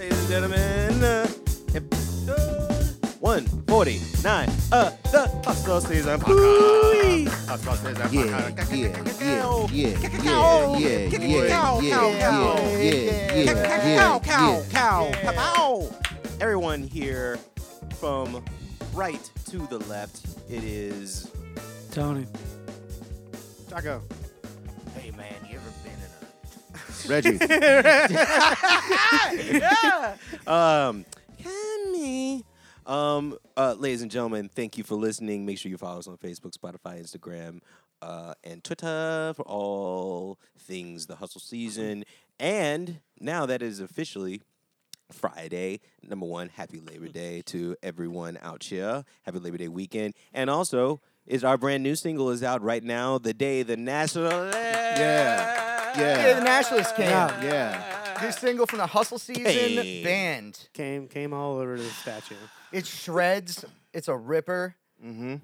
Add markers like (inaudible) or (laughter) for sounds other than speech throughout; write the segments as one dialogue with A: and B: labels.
A: and gentlemen, uh, episode 149 of uh, the Hustle Season Podcast. Hustle Season
B: yeah,
A: Podcast.
B: yeah, yeah, yeah,
A: Cow.
B: yeah, yeah,
A: Cow,
B: yeah, yeah,
A: cow,
B: yeah,
A: cow.
B: yeah, yeah,
A: Cow, cow, cow,
B: yeah.
A: cow. Everyone here from right to the left, it is.
C: Tony.
A: Taco. Hey man, you ever been in a
B: Reggie,
A: yeah. Um, Cammy. Um, uh, ladies and gentlemen, thank you for listening. Make sure you follow us on Facebook, Spotify, Instagram, uh, and Twitter for all things the hustle season. And now that is officially Friday. Number one, happy Labor Day to everyone out here. Happy Labor Day weekend. And also, is our brand new single is out right now. The day the national
B: Yeah.
D: Yeah,
B: yeah,
D: the Nationalists came.
C: Yeah.
B: yeah.
D: New single from the Hustle Season
A: Hey.
D: band.
C: Came came all over the statue.
D: It's shreds. It's a ripper.
A: Mm,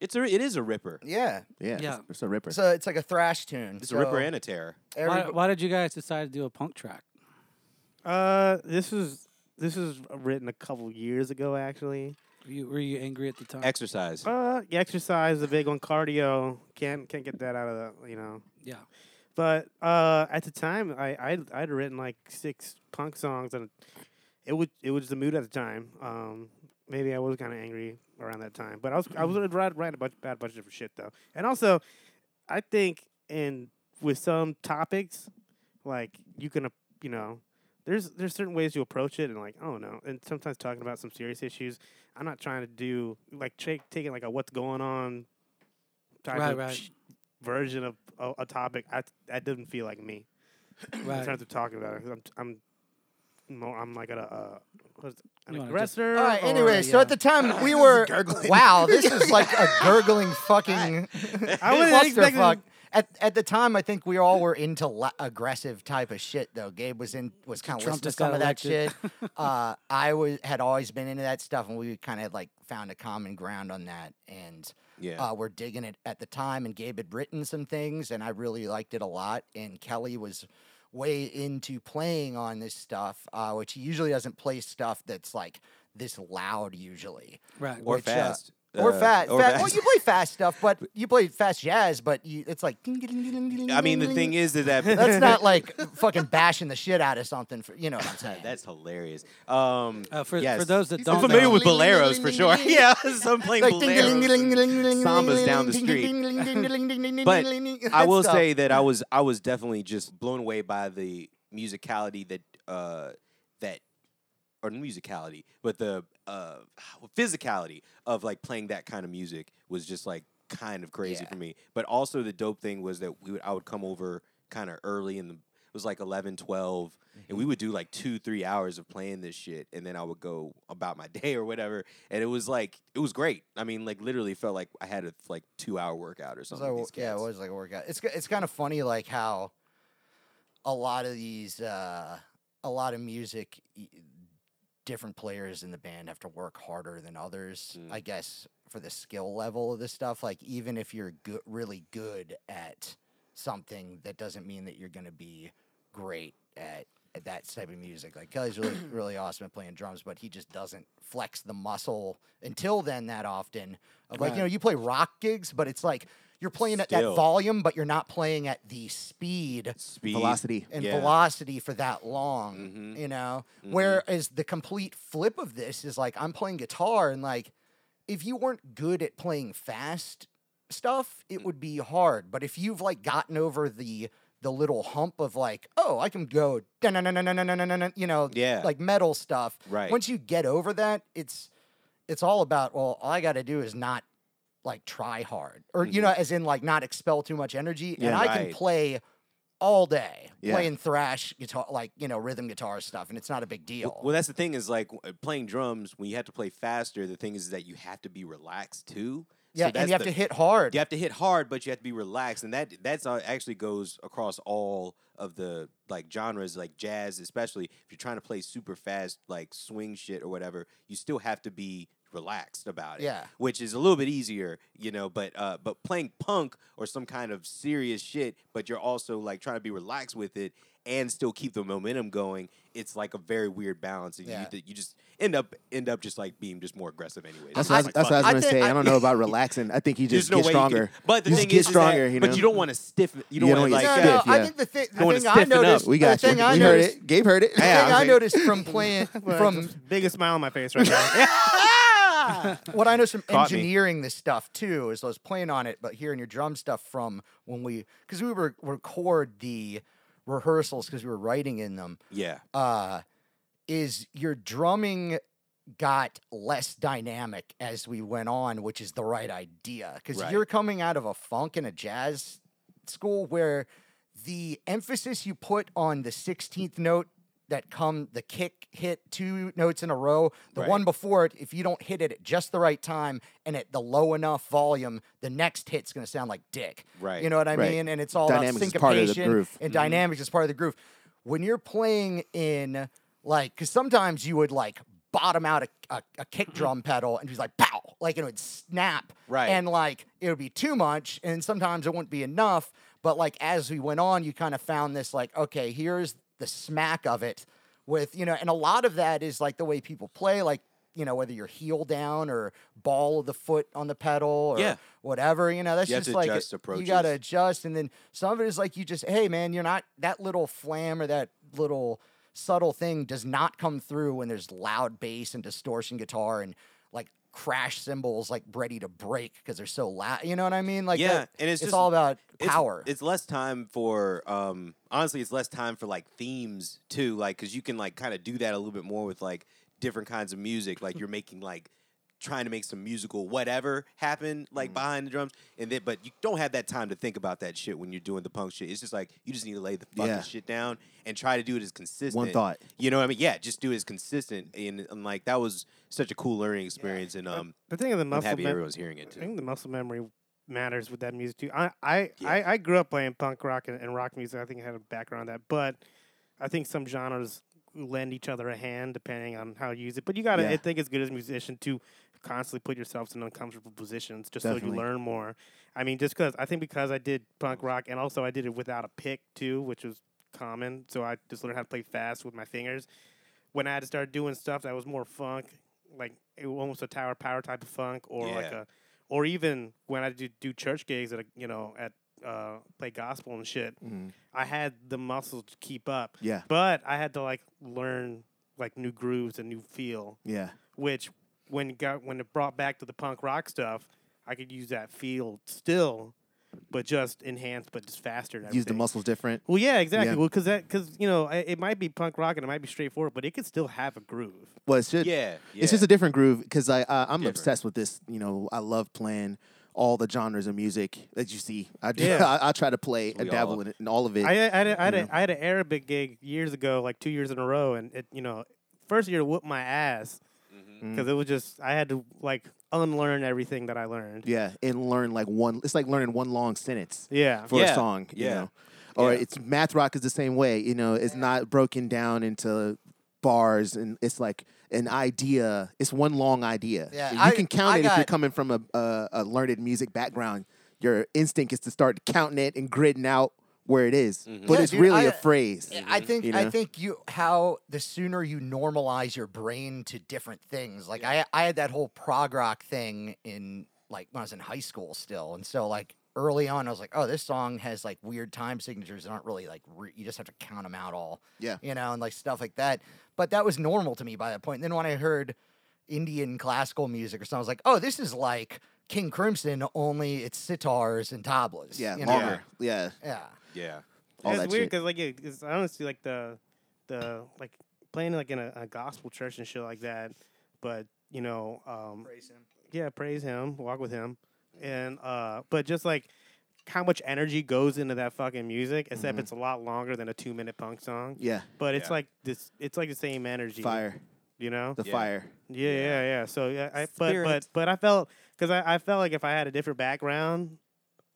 A: it's a it is a ripper.
D: Yeah.
B: Yeah,
C: Yeah.
B: it's a ripper.
D: It's a, it's like a thrash tune.
A: It's a ripper and a tear.
D: every,
C: Why, why did you guys decide to do a punk track?
E: Uh, this is this is written a couple years ago, actually.
C: Were you, were you angry at the time?
A: Exercise.
E: Uh, the exercise, the big one, cardio. Can't can't get that out of the you know.
C: yeah.
E: But uh, at the time, I I I'd written like six punk songs, and it was it was the mood at the time. Um, maybe I was kind of angry around that time, but I was I was writing, writing a bunch bad bunch of different shit though, and also, I think in with some topics, like you can ap- you know. There's there's certain ways you approach it and like oh no and sometimes talking about some serious issues I'm not trying to do like tra- taking like a what's going on type
C: Right,
E: of
C: right.
E: sh- version of a, a topic I, that doesn't feel like me in
C: Right.
E: terms of talking about it. 'cause I'm, I'm more, I'm like a, uh, what is it,
C: You
E: an
C: wanna just-
E: aggressor.
D: all right.
E: or-
D: Anyway, so
C: yeah.
D: at the time we were wow, this is like a gurgling fucking
E: I wouldn't expect
D: clusterfuck. At, at the time, I think we all were into la- aggressive type of shit. Though Gabe was in was kind of
C: Trump
D: listening to
C: just
D: some
C: got
D: of that
C: elected.
D: shit. uh, I was had always been into that stuff, and we kind of like found a common ground on that. And
A: Yeah.
D: uh, were digging it at the time, and Gabe had written some things, and I really liked it a lot. And Kelly was way into playing on this stuff, uh, which he usually doesn't play stuff that's like this loud usually.
C: Right.
A: or
D: which, uh,
A: fast.
D: Or
A: Uh,
D: fast,
A: or
D: fast.
A: fast.
D: Well, you play fast stuff, but you play fast jazz, but you, it's like.
A: (laughs) I mean, the thing is that that (laughs)
D: That's not like fucking bashing the shit out of something. For, you know what I'm saying?
A: that's hilarious. Um,
C: Uh, for,
A: yes.
C: for those that
A: I'm
C: don't
A: familiar
C: know,
A: with boleros for sure. (laughs) yeah, some playing boleros. Sambas down the
D: street.
A: But
D: (laughs)
A: I will say that I was I was definitely just blown away by the musicality that uh that or musicality, but the uh physicality of like playing that kind of music was just like kind of crazy
D: Yeah.
A: for me. But also the dope thing was that we would I would come over kind of early in the it was like 11, 12 and we
D: Mm-hmm.
A: would do like 2 3 hours of playing this shit and then I would go about my (laughs) day or whatever and it was like it was great. I mean like literally felt like I had a like 2 hour workout or
D: It was
A: something.
D: like a-
A: with these
D: yeah, it
A: cats.
D: was like a workout. It's ki- it's kind of funny like how a lot of these uh, a lot of music y- different players in the band have to work harder than others.
A: Mm.
D: I guess for the skill level of this stuff, like even if you're good, really good at something, that doesn't mean that you're going to be great at. at That type of music, like Kelly's really, really awesome at playing drums, but he just doesn't flex the muscle until then that often. Of like, you
C: Right.
D: know, you play rock gigs, but it's like you're playing at
A: Still.
D: that volume, but you're not playing at the speed
A: speed,
B: Velocity.
D: and
A: Yeah.
D: velocity for that long,
A: Mhm.
D: you know? Whereas the complete flip of this is like, I'm playing guitar, and like, if you weren't good at playing fast stuff, it would be hard. But if you've like gotten over the, the little hump of like, oh, I can go, dun-dun-dun-dun-dun-dun-dun-dun, you know,
A: Yeah.
D: like metal stuff.
A: Right.
D: Once you get over that, it's it's all about well, all I got to do is not like try hard, or
B: Mm-hmm.
D: you know, as in like not expel too much energy, and
A: Yeah.
D: I
A: Right.
D: can play all day
B: Yeah.
D: playing thrash guitar, like you know, rhythm guitar stuff, and it's not a big deal.
A: Well, that's the thing is like w- playing drums when you have to play faster. The thing is that you have to be relaxed too.
D: yeah,
A: so that's
D: and you have
A: the-
D: to hit hard.
A: You have to hit hard, but you have to be relaxed, and that that's all- actually goes across all of the like genres, like jazz, especially if you're trying to play super fast, like swing shit or whatever. You still have to be relaxed about it.
D: Yeah.
A: which is a little bit easier, you know. But uh, but playing punk or some kind of serious shit, but you're also like trying to be relaxed with it. and still keep the momentum going, it's like a very weird balance. And
D: Yeah.
A: you, you just end up end up just like being just more aggressive anyway.
B: That's
A: It's
B: what I,
A: like,
B: that's what I was
A: fuck it.
B: gonna
D: I
B: say.
D: think-
B: I don't know about relaxing. I think you just
A: There's
B: get
A: no way you
B: stronger.
A: Can, but the
B: you
A: thing
B: just get
A: is, is
B: stronger.
A: that,
B: you know.
A: but you don't want to stiff. You don't
B: You
A: want
B: don't
A: to like.
B: wanna
D: no,
B: stiff,
A: yeah.
D: no, I
B: yeah.
D: think the, thi- the
A: wanna
D: thing I
A: stiffen up.
D: noticed.
B: We got
D: the thing
B: you.
D: I
B: we heard
D: noticed,
B: it. (laughs) Gabe heard it.
D: The
B: Yeah,
D: thing
B: I
D: I
B: was
D: noticed
B: (laughs)
D: from playing
E: Well,
D: from
E: just biggest smile on my face
D: (laughs)
E: right now.
A: uh, (laughs)
B: (laughs)
D: what I know from
A: Caught me.
D: engineering this stuff too is I was playing on it, but hearing your drum stuff from when we because we were record the rehearsals because we were writing in them.
A: yeah.
D: Uh, is your drumming got less dynamic as we went on, which is the right idea because
A: Right.
D: you're coming out of a funk and a jazz school where the emphasis you put on the 16th note that come the kick hit two notes in a row the
A: Right.
D: one before it if you don't hit it at just the right time and at the low enough volume the next hit's going to sound like dick
A: Right.
D: you know what i
B: Right.
D: mean and it's all
B: Dynamics
D: about
B: is part of the
D: syncopation
B: groove.
A: Mm-hmm.
D: and dynamics is part of the groove when you're playing in like because sometimes you would like bottom out a, a, a kick drum pedal and just like pow like and it would snap
A: Mm-hmm. Right.
D: and like it would be too much and sometimes it wouldn't be enough but like as we went on you kind of found this like okay here's the smack of it with you know and a lot of that is like the way people play like you know whether you're heel down or ball of the foot on the pedal or
A: Yeah.
D: whatever you know that's
A: You have
D: just
A: to
D: like
A: adjust
D: you got to
A: approaches.
D: adjust and then some of it is like you just hey man you're not that little flam or that little subtle thing does not come through when there's loud bass and distortion guitar and like crash cymbals like ready to break because they're so loud you know what i mean like
A: Yeah,
D: that-
A: and it's
D: it's
A: just-
D: all about
A: It's-
D: power
A: It's, less time for um honestly it's less time for like themes too like cuz you can like kind of do that a little bit more with like different kinds of music like you're making like trying to make some musical whatever happen
B: Mm.
A: like behind the drums and then but you don't have that time to think about that shit when you're doing the punk shit it's just like you just need to lay the fucking
B: Yeah.
A: shit down and try to do it as consistent
B: thought.
A: you know what I mean yeah just do it as consistent and, and like that was such a cool learning experience and um
E: The thing of the
A: I'm
E: muscle
A: happy
E: mem-
A: everyone's hearing it
E: I
A: too
E: think the muscle memory matters with that music too. I I,
A: Yeah.
E: I, I grew up playing punk rock and, and rock music. I think I had a background in that, but I think some genres lend each other a hand depending on how you use it. But you gotta,
B: Yeah.
E: I think, as good as a musician to constantly put yourselves in uncomfortable positions just so
B: Definitely.
E: you learn more. I mean, just because I think because I did punk rock and also I did it without a pick too, which was common. So I just learned how to play fast with my fingers. When I had to start doing stuff that was more funk, like it, was almost a tower power type of funk, or like
A: Yeah.
E: a, or even when I do do church gigs at a, you know at uh, play gospel and shit,
B: Mhm.
E: I had the muscle to keep up,
B: Yeah,
E: but I had to like learn like new grooves and new feel,
B: yeah.
E: which when it got when it brought back to the punk rock stuff, I could use that feel still, but just enhanced, but just faster. and
B: Use the
E: everything.
B: muscles different.
E: Well, yeah, exactly.
B: Yeah.
E: Well, because that because you know i- it might be punk rock and it might be straightforward, but it could still have a groove.
B: Well, it should.
A: yeah, yeah
B: It's just a different groove because I uh, I'm
A: Different.
B: obsessed with this. You know, I love playing all the genres of music that you see. I do.
E: Yeah.
B: (laughs) I, I try to play
A: We
B: and
A: all uh,
B: dabble
A: are.
B: in it and all of it.
E: I, I, had a, I, had
B: Yeah.
E: a, I had an Arabic gig years ago, like two years in a row, and it you know first year whooped my ass
B: Mm-hmm.
A: Mhm.
E: because it was just I had to like unlearn everything that I learned.
B: yeah, and learn like one. It's like learning one long sentence
E: Yeah,
B: for
A: Yeah,
B: a song. You
A: yeah,
B: know? Or
A: yeah.
B: it's math rock is the same way. You know, it's not broken down into bars and it's like an idea. It's one long idea.
D: Yeah,
B: you
D: I-
B: can count
D: I
B: it if you're
D: got-
B: coming from a, a a learned music background. Your instinct is to start counting it and gridding out where it is. but
D: Mm-hmm. Yeah,
B: it's
D: dude,
B: really
D: I-
B: a phrase.
D: Yeah, I think
B: you
D: I
B: know?
D: think you how the sooner you normalize your brain to different things. Like I I had that whole prog rock thing in like when I was in high school still, and so like early on I was like, oh, this song has like weird time signatures that aren't really like re- you just have to count them out all.
B: Yeah.
D: you know, and like stuff like that. But that was normal to me by that point. And then when I heard Indian classical music or something, I was like, oh, this is like King Crimson, only it's sitars and tablas.
B: Yeah,
D: you know?
B: longer. Yeah.
D: yeah.
A: yeah
B: all
E: it's
B: that
E: weird
B: shit.
E: because like it, it's honestly like the the like playing like in a, a gospel church and shit like that, but you know um, yeah, praise him, walk with him, and uh, but just like how much energy goes into that fucking music, except it's a lot longer than a two minute punk song.
B: Mm-hmm. Yeah.
E: But it's
A: Yeah.
E: like this, it's like the same energy,
B: Fire.
E: you know?
B: The
A: Yeah.
B: fire.
E: yeah, yeah, yeah, So yeah, I, but
A: Spirit.
E: but but I felt because I, I felt like if I had a different background,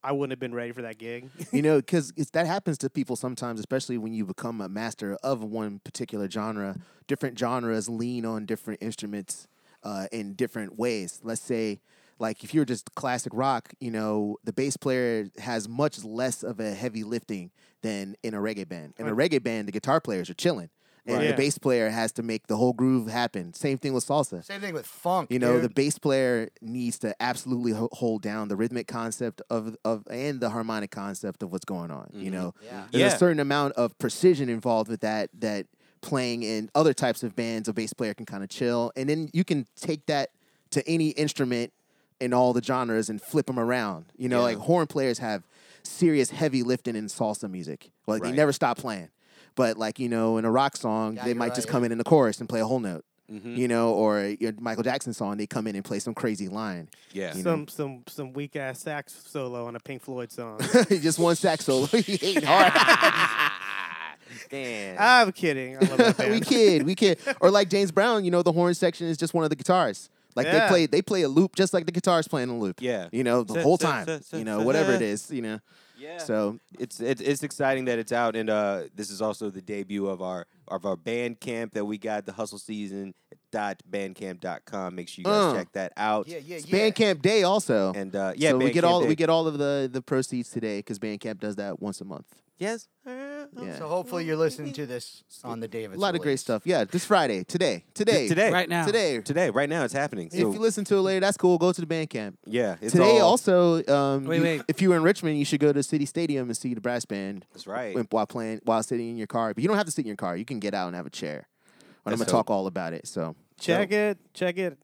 E: I wouldn't have been ready for that gig. (laughs)
B: you know, because that happens to people sometimes, especially when you become a master of one particular genre. Different genres lean on different instruments uh, in different ways. Let's say, like if you're just classic rock, you know, the bass player has much less of a heavy lifting than in a reggae band. In a reggae band, the guitar players are chilling. And
E: Right.
B: the
E: Yeah.
B: bass player has to make the whole groove happen. Same thing with salsa.
D: Same thing with funk.
B: You know, the
D: dude.
B: bass player needs to absolutely ho- hold down the rhythmic concept of of and the harmonic concept of what's going on. You know,
D: Mm-hmm. Yeah.
B: there's
A: Yeah.
B: a certain amount of precision involved with that that playing in other types of bands a bass player can kind of chill and then you can take that to any instrument in all the genres and flip them around. You know, like horn players have serious heavy lifting in salsa music. Like
A: Right.
B: they never stop playing. But like, you know, in a rock song,
D: Yeah,
B: they
D: you're
B: might
D: right,
B: just
D: yeah.
B: come in in the chorus and play a whole note
A: Mhm.
B: you know, or your Michael Jackson song, they come in and play some crazy line. (laughs)
A: Yeah.
B: You know.
E: some some some weak ass sax solo on a Pink Floyd
B: (laughs)
E: song.
B: Just one sax (laughs) solo. we hate hard.
A: (laughs) Damn.
E: I'm kidding. I love that
B: (laughs)
E: band.
B: we kid, we kid. Or like James Brown, you know, the horn section is just one of the guitars. Like
E: Yeah.
B: they play, they play a loop just like the guitar's playing a loop.
A: Yeah.
B: you know, the
A: Sa-
B: whole
A: sa-
B: time.
A: sa- sa-
B: you know,
A: sa-
B: whatever it
A: sa.
B: is. You know,
A: yeah.
B: so
A: it's it, it's exciting that it's out, and uh, this is also the debut of our of our band camp that we got the hustle season dot bandcamp.com. Make sure you guys
B: Uh.
A: check that out.
D: yeah, yeah,
B: it's
D: yeah.
B: Bandcamp Day also.
A: And uh, yeah,
B: so we get
A: Bandcamp
B: all
A: Day.
B: we get all of the the proceeds today because Bandcamp does that once a month.
A: yes.
B: Yeah.
D: So hopefully you're listening to this on the day of
B: a
D: its
B: lot of great
D: release.
B: stuff. Yeah, this Friday, today, today,
A: today,
C: Right now.
B: today.
A: today, right now, it's happening.
B: If you
A: So
B: listen to it later, that's cool. Go to the Bandcamp.
A: yeah, it's
B: Today
A: all,
B: also, um,
C: Wait,
B: you-
C: wait.
B: if you were in Richmond, you should go to City Stadium and see the brass band
A: That's right.
B: when- while playing while sitting in your car. But you don't have to sit in your car; you can get out and have a chair. And I'm gonna
A: That's
B: talk all about it. So
E: Check it, check it.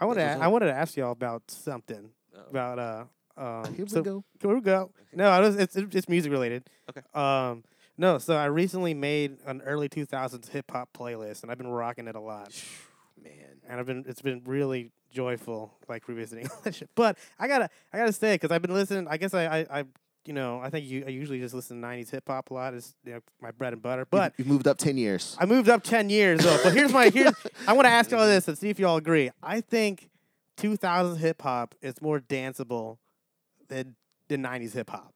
E: I want to.
A: That's what's
E: I wanted to ask y'all about something
A: Uh-oh.
E: about uh. Um,
B: here we
E: so-
B: go.
E: Here we go. No, I was, it's it's it's music related.
A: Okay.
E: Um, no, so I recently made an early 2000s hip hop playlist, and I've been rocking it a lot.
A: man.
E: and I've been it's been really joyful like revisiting all that shit. But I gotta I gotta say because I've been listening. I guess I, I I you know I think you I usually just listen to '90s hip hop a lot. It's you know, my bread and butter. But
B: you moved up ten years.
E: I moved up ten years though. But here's
B: (laughs)
E: my here's I want to ask y'all this and see if y'all agree. I think 2000s hip hop is more danceable than than '90s hip hop.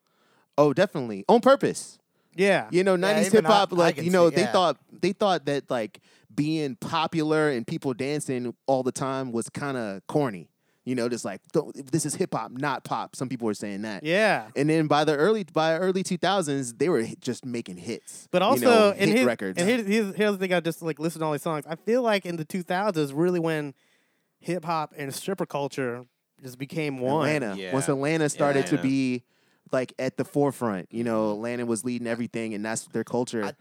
B: oh, definitely on purpose.
E: Yeah.
B: You know, '90s
D: even
B: hip hop,
D: I- I
B: like
D: can
B: you know,
D: see-
B: they
D: yeah.
B: thought they thought that like being popular and people dancing all the time was kind of corny. You know, just like don't, this is hip hop, not pop. Some people were saying that.
E: Yeah.
B: And then by the early by early 2000s, they were hi- just making hits.
E: But also,
B: you know,
E: and,
B: hit
E: here's-
B: records.
E: and here's, here's, here's the thing I just like listened to all these songs. I feel like in the 2000s is really when hip hop and stripper culture just became one.
B: Atlanta.
A: Yeah.
B: Once Atlanta started
A: Atlanta.
B: to be like at the forefront, you know, Atlanta was leading everything, and that's their culture.
D: I-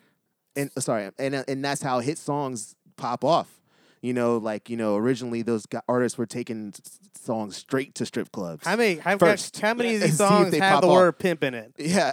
B: and uh, sorry, and and that's how hit songs pop off. You know, like you know, originally those gu- artists were taking s- songs straight to strip clubs.
E: How many? I've
B: First.
E: Got, how many of
B: And (laughs)
E: these
B: see if
E: songs
B: they
E: have
B: pop
E: the
B: off.
E: word pimp in it?
B: yeah,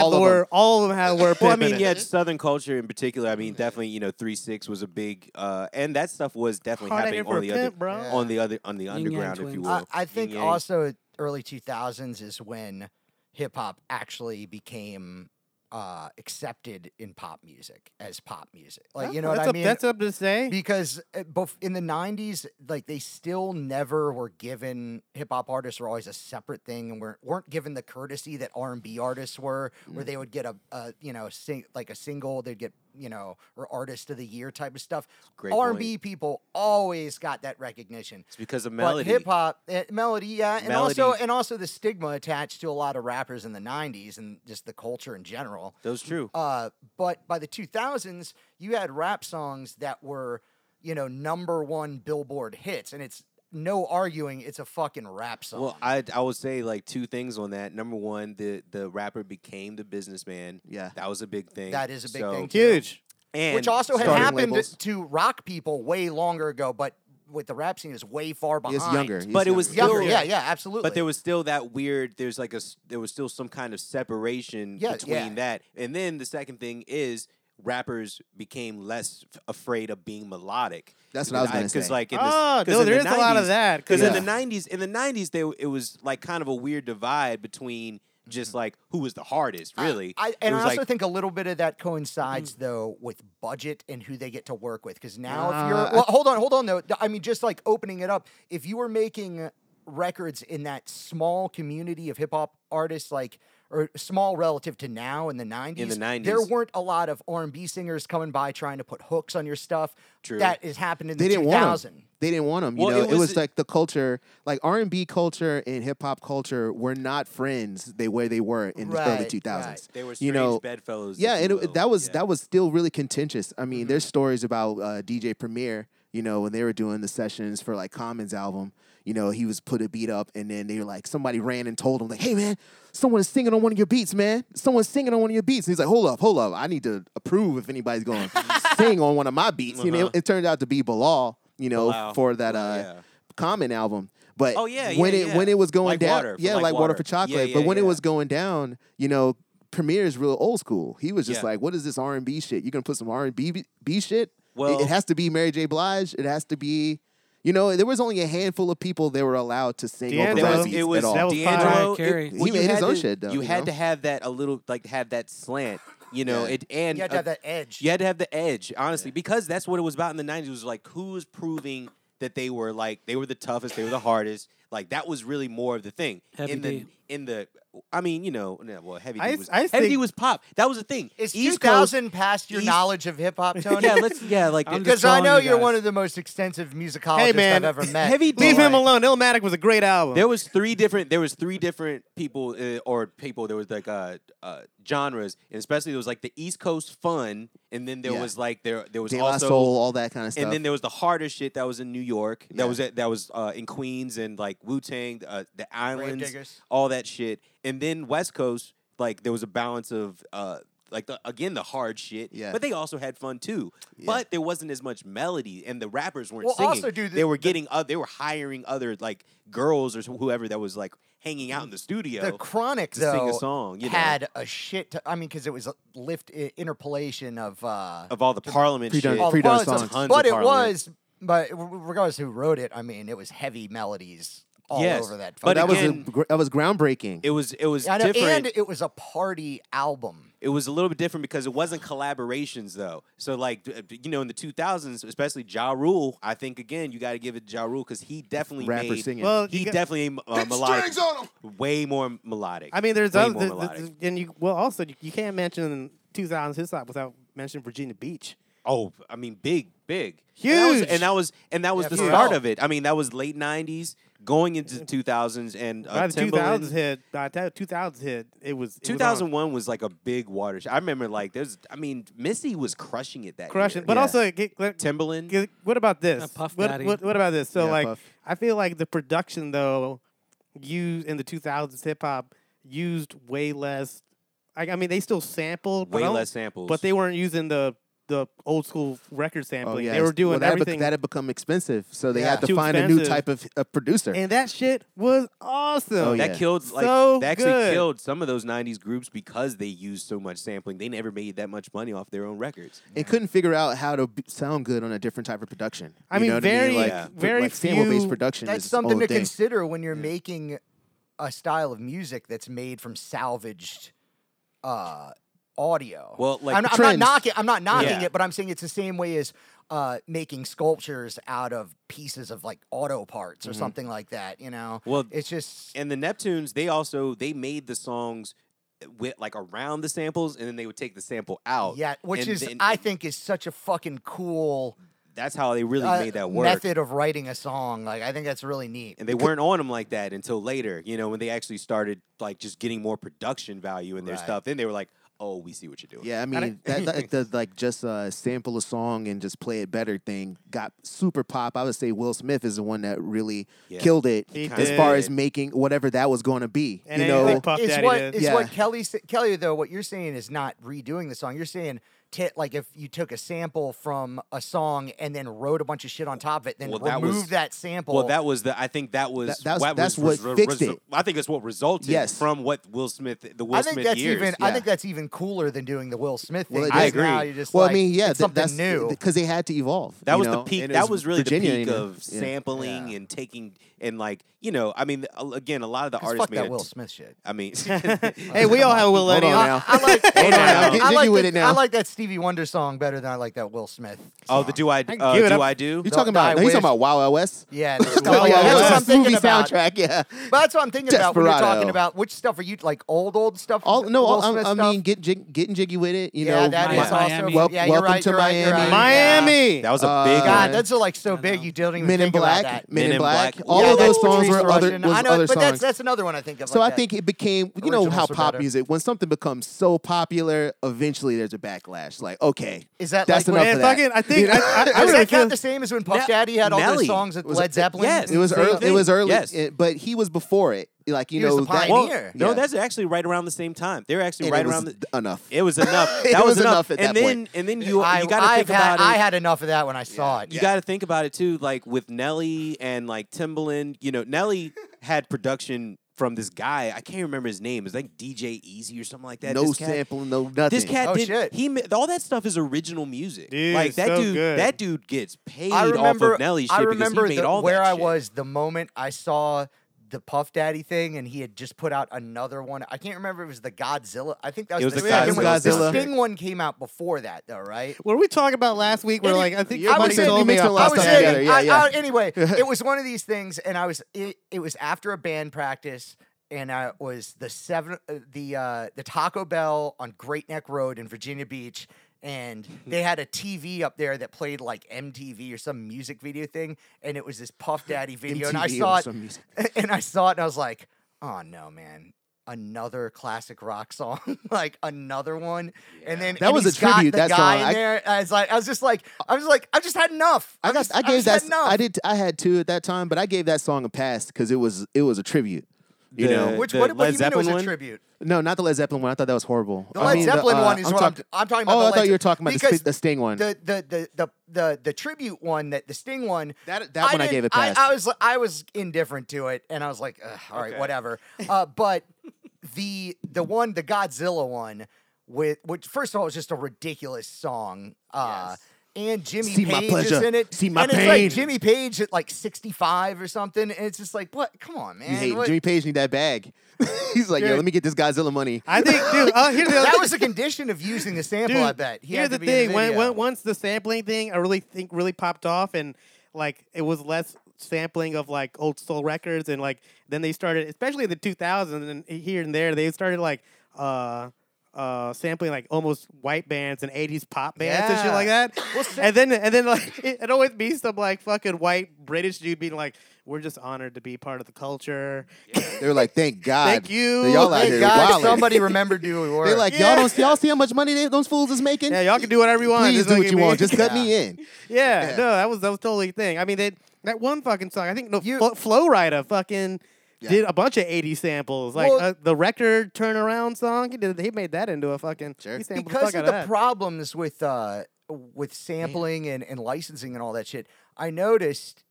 B: (laughs) all
E: the
B: of
E: word.
B: them.
E: All of them had the word pimp.
A: Well, I
E: in
A: mean,
E: it.
A: yeah, Southern culture in particular. I mean, definitely, you know, three six was a big, uh, and that stuff was definitely
E: Hard
A: happening
E: for
A: on
E: a
A: the
E: pimp,
A: other,
E: bro.
D: Yeah.
A: on the other, on the
C: Yin-yang
A: underground, if you
C: twins.
A: will.
D: I, I think
A: Yin-yang.
D: also early 2000s is when hip hop actually became uh, accepted in pop music as pop music. Like you know
E: that's
D: what I
E: up,
D: mean?
E: That's up to say.
D: because uh, both in the 90s like they still never were given hip hop artists were always a separate thing and weren't weren't given the courtesy that R&B artists were where
A: Mm.
D: they would get a, a you know sing, like a single they'd get you know or artist of the year type of stuff
A: Great point.
D: R&B people always got that recognition
A: It's because of
D: but
A: melody.
D: hip hop eh, melody yeah and also
A: Melody.
D: and also the stigma attached to a lot of rappers in the 90s and just the culture in general
A: Those true.
D: uh, but by the 2000s, you had rap songs that were, you know, number one Billboard hits, and it's no arguing, it's a fucking rap song.
A: Well, I I would say like two things on that. Number one, the the rapper became the businessman.
B: Yeah.
A: That was a big thing.
D: That is a big
A: So-
D: thing, too.
E: Huge.
A: And
D: which also had
B: starting
D: happened
B: labels.
D: to rock people way longer ago, but with the rap scene is way far behind.
B: It's younger, It's
A: But it was
B: younger.
D: Younger,
A: Still-
D: yeah, yeah, absolutely.
A: But there was still that weird. There's like a. s- There was still some kind of separation
D: Yeah,
A: between
D: yeah.
A: that. And then the second thing is rappers became less f- afraid of being melodic.
B: That's what I was gonna
A: Because
B: say.
A: like in the,
E: Oh,
A: 'cause
E: no,
A: in
E: there
A: the
E: is a lot
A: 90s
E: of that.
A: Because
B: Yeah.
A: in the '90s, in the '90s, they it was like kind of a weird divide between just
B: Mm-hmm.
A: like who was the hardest, really.
D: I,
A: It
D: and I
A: was
D: also
A: like, Mm.
D: think a little bit of that coincides though with budget and who they get to work with. Because now, if
B: Uh,
D: you're well, hold on, hold on though. I mean, just like opening it up, if you were making records in that small community of hip hop artists, like or small relative to now in the 90s.
A: the 90s.
D: There weren't a lot of R&B singers coming by trying to put hooks on your stuff.
A: True.
D: That has happened in
B: They
D: the
B: didn't want
D: 2000.
B: them. They didn't want them. You
A: Well,
B: know,
A: it
B: it
A: was
B: was,
A: the-
B: like the culture, like R and B culture and hip hop culture were not friends. They where they were in the early
D: Right,
B: two thousands.
D: right.
A: They were strange
B: you know,
A: bedfellows.
B: yeah,
A: if
B: and
A: you
B: it,
A: will.
B: that was
A: Yeah. Mm-hmm.
B: that was still really contentious. I mean, there's stories about uh, DJ Premier. You know, when they were doing the sessions for like Common's album, you know, he was put a beat up, and then they were like, somebody ran and told him like, "Hey, man, someone's singing on one of your beats, man. Someone's singing on one of your beats." And he's like, "Hold up, hold up, I need to approve if anybody's
A: (laughs)
B: going to sing on one of my beats." You know,
A: Uh-huh.
B: it, turned out to be Bilal. You know,
A: Bilal.
B: for that
A: Bilal,
B: uh,
A: yeah.
B: Common album. But
A: Oh, yeah,
B: when
A: yeah,
B: it
A: yeah.
B: when it was going
A: Like
B: down,
A: water, for
B: yeah,
A: like
B: like, water.
A: water.
B: for
A: Yeah,
B: chocolate.
A: yeah,
B: but when
A: yeah.
B: it was going down, you know, Premier is real old school. He was just
A: Yeah.
B: like, "What is this R and B shit? You're gonna put some R and B B shit?
A: Well-
B: it, it has to be Mary J. Blige. It has to be, you know, there was only a handful of people that were allowed to sing over
E: D'Angelo.
A: There
B: rap
A: was,
B: beats
A: it was
B: at all.
E: that was
A: D'Angelo.
C: Mariah Carey.
A: it-
B: He
A: you
B: made his
A: had
B: own
A: to-
B: shit, though,
A: You
B: you
A: had
B: know?
A: to have that a little like have that slant. You know,
B: Yeah.
A: it and uh,
D: You
A: a-
D: had to have that edge.
A: you had to have the edge, honestly, because that's what it was about in the '90s. Was like who was proving that they were like they were the toughest, they were the hardest. Like that was really more of the thing.
C: Heavy
A: in the
C: D.
A: in the, I mean, you know, no, well, heavy
E: I
A: D
E: s-
A: was
E: I
A: heavy D
E: think-
A: was pop. That was the thing.
D: Is
A: East Coast-
D: 2000 past your
A: East-
D: knowledge of hip
A: (laughs)
D: hop, Tony?
A: yeah, let's yeah, like
C: I'm
D: Because
C: just
D: I
C: telling
D: know
C: you
D: you're
C: guys.
D: one of the most extensive musicologists
E: man,
D: I've ever met.
A: Heavy
D: but,
A: D-
E: Leave him
D: like,
E: alone. Illmatic was a great
A: (laughs)
E: album.
A: There was three different. There was three different people uh, or people. There was like uh, uh, genres, and especially there was like the East Coast fun, and then there
B: Yeah.
A: was like there there was
B: De La
A: also
B: Soul, all that kind of stuff.
A: and then there was the harder shit that was in New York.
B: Yeah.
A: That was at, that was uh, in Queens and like Wu Tang, uh, the islands,
D: Gravediggers.
A: all that shit. And then West Coast, like there was a balance of uh, like the, again the hard shit.
B: Yeah.
A: But they also had fun too. But there wasn't as much melody, and the rappers weren't
D: Well,
A: singing.
D: also, dude,
A: they
D: the-
A: were
D: the-
A: getting oth- they were hiring other like girls or whoever that was like hanging out in the studio.
D: the Chronic
A: to sing a
D: though
A: song, you know.
D: had a shit. To, I mean, because it was a lift i- interpolation of uh,
A: of all the parliament
B: Pre-done-
A: shit,
D: all the
B: Freedom
D: parliament
B: songs.
D: songs.
A: Tons
D: but
A: of
D: it
A: parliament.
D: was. But r- regardless who wrote it, I mean, it was heavy melodies all
A: Yes,
D: over that.
A: but
D: fucking-
B: that was a,
A: again-
B: gr- that was groundbreaking.
A: it was it was
D: I know,
A: different.
D: and it was a party album.
A: it was a little bit different because it wasn't collaborations though. So like d- uh, d- you know in the 2000s, especially Ja Rule, I think again you got to give it to Ja Rule because he definitely
B: Rapper
A: made
B: singing.
E: Well,
A: he
E: you got-
A: definitely m- uh, melodic, way more melodic.
E: I mean, there's
A: way
E: other,
A: more
E: th- th-
A: melodic.
E: th- and you well also you, you can't mention 2000s hip hop without mentioning Virginia Beach.
A: oh, I mean big, big, And that was-
E: Huge.
A: and that was and that was,
D: Yeah,
A: the
D: for
A: start
D: sure.
A: of it. I mean that was late 90s going into 2000s and uh,
E: by the
A: Timbaland-
E: 2000s hit, by the 2000s hit, it was it was on
A: 2001 was like a big watershed. I remember like there's I mean Missy was crushing it that
E: crushing.
A: year.
E: But
B: Yeah.
E: also, get, let-
A: Timbaland
E: G- what about this?
C: Uh, Puff
E: what,
C: Daddy.
E: what, what about this? So
B: Yeah,
E: like,
B: Puff.
E: I feel like the production though, used in the 2000s hip hop, used way less. I, I mean, they still sampled, but I
A: way
E: don't-
A: less samples.
E: but they weren't using the the old school record sampling.
A: Oh,
E: They
B: Oh, yes.
E: were doing
B: well, that
E: everything,
B: that had become expensive, so they
D: Yeah.
B: had to
E: Too
B: find a new
E: expensive.
B: type of a producer.
E: and that shit was awesome.
B: Oh,
A: that
B: yeah.
A: killed like
E: So
A: they actually
E: good.
A: killed some of those 90s groups because they used so much sampling they never made that much money off their own records
B: and couldn't figure out how to b- sound good on a different type of production.
E: I
B: You
E: mean,
B: know what
E: very-
B: I mean?
A: Yeah.
B: like,
E: very
B: like sample based
E: few-
B: production.
D: That's
B: is
D: something
B: old
D: to
B: thing.
D: consider when you're making a style of music that's made from salvaged uh, audio.
A: Well, like
D: I'm, not- I'm
B: trends.
D: not knocking. I'm not knocking
A: Yeah.
D: it, but I'm saying it's the same way as uh, making sculptures out of pieces of like auto parts
A: Mm-hmm.
D: or something like that. You know,
A: Well,
D: it's just
A: and the neptunes they also they made the songs with like around the samples and then they would take the sample out
D: yeah, which
A: and
D: is
A: then-
D: I think is such a fucking cool
A: that's how they really
D: uh,
A: made that work
D: method of writing a song. Like I think that's really neat.
A: and they weren't on them like that until later you know when they actually started like just getting more production value in their
D: Right.
A: stuff then they were like oh we see what you're doing
B: Yeah,
D: (laughs)
B: I mean that, that the like just uh, sample a song and just play it better thing got super pop. I would say Will Smith is the one that really
A: Yeah.
B: killed it
E: He
B: as far as
A: did.
B: making whatever that was going to be.
E: And
B: you
E: it ain't
B: know,
E: like Puff
D: is
E: Daddy
D: what
E: did.
D: is
B: Yeah.
D: what Kelly sa- Kelly though. What you're saying is not redoing the song. You're saying t- like if you took a sample from a song and then wrote a bunch of shit on top of it, then
A: Well, that
D: remove
A: was-
D: that sample.
A: Well, that was the. I think that was
B: That- that's-
A: what
B: that's
A: was,
B: what
A: res-
B: fixed
A: res-
B: it.
A: I think it's what resulted
B: Yes.
A: from what Will Smith, the Will
D: I think
A: Smith
D: that's
A: years.
D: even. I
B: yeah.
D: think that's even cooler than doing the Will Smith thing.
B: Well, it
D: because
A: is. I
D: Now
A: agree.
D: you're just
B: well,
D: like,
B: I mean, yeah,
D: it's
B: th-
D: something
B: that's
D: new.
B: because they had to evolve.
A: That
B: you
A: was
B: know?
A: the peak.
B: And it
A: That was really
B: Virginia,
A: the
B: you
A: peak
B: know?
A: of
B: Yeah.
A: sampling
D: Yeah.
A: and taking and like you know. I mean, a- again, a lot of the
D: 'Cause
A: artists
D: fuck
A: made.
D: that
A: a
D: Will
A: t-
D: Smith shit.
A: I mean,
B: (laughs)
A: (laughs)
E: hey, we all have a
B: Hold on
E: millennial.
B: now.
D: I like.
B: Hold on now.
D: I
B: Get
D: like
B: jiggy with
D: that-
B: it now.
D: I like that Stevie Wonder song better than I like that Will Smith.
A: Oh, the
D: song.
A: do I
E: can
A: uh,
E: give it
A: do
E: up.
A: I do?
B: You
D: No,
B: talking about?
D: I
B: no, he's
D: wish-
B: talking about Wild West.
D: Yeah, the
E: Oh,
D: Wild West.
E: yeah, that's
D: that's what I'm
B: West movie
D: thinking about.
B: soundtrack. Yeah.
D: But that's what I'm thinking about. When you're talking
B: Desperado.
D: about which stuff are you like old old stuff?
B: (laughs) All, no,
D: Will
B: all- I-
D: Smith
B: I,
D: stuff?
B: mean get jig, getting jiggy with it. You
D: yeah,
B: know,
D: that
B: Mi-
D: is also.
C: Miami.
B: Wel-
D: yeah, you're
B: welcome
D: right,
B: to
D: you're right, you're
B: Miami.
D: right, yeah.
E: Miami.
A: That was a
B: Uh,
A: big
D: God,
B: Uh,
D: that's like so
C: I
D: big.
C: know.
D: You don't even
B: Men in
D: think about
B: Black,
D: that.
B: Men
A: Men
B: in
A: in
B: Black.
A: Black.
B: All
D: Yeah,
B: of
D: that's
B: those songs
D: Patrice
B: were other
D: Russian.
B: was
D: I know,
B: other
D: but that's
B: songs.
D: that's another one I think of.
B: So I
D: like that.
B: think it became, you know,
D: Originals
B: how
D: are
B: pop
D: better.
B: music when something becomes so popular, eventually there's a backlash. Like, okay,
D: is that
B: that's
D: like
B: enough
D: when-
E: Yeah,
B: for that.
E: fucking, I think I, I, I
D: Does
E: really
D: that
E: feel
D: count the same as when Puff
A: Ne-
D: Daddy had all
A: Nelly.
D: those songs with
A: Was
D: Led
A: it-
D: Zeppelin?
A: yes.
B: it was
A: Same
B: early. It
A: thing.
B: was early,
A: Yes.
B: it- but he was before it. Like you
D: He was
B: know,
D: the
B: that,
A: Well,
D: Pioneer.
A: no,
B: Yeah.
A: that's actually right around the same time. They were actually
B: and
A: right
B: it was
A: around the.
B: enough.
A: It
B: (laughs)
A: was enough.
B: It
A: That
B: was enough at
A: and
B: that
A: then
B: point.
A: and then you
D: I,
A: you got to
D: I've
A: think
D: had,
A: about it.
D: I had enough of that when I saw it.
A: you got to think about it too, like with Nelly and like Timbaland. You know, Nelly had production from this guy. I can't remember his name. It's like DJ Easy or something like that.
B: no
A: this cat,
B: sample, no nothing.
A: This cat
D: Oh,
A: did
D: shit.
A: he ma- all that stuff is original music.
E: Dude,
A: like that
E: so
A: dude,
E: good.
A: that dude gets paid
D: I
A: off
D: remember.
A: of Nelly shit
D: I remember
A: because he made
D: the-
A: all
D: where
A: that
D: I
A: shit.
D: was the moment I saw the Puff Daddy thing, and he had just put out another one. I can't remember. if It was the Godzilla. I think that was,
A: It was
D: the
A: the
D: second one.
B: Godzilla.
D: The Sting one came out before that, though, right?
E: What were we talking about last week? We're
D: Any-
E: like, I think
B: You're
E: somebody
B: mixing- you
E: told me
B: mixed a
E: I-
B: lot
E: I
B: of
E: was
B: stuff
E: in-
B: together. yeah,
D: I-
B: yeah.
D: I-
B: (laughs)
D: anyway, it was one of these things, and I was it, it was after a band practice, and I was the seven uh, the uh, the Taco Bell on Great Neck Road in Virginia Beach. And
B: Mm-hmm.
D: they had a TV up there that played like MTV or some music video thing, and it was this Puff
B: (laughs)
D: Daddy video, and I
B: MTV
D: saw
B: or
D: it,
B: some music.
D: (laughs) and I saw it, and I was like, "Oh no, man! Another classic rock song, (laughs) like another one." And then
B: That
D: and
B: was a
D: he's got
B: tribute,
D: The
B: that
D: guy
B: song.
D: in
B: I-
D: there, and I was like, I was just like, I was like, I've just had enough.
B: I
D: I've
B: got.
D: just-
B: I
D: I've
B: gave
D: just
B: that.
D: had
B: s-
D: enough.
B: I did. I had two at that time, but I gave that song a pass because it was it was a tribute. You
A: The-
B: know,
D: Which
A: the
D: what, what do
A: Led
D: you mean it was
A: Zeppelin
D: a
A: one?
D: tribute?
B: no, not the Led Zeppelin one. I thought that was horrible.
D: The
B: I
D: Led
B: mean,
D: Zeppelin
B: uh,
D: one is
B: I'm
D: what I'm,
B: talk-
D: I'm talking about.
B: Oh,
D: the
B: I
D: Led
B: thought you were
D: Zeppelin-
B: talking about the,
D: because
B: Sp- the Sting one.
D: the the the the the the tribute one that the Sting one.
B: That- that one I
D: didn't-
B: gave it pass.
D: I, I was I was indifferent to it, and I was like, "Ugh, all right, whatever. Uh, but the the one, the Godzilla one, with which first of all, it's just a ridiculous song. Uh, And Jimmy
B: See my
D: Page is
B: pleasure.
D: in it.
B: See my
D: and it's
B: pain.
D: like Jimmy Page at like 65 or something. And it's just like, what? Come on, man.
B: you hate
D: what-
B: Jimmy Page need that bag. (laughs) He's like, yo,
E: Dude.
B: let me get this Godzilla money.
E: I think, dude. Uh, here's the other
D: that
E: thing.
D: was a condition of using the sample,
E: Dude,
D: I bet. He had
E: here's
D: to
E: the
D: be
E: thing:
D: In the
E: when,
D: video.
E: when once the sampling thing, I really think really popped off, and like it was less sampling of like old soul records, and like then they started, especially in the 2000s and here and there, they started like uh uh sampling like almost white bands and 80s pop bands and shit like
D: Yeah. (laughs)
E: that. and then and then like (laughs) it, it always be some like fucking white British dude being like, "We're just honored to be part of the culture."
B: They were like, thank God.
E: Thank you.
B: That Y'all out
D: Thank
B: here
D: God
B: wilding.
D: somebody remembered who we
B: (laughs)
D: were.
B: They're like,
E: Yeah.
B: y'all don't y'all see how much money they, those fools is making?
E: Yeah, y'all can do whatever you want.
B: Please
E: just
B: do
E: look
B: what
E: at
B: you
E: me." (laughs)
B: want. Just let
D: Yeah.
B: me in.
E: Yeah,
B: Yeah.
E: no, that was that was totally the thing. I mean, that that one fucking song. I think no,
D: You-
E: Flo, Flow Rider fucking
B: Yeah.
E: did a bunch of eighty samples. Like
D: Well-
E: uh, the record turnaround song, he did. He made that into a fucking.
B: Sure.
E: He sampled the
D: because
E: fuck
D: of the
E: out of that.
D: problems with uh, with sampling and, and licensing and all that shit, I noticed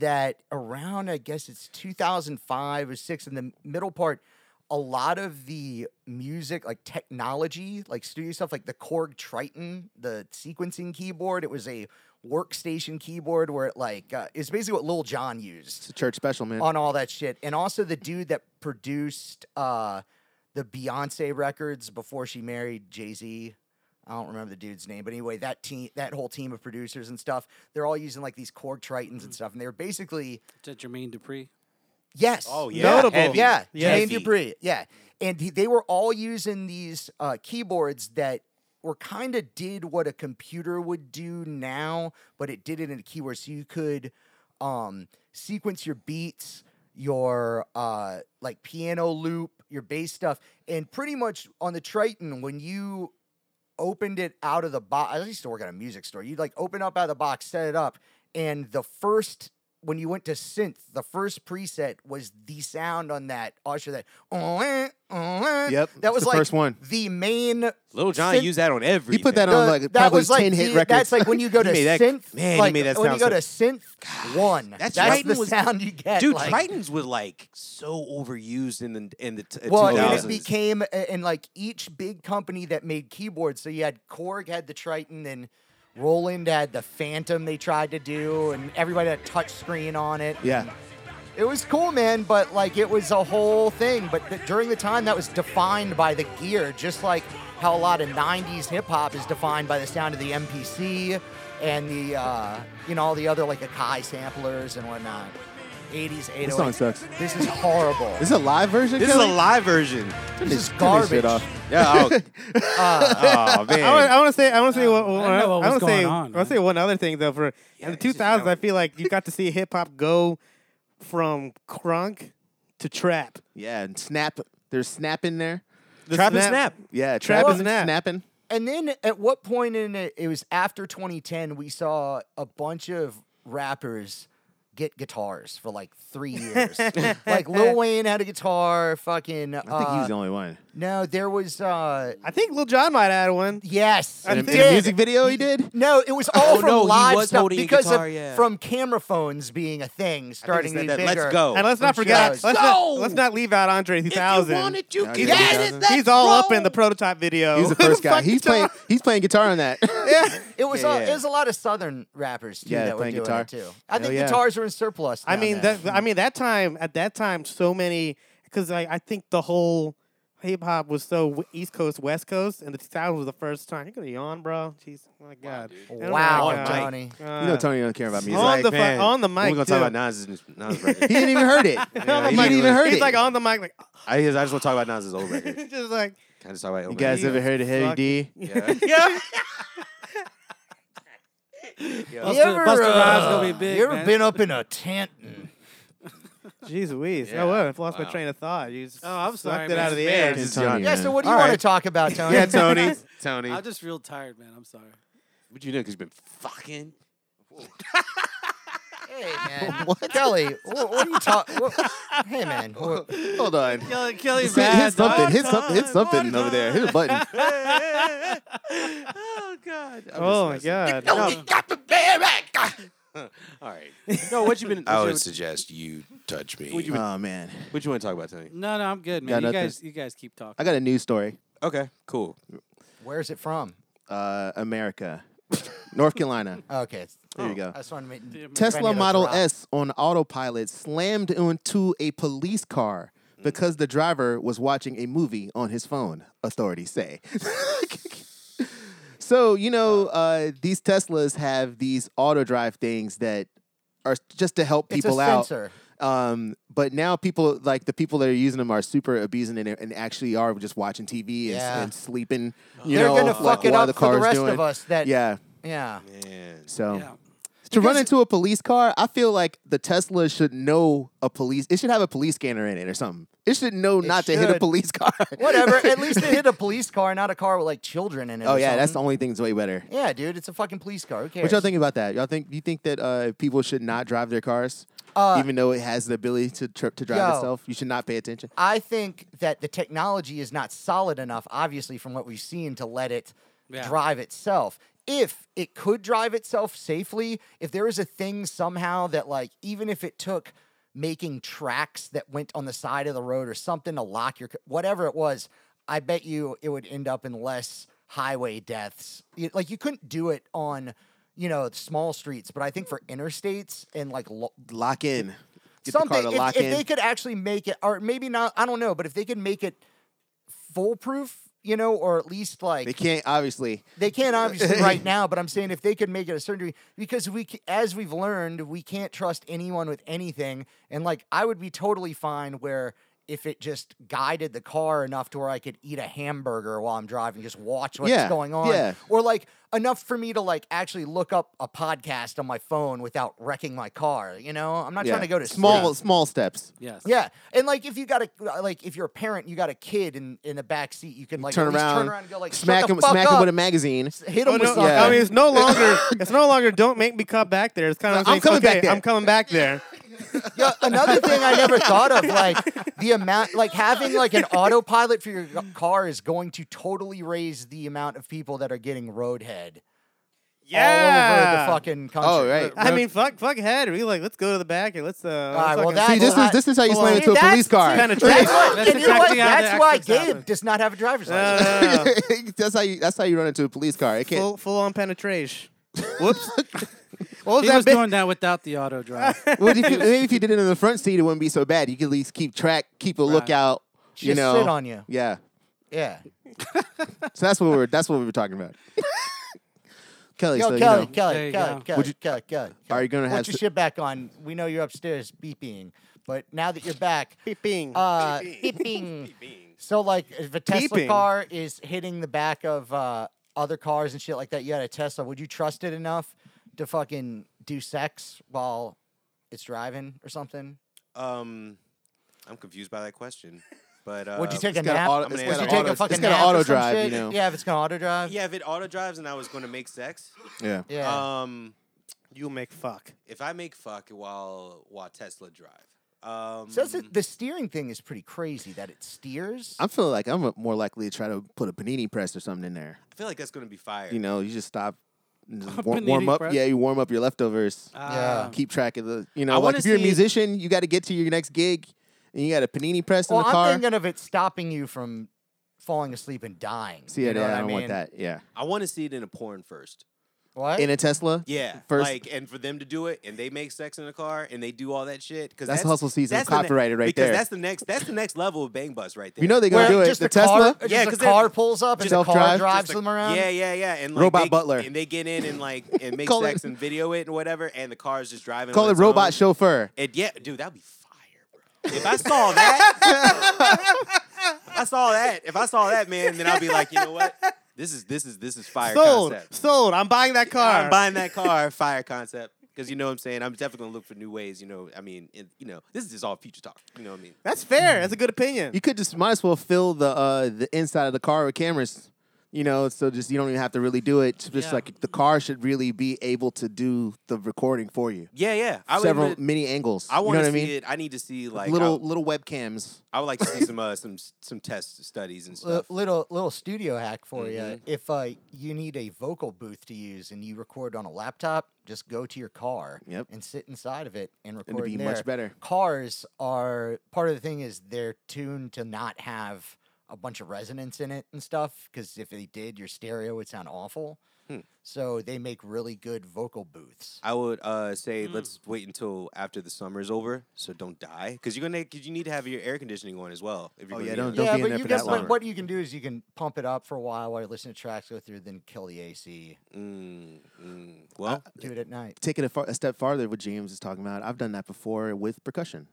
D: that around I guess it's 2005 or six in the middle part, a lot of the music like technology, like studio stuff, like the Korg Triton, the sequencing keyboard. It was a workstation keyboard where it like uh, it's basically what Lil Jon used
B: It's a church special, man.
D: on all that shit. And also the dude that produced uh, the Beyonce records before she married Jay Z. I don't remember the dude's name, but anyway, that team, that whole team of producers and stuff, they're all using like these Korg Tritons
A: Mm.
D: and stuff, and they're basically
C: Is that Jermaine Dupree?
D: yes,
A: Oh yeah,
E: Notable.
A: Heavy.
D: yeah,
E: Yeah.
D: Jermaine
A: Heavy.
D: Dupri, yeah, and he, they were all using these uh, keyboards that were kind of did what a computer would do now, but it did it in a keyboard, so you could um, sequence your beats, your uh, like piano loop, your bass stuff, and pretty much on the Triton when you opened it out of the box. I used to work at a music store. You'd like open up out of the box, set it up, and the first when you went to synth, the first preset was the sound on that Usher that. Yep, that
B: it's
D: was
B: the
D: like
B: first one.
D: the main.
A: Lil John
D: Synth-
A: used that on every.
B: He put that on
D: the-
B: like
D: that
B: probably
D: was like
B: ten hit
D: the-
B: records.
D: That's like when you go to
A: made that-
D: synth.
A: man, he
D: like,
A: made that
D: when you
A: sound
D: go
A: so-
D: to synth one.
A: that's
D: that's the
A: Triton was-
D: sound you get,
A: Dude,
D: like-
A: Tritons were like so overused in the in the t- uh,
D: Well, and
A: 2000s.
D: it became a- and like each big company that made keyboards. So you had Korg had the Triton, and Roland had the Phantom. They tried to do, and everybody had a touch screen on it.
B: yeah.
D: It was cool, man, but like it was a whole thing. But th- during the time, that was defined by the gear, just like how a lot of 90s hip hop is defined by the sound of the MPC and the, uh, you know, all the other like Akai samplers and whatnot. 80s, 808.
B: This song sucks.
D: This is horrible.
B: This is a live version.
A: This is a
B: Kelly?
A: live version.
D: This is
B: Turn this
D: garbage.
B: shit off.
A: Yeah. Oh, oh
E: I want,
A: man.
E: I want to say I want to say what,
C: I
E: what-
C: don't know what
E: I
C: was
E: want to say
C: going on,
E: I want to say
C: man.
E: one other thing though. For in the
A: it's just
E: 2000s, I
A: out.
E: feel like you got to see hip hop go from crunk to trap.
B: Yeah, and snap. There's snap in there.
E: The
A: Trap and snap.
B: Yeah,
E: Trap
B: trap
E: and
B: and
E: snap.
B: snapping.
D: And then at what point in it, it was after 2010, we saw a bunch of rappers get guitars for like three
E: (laughs)
D: years. like Lil Wayne had a guitar, fucking.
B: I think
D: uh,
B: he's the only one.
D: no, there was. uh
E: I think Lil Jon might add one.
D: Yes.
E: I
D: he
E: In- in a
B: In the
D: did.
B: music video, he did.
D: No, it was all
A: Oh,
D: from
A: no, he
D: live
A: was
D: stuff
A: holding a
D: because
A: guitar,
D: of
A: yeah.
D: from camera phones being a thing, starting to
A: said
D: be
A: that,
D: bigger.
A: "Let's go."
E: And let's not
D: From
E: forget,
D: shows.
E: let's not,
A: Go!
E: let's not leave out Andre 2000.
A: you
B: No,
A: can
B: yeah.
A: get
B: Yeah,
A: it.
B: that's-
E: He's all up in the prototype video.
B: He's the first guy.
E: (laughs) Fuck
B: He's
E: Jon.
B: playing. He's playing guitar on that.
E: Yeah.
D: It was
A: Yeah,
D: all,
A: yeah.
D: it was a lot of southern rappers too
B: Yeah,
D: that were
B: playing
D: doing
B: guitar.
D: it too. I think
B: yeah.
D: guitars are in surplus.
E: I
D: now
E: mean
D: then.
E: that. I mean that time. At that time, so many because I, I think the whole hip hop was so w- East Coast West Coast, and the 2000s was the first time. You're gonna yawn, bro. Jeez, oh my God. And I'm
D: Wow,
E: like,
A: on
E: uh,
A: mic.
D: Johnny.
E: uh,
B: you know, Tony don't care about
E: on
B: music.
A: like,
E: the fu-
A: man,
E: (laughs) on the
A: We're
E: mic.
A: gonna
E: too.
A: talk about Nas's Nas
B: he
A: record.
B: didn't even (laughs) heard it.
E: On the
A: he
B: he
E: mic.
B: didn't even (laughs) heard
E: He's
B: it.
E: like on the mic, like (laughs)
A: I, I just want to talk about Nas's old (laughs) record.
E: just like
A: Can I just talk about old
B: you guys
A: record?
B: ever heard of Heavy
E: Fuck.
B: D?
A: (laughs) Yeah.
E: yeah.
A: yeah.
C: Buster,
D: ever,
C: Buster Rhymes
D: uh,
C: gonna be big.
D: you ever
C: man.
D: been up in a tent? and-
E: Jeez Louise.
A: Yeah.
E: Oh, well, I've lost my
A: Wow.
E: train of thought. You just
C: Oh, I'm
E: sucked
C: sorry,
E: it
C: man.
E: out of the
A: Man,
E: air.
A: this is
B: Antonio.
A: Johnny.
D: Yeah. So what do you
A: All
D: want
A: right.
D: to talk about, Tony?
A: Yeah, Tony. Tony.
C: I'm just real tired, man. I'm sorry.
A: What you doing? Because you've been fucking.
D: (laughs) hey man, (laughs) Kelly, what, what are you talking? Hey man, wha-
B: (laughs) Hold on.
C: Kelly, Kelly's
B: Hit, hit something. Hit something. Hit something over there. Hit a button. (laughs)
A: oh God.
E: Oh my God.
A: (laughs) All right. No, what you been? What
F: I
A: you,
F: would suggest you touch me.
A: what you been?
B: Oh man,
A: What you want to talk about, Tony?
C: No, no, I'm good,
B: Got
C: man. You
B: nothing.
C: guys, you guys keep talking.
B: I got a news story.
A: Okay. Cool.
D: where's it from?
B: Uh, America, North Carolina.
D: Okay, it's-
B: There you go.
D: I just wanted to make
B: Tesla
D: Brandon
B: Model
D: O'Brien.
B: S on autopilot slammed into a police car
D: Mm.
B: because the driver was watching a movie on his phone, authorities say. (laughs) so, you know, uh, these Teslas have these auto drive things that are just to help
D: It's a
B: people out.
D: sensor.
B: Um, but now people like the people that are using them are super abusing it and actually are just watching TV and,
D: Yeah.
B: and sleeping. You
D: They're
B: know,
D: gonna
B: like
D: fuck it
B: while
D: up for the
B: car's
D: rest
B: doing.
D: of us. That yeah,
B: Yeah.
D: yeah.
A: Man.
B: So
C: Yeah.
B: to run into a police car, I feel like the Tesla should know a police. It should have a police scanner in it or something. It should know not to hit a
D: should.
B: police car.
D: (laughs) Whatever. At least it hit a police car, not a car with like children in it.
B: (laughs) oh
D: or
B: yeah, that's the
D: something.
B: only thing that's way better.
D: Yeah, dude, it's a fucking police car. Who cares?
B: What y'all think about that? Y'all think you think that uh, people should not drive their cars,
D: Uh,
B: even though it has the ability to trip to drive
D: yo.
B: itself? You should not pay attention.
D: I think that the technology is not solid enough, obviously, from what we've seen to let it
C: Yeah.
D: drive itself. If it could drive itself safely, if there is a thing somehow that, like, even if it took making tracks that went on the side of the road or something to lock your, c- whatever it was, I bet you it would end up in less highway deaths. You- Like, you couldn't do it on, you know, small streets, but I think for interstates and like lo-
B: Lock in. Get the
D: something
B: car to
D: if-
B: lock
D: if,
B: in.
D: they could actually make it or maybe not i don't know but if they could make it foolproof you know or at least like
B: they can't obviously.
D: they can't
B: (laughs)
D: obviously right now but i'm saying if they could make it a certain degree because we c- as we've learned we can't trust anyone with anything and like i would be totally fine where if it just guided the car enough to where I could eat a hamburger while I'm driving, just watch what's
B: Yeah,
D: going on,
B: yeah.
D: or like enough for me to like actually look up a podcast on my phone without wrecking my car. You know, I'm not
B: yeah.
D: trying to go to
B: small
D: sleep.
B: small steps.
C: Yes.
D: Yeah, and like if you got a like if you're a parent, you got a kid in in the back seat, you can like
B: turn
D: at least
B: around,
D: turn around and go like
B: smack
D: shut
B: him,
D: the fuck
B: smack
D: up.
B: him with a magazine.
D: hit him
E: Oh,
D: with
E: no,
D: something.
B: Yeah.
E: I mean, it's no longer. it's no longer. Don't make me come back there. It's kind of.
B: I'm
E: like,
B: coming
E: okay,
B: back there.
E: I'm coming back there.
D: Yeah,
B: (laughs)
D: another thing I never thought of, like the amount, like having like
B: (laughs)
D: an autopilot for your g- car is going to totally raise the amount of people that are getting roadhead all over (laughs)
E: Yeah.
D: the fucking country.
B: Oh, right.
E: I mean, fuck, fuck head. We like, let's go to the back and let's. Uh, let's
D: right, well,
E: fucking-
D: that-
B: See, this
D: Well, I-
B: is this is how you
E: well,
B: slam
E: I
B: into
D: mean,
B: a
D: that's-
B: police car.
E: penetration.
C: That's
D: and you know what?
C: exactly how the Uh,
D: That's why
C: accidents
D: Gabe
C: happen.
D: does not have a driver's (laughs) license.
E: No, no, no.
B: (laughs) that's how you that's how you run into a police car. It can't.
E: Uh, full, full on penetration. Whoops. what was
C: He
E: that
C: was
E: bit?
C: doing that without the
B: (laughs)
C: auto drive.
B: well, if you, maybe if you did it in the front seat, it wouldn't be so bad. You could at least keep track, keep a lookout. you
D: Just
B: know,
D: sit on you.
B: Yeah,
D: Yeah.
B: So that's what we were that's what we were talking
D: (laughs)
B: about. Kelly,
D: Yo,
B: so
D: Kelly,
B: you know,
D: Kelly,
C: There
D: Kelly,
C: you go.
D: Kelly,
B: Would you-
D: Kelly, Kelly,
B: Are you gonna
D: Put
B: have
D: your
B: to-
D: shit back on? We know you're upstairs beeping, but now that you're back,
E: Beeping.
D: uh,
B: (laughs)
D: beeping. So like, if a Tesla
E: Beeping.
D: car is hitting the back of uh, other cars and shit like that, you had a Tesla. Would you trust it enough to fucking do sex while it's driving or something?
A: Um, I'm confused by that question, but uh,
D: Would you take a
B: it's got
D: nap?
B: auto-
A: I'm
B: it's
A: gonna
D: Would
B: got
D: you
A: ask-
D: take
B: auto-
D: a fucking
B: it's got
D: nap or
B: auto
D: some
B: drive,
D: shit?
B: you know.
D: Yeah, if it's gonna auto drive.
A: Yeah, if it auto drives and I was going to make sex,
B: Yeah.
D: Yeah.
A: um,
E: You'll make fuck.
A: if I make fuck while while Tesla drive, um,
D: so that's the, the steering thing is pretty crazy that it steers.
B: I'm feeling like I'm more likely to try to put a panini press or something in there.
A: I feel like that's going to be fire.
B: You know, you just stop, and just
C: A
B: warm,
C: panini
B: warm up.
C: press?
B: Yeah, you warm up your leftovers.
D: Oh.
C: Ah,
B: keep track of the. You
A: I
B: know, like
A: wanna
B: if you're a
A: see-
B: musician, you got to get to your next gig, and you got a panini press
D: well,
B: in the
D: I'm
B: car.
D: thinking of it stopping you from falling asleep and dying.
B: See,
D: you
B: yeah,
D: know what
B: I
D: I
B: don't
D: mean?
B: want that. Yeah,
A: I want to see it in a porn first.
D: What?
B: in a Tesla.
A: Yeah,
B: First-
A: like and for them to do it and they make sex in the car and they do all that shit because
B: That's hustle season, copyrighted right
A: because
B: there.
A: That's the next. That's the next level of bang bus right there.
B: You know they're gonna
D: Where
B: do it.
D: just
B: the
D: a car,
B: Tesla.
D: just
A: Yeah,
D: a
A: 'cause
D: car
A: they're-
D: pulls up and the
B: Self-drive,
D: car
B: just
D: drives
A: Just like-
D: them around.
A: Yeah, yeah, yeah. And like
B: Robot
A: they-
B: butler.
A: And they get in and
B: (laughs)
A: like and make
B: Call
A: sex
B: it-
A: and video it and whatever. And the car's just driving.
B: Call
A: on
B: it
A: its
B: robot
A: own.
B: chauffeur.
A: And yeah, dude, that'd be fire, bro. If I saw that, (laughs) if I saw that. If I saw that, man, then I'd be like, you know what? This is this is this is fire
E: Sold.
A: concept.
E: Sold. I'm buying that car.
A: I'm buying
B: (laughs)
A: that car, fire concept. Because you know what I'm saying, I'm definitely gonna look for new ways. You know, I mean, and, you know, this is just all future talk. You know what I mean?
E: That's fair. That's a good opinion.
B: You could just might as well fill the uh, the inside of the car with cameras. You know, so just you don't even have to really do it. Just
C: Yeah.
B: like the car should really be able to do the recording for you.
A: Yeah, yeah. I would
B: Several
A: admit-
B: many angles.
A: I
B: want to
A: see
B: I mean?
A: it. I need to see like
B: little
A: I-
B: little webcams.
A: I would like to
B: (laughs)
A: see some uh, some some test studies and
D: Li-
A: stuff.
D: little little studio hack for
A: Mm-hmm.
D: you. If uh, you need a vocal booth to use and you record on a laptop, just go to your car
B: Yep.
D: and sit inside of it and record.
B: It'd be
D: in
B: much
D: there.
B: better.
D: Cars are part of the thing is they're tuned to not have a bunch of resonance in it and stuff because if they did, your stereo would sound awful. So they make really good vocal booths.
A: I would uh, say let's wait until after the summer is over, so don't die because you're gonna cause you need to have your air conditioning on as well. If you're
B: Oh,
A: gonna
B: yeah,
A: be-
B: don't-
D: yeah,
B: be in
D: but
B: there
D: you
B: for
D: guess
B: that
D: like
B: long.
D: what you can do is you can pump it up for a while while you listen to tracks go through, then kill the AC,
A: Mm, mm.
B: Uh,
A: Well,
D: do it at night.
B: Take it a, far, a step farther. What James is talking about, I've done that before with percussion.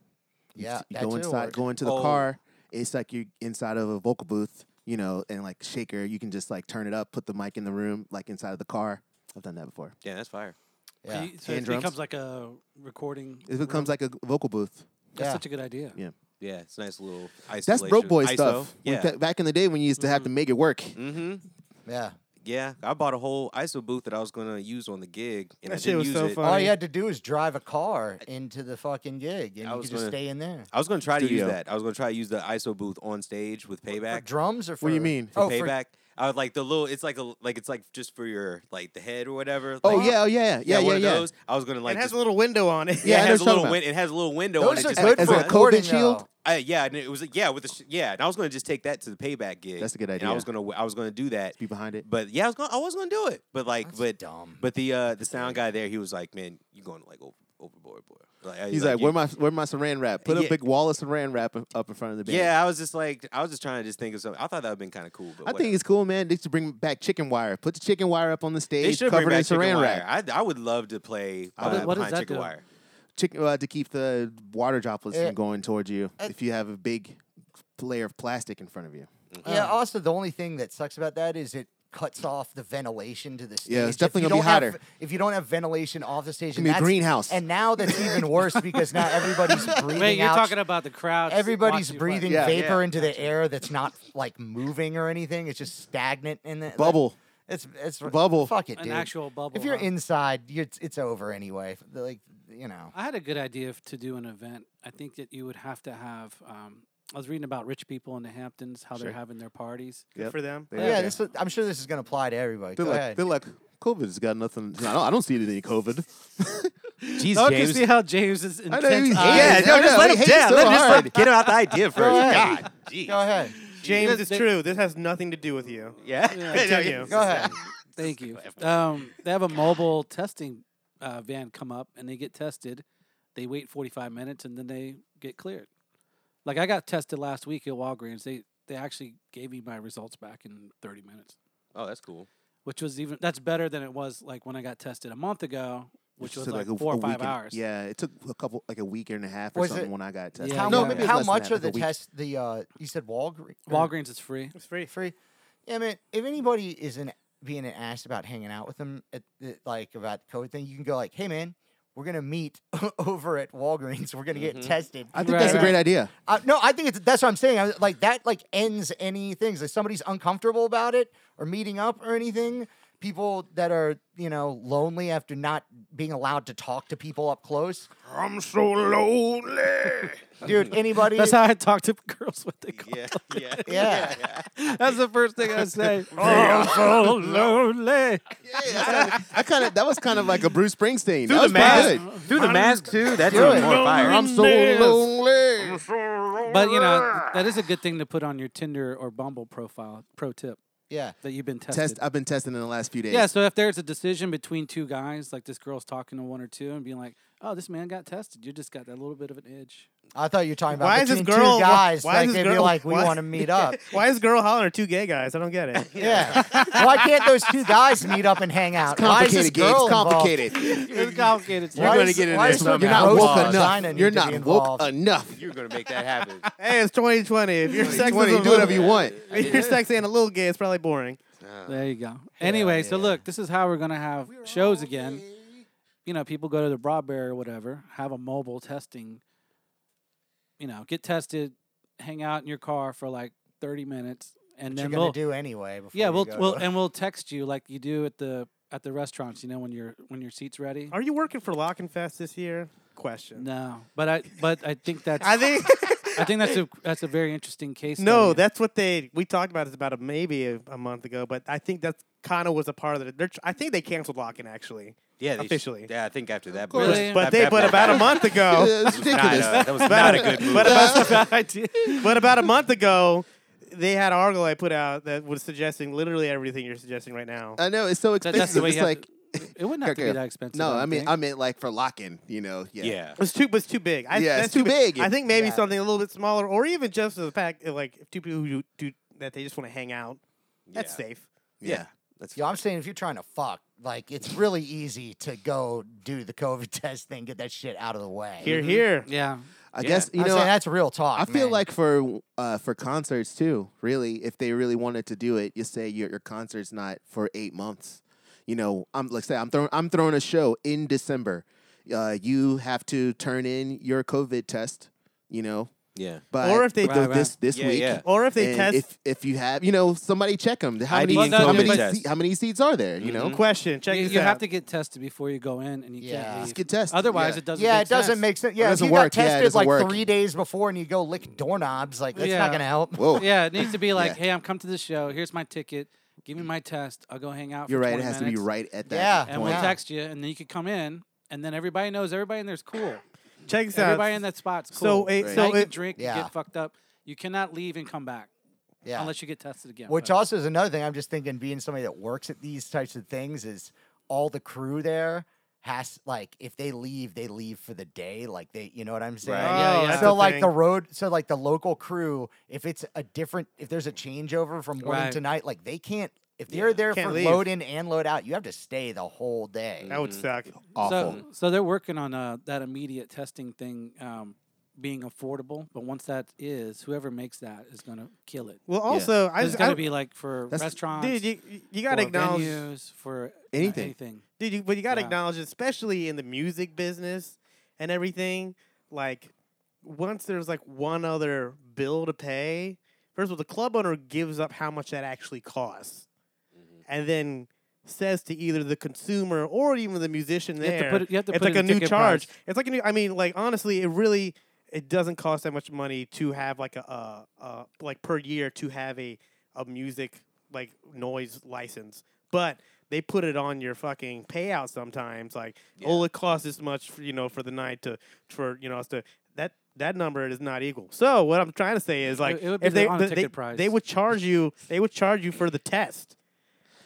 B: You
D: Yeah,
B: s- you
D: that
B: go
D: too,
B: inside,
D: or-
B: go into the
A: Oh.
B: car. It's like you're inside of a vocal booth, you know, and like shaker. You can just like turn it up, put the mic in the room, like inside of the car. I've done that before.
A: yeah, that's fire.
C: so
D: Yeah.
C: you- so it
B: Hand drums.
C: becomes like a recording.
B: It becomes like a vocal booth.
C: That's
D: Yeah.
C: such a good idea.
B: Yeah.
A: Yeah, it's a nice little
B: That's
A: isolation.
B: broke boy
A: ISO.
B: stuff. When
A: Yeah.
B: ba- back in the day when you used to have to make it work.
A: Mm-hmm.
D: Yeah.
A: Yeah, I bought a whole ISO booth that I was gonna use on the gig, and I
E: That shit
A: didn't
E: was
A: use
E: so
A: it.
E: fun.
D: All
E: Funny.
D: you had to do is drive a car into the fucking gig, and
A: I
D: you
A: was
D: could just
A: gonna-
D: stay in there.
A: I was gonna try to
B: Studio.
A: use that. I was gonna try to use the ISO booth on stage with
D: For
A: payback.
D: drums or for
B: What do you mean?
A: for
D: oh, for-
A: payback. I was like the little. It's like a like it's like just for your like the head or whatever.
B: Oh
A: like-
B: yeah, oh yeah, yeah, yeah,
A: one of
B: yeah.
A: those. I was gonna like
E: it has
A: just-
E: a little window on it. (laughs)
B: Yeah, I
A: it has a
B: know what you're
A: little
B: talking
A: win- it has a little window on it.
D: those are
A: Just
D: good
A: like,
B: as
D: for
B: a
A: front.
B: COVID
D: recording,
B: shield?
D: though.
A: Uh, yeah, and it was like, yeah with the sh- yeah, and I was gonna just take that to the payback gig.
B: That's a good
A: And I
B: idea.
A: was gonna I was gonna do that,
B: Be behind it.
A: but yeah, I was gonna I was gonna do it, but like
D: That's
A: but
D: dumb.
A: but the uh the sound guy there, he was like, man, you going like over, overboard, boy. Like,
B: He's like,
A: you-
B: where my where my saran wrap? Put
A: Yeah.
B: a big wall of saran wrap up- up in front of the band.
A: yeah, I was just like, I was just trying to just think of something. I thought that would've been kind of cool. But
B: I
A: whatever.
B: think it's cool, man. They should bring back chicken wire. Put the chicken wire up on the
A: they
B: stage,
A: should
B: covered
A: bring
B: in
A: back chicken
B: saran
A: wire.
B: wrap,
A: I, I would love to play
B: I
A: uh,
B: would-
C: what does
A: behind
C: that
A: chicken
C: do?
A: wire.
B: chicken, uh, to keep the water droplets
D: Eh,
B: from going towards you.
D: eh.
B: if you have a big layer of plastic in front of you,
D: Yeah.
B: Um,
D: Also, the only thing that sucks about that is it cuts off the ventilation to the stage.
B: Yeah, it's
D: If
B: definitely
D: you
B: gonna be
D: don't have-
B: hotter.
D: if you don't have ventilation off the stage,
B: Give
D: and
B: me a
D: that's- (laughs)
B: greenhouse.
D: And now that's even worse because now everybody's
B: (laughs)
D: breathing
C: Wait, you're
D: out.
C: talking about the crowd.
D: Everybody's breathing
B: Yeah.
A: Yeah.
D: vapor into the air that's not like moving or anything. It's just stagnant in the
B: bubble.
D: It's it's
B: Bubble.
D: Fuck it,
C: An
D: dude.
C: actual bubble,
D: If you're
C: huh?
D: inside, you're, it's- it's over anyway. The- Like you know,
C: I had a good idea f- to do an event. I think that you would have to have. Um, I was reading about rich people in the Hamptons, how
B: Sure.
C: they're having their parties.
B: Yep.
E: for them.
D: yeah. This is- I'm sure this is gonna apply to everybody.
B: They're
D: Go
B: like,
D: ahead.
B: they're like, COVID's got nothing. I don't, I don't see it in any COVID. (laughs)
A: Jeez,
C: Oh, I can
A: James.
C: see how James is
B: I
C: intense. Uh,
B: know he's
C: eyes.
A: Yeah,
B: (laughs) hating.
A: no,
B: I
A: just
B: know,
A: let
B: he
A: him
B: hates
A: down.
B: so
A: Let him just let
B: hard.
A: him get him out the idea first.
D: ahead.
A: (laughs) God, jeez.
D: Go ahead.
E: James,
C: Because
E: it's
C: they-
E: true. This has nothing to do with you.
A: Yeah.
E: Continue.
D: Go ahead.
B: (laughs)
C: Thank you. Um, they have a mobile testing uh, van come up and they get tested. They wait 45 minutes and then they get cleared. Like I got tested last week at Walgreens. They they actually gave me my results back in 30 minutes,
A: Oh, that's cool.
C: which was even that's better than it was like when I got tested a month ago, which
B: It
C: was
B: took
C: like,
B: a-
C: four
B: a
C: or five
B: week and-
C: hours.
B: yeah, it took a couple, like a week and a half or
D: Was
B: something
D: it-
B: when I got tested.
C: Yeah,
D: how
C: yeah,
D: mu-
C: yeah.
D: how
B: less than
D: much
B: that,
D: are
B: like
D: the
B: a week.
D: test? The uh, you said Walgreens.
C: Walgreens is free.
E: It's free.
D: free. Yeah, I mean, if anybody is an, being an ass about hanging out with them, at, the- like about the COVID thing, you can go like, "Hey, man, we're gonna meet (laughs) over at Walgreens. We're gonna get tested."
B: Mm-hmm. I think
C: Right,
B: that's a
C: right.
B: great idea.
D: Uh, no, I think it's that's what I'm saying. I, like that, like ends any things. If somebody's uncomfortable about it or meeting up or anything, people that are you know lonely after not being allowed to talk to people up close,
F: I'm so lonely.
D: dude. Anybody?
C: That's how I talk to girls with the car.
A: (laughs) Yeah, yeah,
D: yeah.
B: (laughs)
C: That's the first thing I say. oh, I'm so lonely.
B: I kind of that was kind of like a Bruce
A: Through
B: Springsteen. That
A: the
B: was
A: mask,
B: pretty good.
A: through the mask too. That's
D: Do
A: even
D: it.
A: more fire.
B: I'm so lonely.
C: But you know, that is a good thing to put on your Tinder or Bumble profile. Pro tip
D: Yeah.
C: that you've been tested.
B: Test. I've been testing in the last few days.
C: yeah, so if there's a decision between two guys, like this girl's talking to one or two and being like, "Oh, this man got tested. You just got that little bit of an itch."
D: I thought you were talking about
E: Why is this
D: between
E: girl?
D: two guys.
E: why, why
D: like
E: is this
D: they'd
E: girl?
D: be like, "We
E: why-
D: want to
E: (laughs)
D: meet up."
E: why is girl hollering at two gay guys? I don't get it.
D: (laughs) Yeah. Why can't those two guys meet up and hang out? Why is this
B: Complicated game.
D: girl
B: It's
D: involved?
B: complicated.
C: It's complicated.
D: Why
A: gonna
D: is-
A: get in
D: why
A: there
D: is
A: somehow.
B: You're
A: Now,
B: not woke
A: Vagina
B: enough.
D: need
B: You're
D: to
B: not
D: be
B: woke
D: involved?
B: enough.
A: You're gonna make that happen.
E: Hey, it's 2020. If your sex
B: Twenty,
E: is
B: you
E: a
B: do
E: little,
B: whatever you
A: (laughs)
B: want.
E: (laughs) if your sex ain't a little gay, it's probably boring.
B: Uh,
C: There you go. Anyway, so look, this is how we're gonna have shows again. You know, people go to the Broadberry or whatever, have a mobile testing. You know, get tested, hang out in your car for like thirty minutes, and
D: Which
C: then
D: you're gonna
C: we'll
D: do anyway. Before
C: yeah
D: you
C: we'll
D: go
C: we'll
D: to-
C: and we'll text you like you do at the at the restaurants. You know, when your when your seat's ready.
E: Are you working for Lock and Fest this year? Question.
C: No, but I but I think that's
E: (laughs) I think
C: I think that's a that's a very interesting case.
E: no.
C: study.
E: That's what they we talked about. It's about a, maybe a, a month ago, but I think that's kind of was a part of it. They're, tr- I think they canceled Lock and actually,
A: Yeah, they sh-
E: Officially.
A: yeah, I think after that.
C: course. Really?
E: but they but about a
B: (laughs)
E: month ago, (laughs)
B: It's
A: (laughs)
B: ridiculous.
A: that was not a good move.
E: but (laughs) about
C: bad idea.
E: but about a month ago, they had an article I put out that was suggesting literally everything you're suggesting right now.
B: I know it's so
C: That, that's
B: expensive.
C: the way
B: It's
C: you have
B: like
C: to- it wouldn't have to be
B: Okay.
C: that expensive.
B: no,
C: don't
B: I mean
C: think.
B: I meant like for locking. You know. Yeah.
A: yeah,
E: It was too was too big. I,
B: Yeah, it's
E: that's
B: too big.
E: I think maybe
D: Yeah.
E: something a little bit smaller, or even just the fact that, like if two people who do that they just want to hang out. That's
A: yeah.
E: safe.
A: Yeah, that's
D: Yo, I'm saying if you're trying to fuck, like it's really easy to go do the COVID (laughs) test thing, get that shit out of the way.
E: Here,
B: Mm-hmm.
E: here.
C: yeah,
B: I
A: Yeah.
B: guess you
D: I'm
B: know.
D: saying that's real talk.
B: I feel
D: man.
B: like for uh, for concerts too, really, if they really wanted to do it, you say your your concert's not for eight months. You know, I'm like say I'm throwing I'm throwing a show in December. Uh, you have to turn in your COVID test. You know,
A: yeah.
B: but
E: Or if they-
C: Right,
B: this this
A: Yeah,
B: week.
A: yeah.
E: Or if they
B: and
E: test.
B: if if you have you know somebody check them how
A: ID
B: many
C: and
B: how many
C: COVID
A: test.
B: se- how many seats are there you know
E: question. Check
C: you,
E: this
C: you
E: out.
C: have to get tested before you go in, and you
D: Yeah.
C: can't
B: Just
C: leave.
B: get tested
C: Otherwise,
B: yeah.
C: it doesn't.
D: yeah,
C: make
D: it doesn't
C: sense.
D: make sense. Yeah, if
B: doesn't
D: you
B: work.
D: got
B: Yeah, it
D: tested
B: doesn't
D: like
B: work.
D: three days before and you go lick doorknobs, like that's
C: Yeah.
D: not gonna help.
B: whoa
C: (laughs) Yeah, it needs to be like,
B: Yeah.
C: hey, I'm come to the show. Here's my ticket. Give me my test. I'll go hang out.
B: you're
C: for
B: right it
C: 20
B: has to be
C: minutes,
B: right at that
D: Yeah.
C: And
B: point
C: we'll
D: Yeah.
C: text you, and then you can come in, and then everybody knows everybody in there's
E: (laughs)
C: cool.
E: check this out.
C: Everybody in that spot's
E: So,
C: cool.
E: eh,
C: Now
E: so
C: you can
E: it-
C: drink, you
D: Yeah.
C: get fucked up. You cannot leave and come back
D: Yeah.
C: unless you get tested again.
D: Which
C: but-
D: also is another thing. I'm just thinking, being somebody that works at these types of things, is all the crew there has like if they leave, they leave for the day. Like they, you know what I'm saying?
E: Oh,
C: Yeah, yeah.
E: that's
D: So
E: a
D: like the
E: thing.
D: road, so like the local crew, if it's a different, if there's a changeover from morning
C: Right.
D: to night, like they can't. If they're there
E: Can't
D: for
E: leave.
D: load in and load out, you have to stay the whole day.
E: that would suck.
B: awful
C: So, so they're working on uh, that immediate testing thing um, being affordable, but once that is, whoever makes that is going to kill it.
E: Well, also I,
C: It's going
E: I
C: to be like for
B: That's-
C: restaurants,
E: dude, you, you- you
C: for
E: gotta acknowledge,
C: venues, for you know,
B: Anything.
C: anything.
E: dude, you, but you gotta
C: Yeah.
E: acknowledge, especially in the music business and everything. Like once there's like one other bill to pay, first of all, the club owner gives up how much that actually costs,
C: Mm-hmm.
E: and then says to either the consumer or even the musician
C: You
E: there,
C: have to put it- you have to
E: it's
C: put
E: like
C: it
E: a
C: in
E: new
C: ticket
E: charge.
C: price.
E: It's like a new. I mean, like honestly, it really it doesn't cost that much money to have like a uh, uh like per year to have a a music like noise license, but they put it on your fucking payout sometimes. Like, oh, it costs this much, for, you know, for the night to for you know us to that that number is not equal. So what I'm trying to say is like
C: it would be
E: if
C: the
E: they
C: on-ticket
E: they,
C: price.
E: they would charge you they would charge you for the test.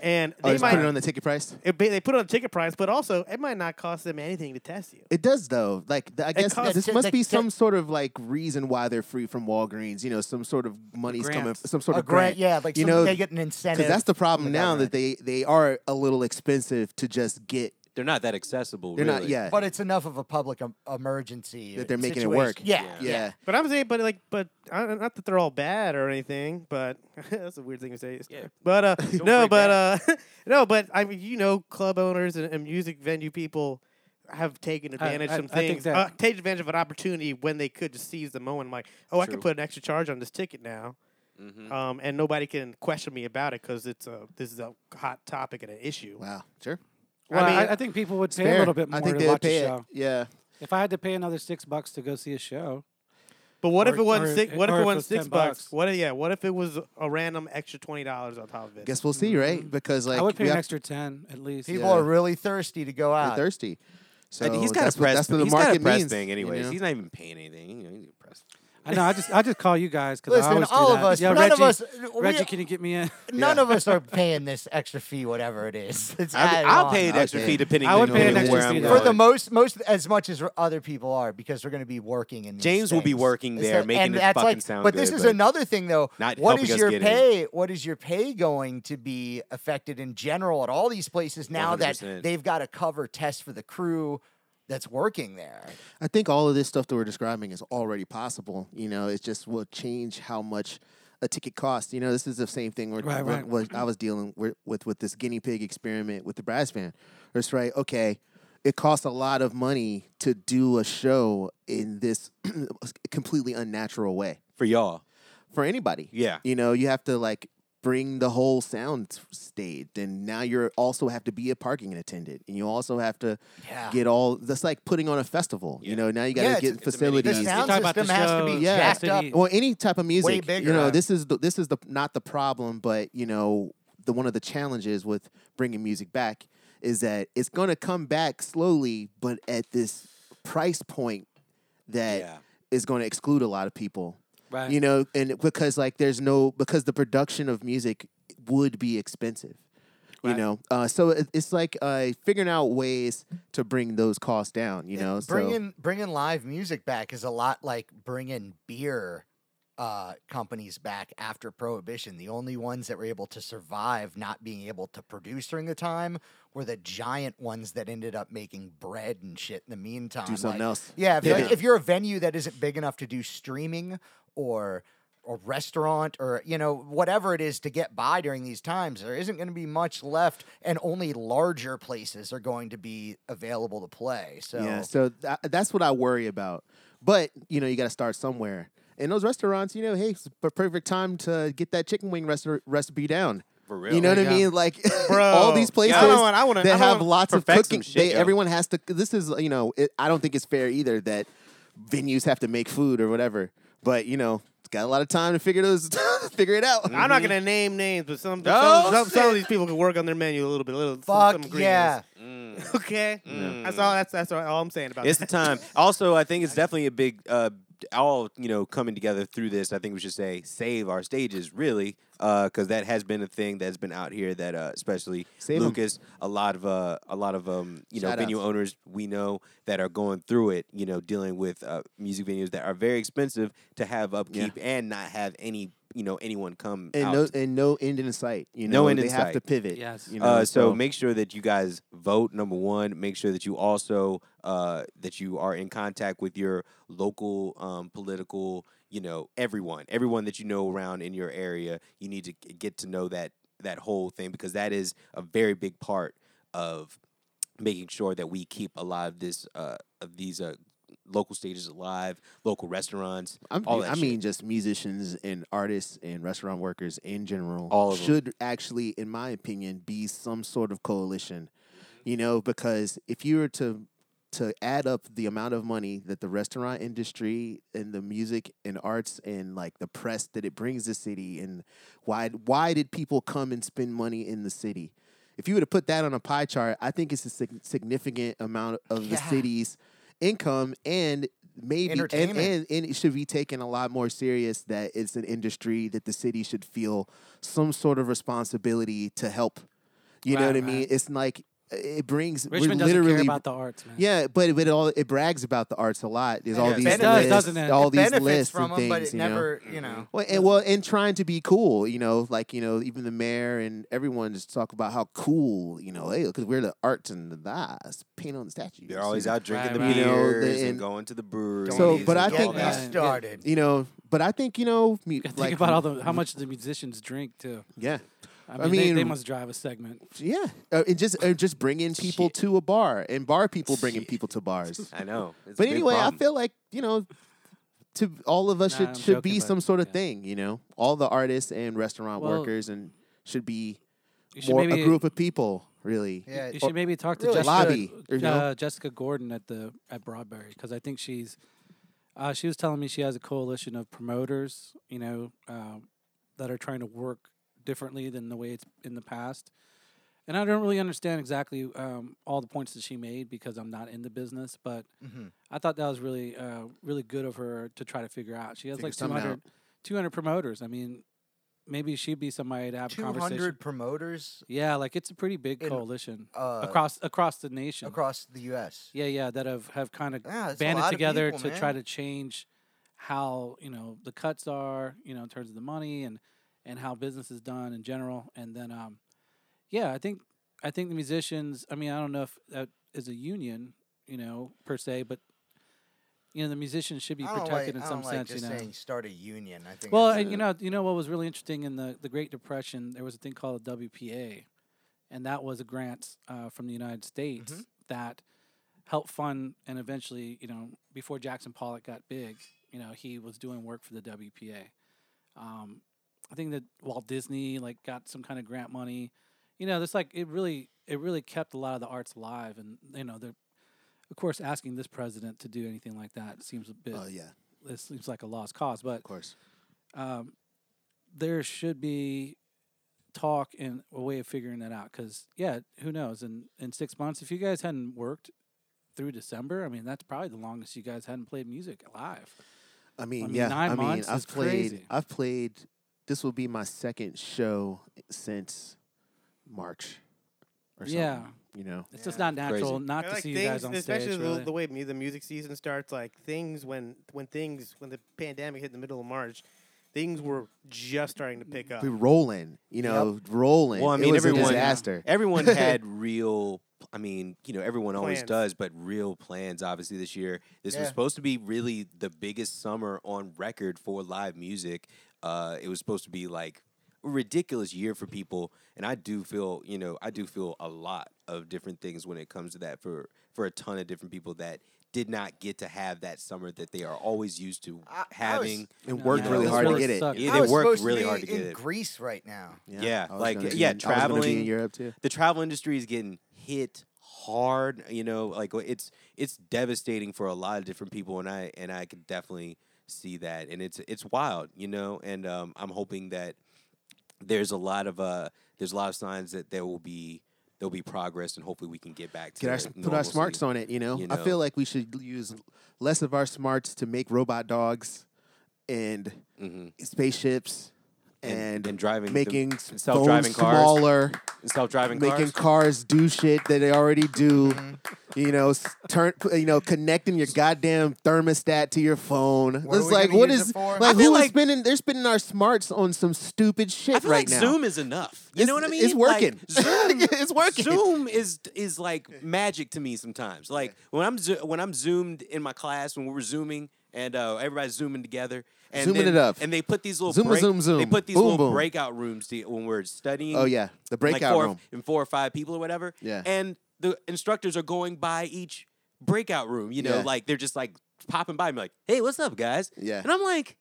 E: and
B: Oh,
E: they
B: just put it
E: might
B: on the ticket price.
E: it, ba- they put it on ticket price, but also it might not cost them anything to test you.
B: It does though. Like th- I guess
E: costs-
B: this
D: the-
B: must
D: the-
B: be
D: the-
B: some sort of like reason why they're free from Walgreens. You know, some sort of money's coming,
C: grant.
B: some sort
D: a
B: of grant.
D: grant, yeah, like
B: you
D: you
B: know,
D: they get an incentive.
B: because that's the problem
D: the
B: now that they they are a little expensive to just get.
A: They're not that accessible.
B: They're
A: really.
B: not yeah,
D: but it's enough of a public em- emergency
B: That they're making it
D: situation.
B: work.
D: Yeah,
A: Yeah.
D: yeah.
B: yeah.
E: But I'm saying, but like, but I, don't- not that they're all bad or anything. But (laughs) that's a weird thing to say.
A: Yeah.
E: But uh,
A: Don't
E: no,
A: break
E: but uh, (laughs) no, but I mean, you know, club owners and, and music venue people have taken advantage
C: I-
E: of some
C: I think
E: things,
C: that-
E: uh, take advantage of an opportunity when they could just seize the moment. Like, oh, I
A: True.
E: could put an extra charge on this ticket now,
C: Mm-hmm.
A: Mhm.
E: um, and nobody can question me about it because it's a this is a hot topic and an issue.
B: Wow, sure.
C: Well, I,
E: mean,
C: I think people would pay
B: Fair.
C: a little bit more
B: I think
C: to
B: they would
C: watch
B: pay
C: a
B: it.
C: show.
B: Yeah,
C: If I had to pay another six bucks to go see a show,
E: But what if
C: Or-
E: it wasn't
C: or-
E: six? What if
C: or
E: it
C: if
E: wasn't
C: it's
E: six
C: 10
E: bucks?
C: bucks.
E: What? If, yeah. What if it was a random extra twenty dollars on top of it?
B: guess we'll see, right? Because like
C: I would pay
B: we
C: an
B: have-
C: extra ten at least.
D: People
B: Yeah.
D: are really thirsty to go
B: we're
D: out.
B: thirsty. So
A: And he's got
B: that's
A: a
B: what-
A: press.
B: That's what the
A: he's got a
B: market
A: press
B: means,
A: thing,
B: you
A: anyways.
B: know?
A: He's not even paying anything. You know, he's a press.
C: I know. I just I just call you guys because
D: Listen,
C: I always do
D: all of
C: that.
D: us,
C: Yo,
D: none
C: Reggie,
D: of us, we-
C: Reggie, can you get me in?
D: none of us are paying this extra fee, whatever it is. (laughs) It's
A: I,
D: added
A: I'll
D: on.
A: pay an
B: I'll
A: extra
B: pay
A: fee
B: it.
A: depending
C: I would
A: on
C: pay an
A: where
C: extra
A: I'm
C: fee, though.
A: going.
D: for the most, most as much as r- other people are, because they're going to be working in. These
A: James will be
D: things.
A: working
D: It's
A: there,
D: that-
A: making
D: and
A: it
D: that's
A: fucking
D: like,
A: sound
D: But this
A: good,
D: is
A: but
D: another thing, though.
A: not
D: what
A: helping
D: is
A: us
D: your
A: get in.
D: pay? What is your pay going to be affected in general at all these places now that
A: 100%.
D: they've got to cover tests for the crew that's working there?
B: I think all of this stuff that we're describing is already possible. You know, it's just will change how much a ticket costs. You know, this is the same thing where
C: Right, right.
B: I was dealing with, with with this guinea pig experiment with the brass band. It's right, okay, it costs a lot of money to do a show in this (clears throat) completely unnatural way
A: for y'all.
B: for anybody.
A: Yeah.
B: You know, you have to like bring the whole sound s- stage, and now you're also have to be a parking attendant, and you also have to
D: Yeah.
B: get all. That's like putting on a festival. You
A: Yeah.
B: know, now you got
D: Yeah,
B: to
D: it's-
A: a
D: it's
B: get
A: mini
B: facilities.
D: The sound
C: talk about the
D: system has to be
C: shows,
B: Yeah.
D: jacked
C: the
D: up.
C: city.
B: well, any type of music,
D: bigger.
B: you know, this is the, this is the not the problem, but you know, the one of the challenges with bringing music back is that it's going to come back slowly, but at this price point that is
A: Yeah.
B: going to exclude a lot of people
C: right.
B: you know and because like there's no because the production of music would be expensive you
C: Right.
B: know uh, so it, it's like uh, figuring out ways to bring those costs down you know so
D: bringing bringing live music back is a lot like bringing beer uh, companies back after prohibition. The only ones that were able to survive not being able to produce during the time were the giant ones that ended up making bread and shit in the meantime.
B: do something
D: Like,
B: else
D: Yeah, if, like,
B: Pivot.
D: if you're a venue that isn't big enough to do streaming or a restaurant or you know whatever it is to get by during these times there isn't going to be much left and only larger places are going to be available to play so
B: yeah so tha- that's what i worry about but you know you got to start somewhere and those restaurants you know hey it's a perfect time to get that chicken wing resta- recipe down
A: For real.
B: You know what I
D: Yeah.
B: mean? Like (laughs)
E: Bro,
B: all these
E: yeah,
B: places
E: I don't want- I wanna- I
B: that
E: don't
B: have
E: wanna
B: lots of
A: perfect some
B: cooking.
A: shit,
B: they,
A: yo.
B: everyone has to. This is you know. It, I don't think it's fair either that venues have to make food or whatever. But you know, it's got a lot of time to figure those (laughs) figure it out.
E: I'm not gonna name names, but some
A: Oh,
E: some, some, some of these people can work on their menu a little bit. A little some-
D: Fuck
E: some ingredients.
D: yeah.
A: Mm.
E: (laughs) Okay, that's all. That's that's all I'm saying about
A: It's the
E: that.
A: time. Also, I
B: (laughs)
A: think it's definitely a big uh, all you know coming together through this. I think we should say save our stages really, because that has been a thing that's been out here. That uh, especially
B: Save 'em.
A: Lucas, a lot of uh, a lot of um, you know
B: Shout
A: venue
B: outs.
A: owners we know that are going through it. You know, dealing with uh, music venues that are very expensive to have upkeep and not have any you know anyone come
B: And
A: out
B: no, and no end in sight. You know,
A: No end
B: they
A: in
B: have
A: sight.
B: to pivot.
C: Yes.
B: You know,
A: uh, so make sure that you guys vote. Number one, make sure that you also uh, that you are in contact with your local um, political, you know, everyone, everyone that you know around in your area. You need to g- get to know that that whole thing because that is a very big part of making sure that we keep alive this uh, of these uh, local stages alive, local restaurants,
B: I'm,
A: all that
B: I
A: shit.
B: mean, just musicians and artists and restaurant workers in general
A: All of 'em.
B: should actually, in my opinion, be some sort of coalition.
A: Mm-hmm.
B: You know, because if you were to to add up the amount of money that the restaurant industry and the music and arts and like the press that it brings the city and why why did people come and spend money in the city? If you were to put that on a pie chart, I think it's a sig- significant amount of the
D: Yeah.
B: city's income and maybe and, and,
D: Entertainment.
B: and it should be taken a lot more serious that it's an industry that the city should feel some sort of responsibility to help You know
C: Right,
B: what I
C: right.
B: mean? It's like it brings we're
C: Richmond doesn't
B: literally
C: care about the arts, man.
B: yeah, but but it all it brags about the arts a lot. There's
D: Yeah,
B: all
D: it
B: these
D: benefits-
B: lists,
C: doesn't it?
B: all
D: It
B: these
D: benefits
B: lists
D: from
B: and
D: 'em,
B: things,
D: but it
B: you know.
D: never, you know.
B: Well, and well, and trying to be cool, you know, like you know, even the mayor and everyone just talk about how cool, you know, hey, because we're the arts and the eyes, paint on the statues.
A: They're always
B: and-
A: out drinking
C: Right, right.
A: the
B: You know, the-
A: beers and,
B: and-
A: going to the brewery.
B: So, but I
D: Get
B: think-
D: me
C: Yeah.
D: started.
B: you know. But I think you know, me,
C: Think
B: like,
C: about all the how much the musicians drink too.
B: yeah,
C: I mean,
B: I
C: they, they
B: mean-
C: must drive a segment.
B: yeah, uh, and just uh, just bringing people
A: Shit.
B: to a bar and bar people bringing people to bars.
A: I know. It's a
B: but
A: big
B: anyway, I
A: problem.
B: feel like you know, to all of us
C: Nah,
B: should
C: I'm
B: should
C: joking,
B: be
C: but-
B: some sort of
C: yeah.
B: thing. You know, all the artists and restaurant
C: Well,
B: workers and should be
C: You should
B: more
C: maybe
B: a group of people. Really,
D: Yeah,
C: you
D: it-
C: should maybe talk to
B: really
C: Jessica,
B: lobby,
C: uh,
B: you know?
C: Jessica Gordon at the at Broadberry because I think she's. Uh, she was telling me she has a coalition of promoters, you know, um, that are trying to work differently than the way it's in the past. And I don't really understand exactly um, all the points that she made because I'm not in the business, but
D: Mhm.
C: I thought that was really, uh, really good of her to try to figure out. She has
B: Figure
C: like
B: something out.
C: 200, 200 promoters. I mean, maybe she'd be somebody to have a conversation.
D: 200 promoters
C: Yeah, like it's a pretty big
D: in,
C: coalition
D: uh,
C: across across the nation.
D: across the U.S.
C: yeah, yeah, that have, have kind of
D: Yeah, it's a
C: banded
D: lot of
C: together
D: people,
C: to try
D: man.
C: to change how you know the cuts are, you know, in terms of the money and and how business is done in general. And then, um, yeah, I think I think the musicians. I mean, I don't know if that is a union, you know, per se, but you know, the musicians should be
D: I don't like,
C: protected in
D: I
C: some
D: don't like
C: sense.
D: just
C: you know,
D: saying start a union. I think.
C: well,
D: it's
C: and you
D: a-
C: know, you know what was really interesting in the the Great Depression, there was a thing called the WPA, and that was a grant uh, from the United States that helped fund and eventually, you know, before Jackson Pollock got big, you know, he was doing work for the WPA. Um, I think that Walt Disney like got some kind of grant money. You know, this like it really it really kept a lot of the arts alive, and you know, the of course asking this president to do anything like that seems a bit.
B: oh yeah, of
C: It seems like a lost cause, but
B: course.
C: um, there should be talk and a way of figuring that out. Because yeah, who knows? In in six months, if you guys hadn't worked through December, I mean that's probably the longest you guys hadn't played music live.
B: I mean,
C: mean,
B: yeah,
C: nine
B: I mean,
C: months is
B: I've played,
C: crazy.
B: I've played. This will be my second show since March, or something.
C: Yeah.
B: you know.
C: It's just
D: Yeah.
C: not natural
A: Crazy.
C: not
E: I
C: to
E: like
C: see
E: things,
C: you guys on stage.
E: especially
C: Really.
E: the, the way mu- the music season starts. Like things when when things when the pandemic hit in the middle of March, things were just starting to pick up.
B: We're rolling, you know, rolling.
A: Well, I
B: It
A: mean,
B: was
A: everyone-
B: a disaster.
D: (laughs)
A: Everyone had real. I mean, you know, everyone always
E: Plans.
A: does, but real plans. Obviously, this year, this was
D: Yeah.
A: supposed to be really the biggest summer on record for live music. Uh, it was supposed to be like a ridiculous year for people, and I do feel, you know, I do feel a lot of different things when it comes to that for for a ton of different people that did not get to have that summer that they are always used to
D: I- I was-
A: having.
B: It
C: Yeah,
B: worked
A: no,
B: really
A: this
B: hard to
A: one
B: get it.
C: sucked.
A: Yeah,
D: I
A: they
D: was
A: worked
D: supposed to
A: really
D: be
A: hard to get
D: in
A: it.
D: Greece right now.
A: Yeah,
B: I was
A: like,
B: gonna be
A: yeah,
B: in- I was gonna be
A: traveling-
B: in Europe too.
A: the travel industry is getting hit hard you know like uh, it's it's devastating for a lot of different people and i and i can definitely see that and it's it's wild you know and um, i'm hoping that there's a lot of uh there's a lot of signs that there will be there'll be progress and hopefully we can get back to
B: Get our, put our smarts on it, you know?
A: you
B: I
A: know.
B: feel like we should use less of our smarts to make robot dogs and
A: hmm
B: spaceships
A: And-
B: Mm-hmm. and,
A: and driving the-
B: making s-
A: and self-driving
B: phones
A: cars.
B: smaller,
A: self-driving cars
B: making cars Mm-hmm. do shit that they already do. You know, s- turn you know, connecting your goddamn thermostat to your phone.
D: What are
B: it's
D: we
B: like
D: gonna
B: what
D: use it
B: is
D: for?
A: I
B: like
A: feel
B: who is
A: like-
B: spending they're spending our smarts on some stupid shit
A: I feel
B: right
A: like
B: now.
A: Zoom is enough. You
B: It's-
A: know what I mean?
B: it's working. (laughs)
A: Like, Zoom,
B: It's working.
A: Zoom is is like magic to me sometimes. Like when I'm zo- when I'm zoomed in my class when we were zooming and uh, everybody's zooming together. And
B: Zooming
A: then-
B: it up.
A: And they put these little
B: Zoom,
A: break-
B: zoom,
A: They
B: zoom.
A: put these
B: Boom,
A: little
B: boom.
A: breakout rooms to, when we're studying.
B: Oh yeah, the
A: like
B: breakout
A: four,
B: room.
A: and four or five people or whatever.
B: Yeah.
A: And the instructors are going by each breakout room. You know,
B: Yeah.
A: like they're just like popping by and be like, "Hey, what's up, guys?"
B: Yeah.
A: And I'm like.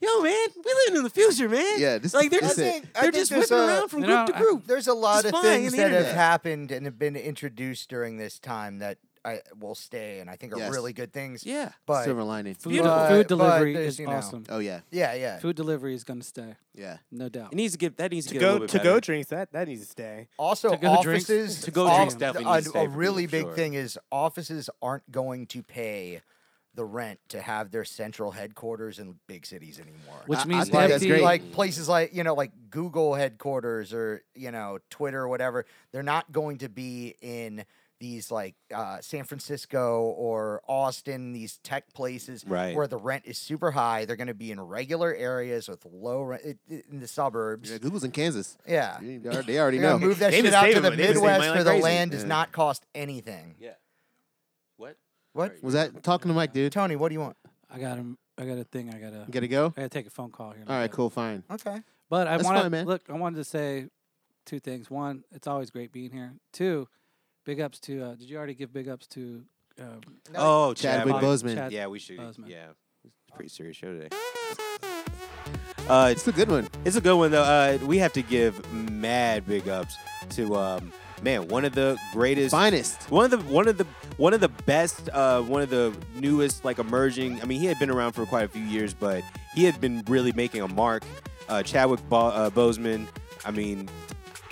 A: Yo, man, we living in the future, man.
B: Yeah, this-
A: like they're
B: this
A: just
B: is it.
D: I
A: they're
D: think
A: just
D: there's
A: whipping
D: a-
A: around from
C: You
A: group
C: know,
A: to
C: I-
A: group.
D: There's a lot
A: It's
D: of
A: fine,
D: things
A: the
D: that have
A: internet.
D: happened and have been introduced during this time that I will stay and I think are
B: Yes.
D: really good things.
A: yeah.
D: But
B: Silver lining.
C: food,
A: Beautiful.
C: food
D: But- but
C: delivery
D: there's,
C: is
D: you know,
C: awesome.
B: Oh yeah,
D: yeah, yeah.
C: Food delivery is going to stay,
B: yeah.
C: no doubt.
A: It needs to get that needs to,
E: to
A: get a
E: go
A: little bit
E: to go
A: better.
E: drinks that that needs to stay.
D: Also,
C: To-go drinks-
D: offices.
A: to-go
D: off-
A: drinks definitely need to
D: a,
A: stay
D: a
A: for
D: really
A: people,
D: big
A: sure.
D: thing is offices aren't going to pay the rent to have their central headquarters in big cities anymore.
C: Which
B: I- I
C: means
B: think that's
C: empty-
B: great.
D: Like places like you know, like Google headquarters or you know Twitter or whatever, they're not going to be in these like uh, San Francisco or Austin, these tech places
A: Right.
D: where the rent is super high. They're going to be in regular areas with low rent it, it- in the suburbs.
B: Yeah, Google's in Kansas.
D: Yeah,
B: You- They already- they already
D: they're
B: know.
D: going to move that
A: They've
D: shit
A: been
D: out to
A: saving
D: the
A: money. They've been saving
D: Midwest
A: money
D: where
A: like
D: the
A: crazy.
D: land does
B: Yeah.
D: not cost anything.
A: Yeah. What?
D: What?
A: Sorry.
B: Was that talking to Mike, dude?
D: Tony, what do you want?
C: I got a, I got a thing. I got to.
B: You gotta go.
C: I got to take a phone call here. in a
B: All right,
C: bit.
B: cool, fine.
D: Okay.
C: But I
B: That's
C: want
B: fine,
C: to
B: man.
C: look. I wanted to say two things. One, it's always great being here. Two, big ups to. Uh, did you already give big ups to? Um,
A: Oh,
B: Chadwick
A: Chadwick.
B: Boseman.
C: Chad-
A: Yeah, we should.
C: Boseman.
A: Yeah, it's a pretty serious show today. Uh,
B: It's a good one.
A: It's a good one though. Uh, we have to give mad big ups to um, man, one of the greatest,
B: Finest.
A: one of the one of the one of the best, uh, one of the newest, like emerging. I mean, he had been around for quite a few years, but he had been really making a mark. Uh, Chadwick Bo- uh, Boseman. I mean,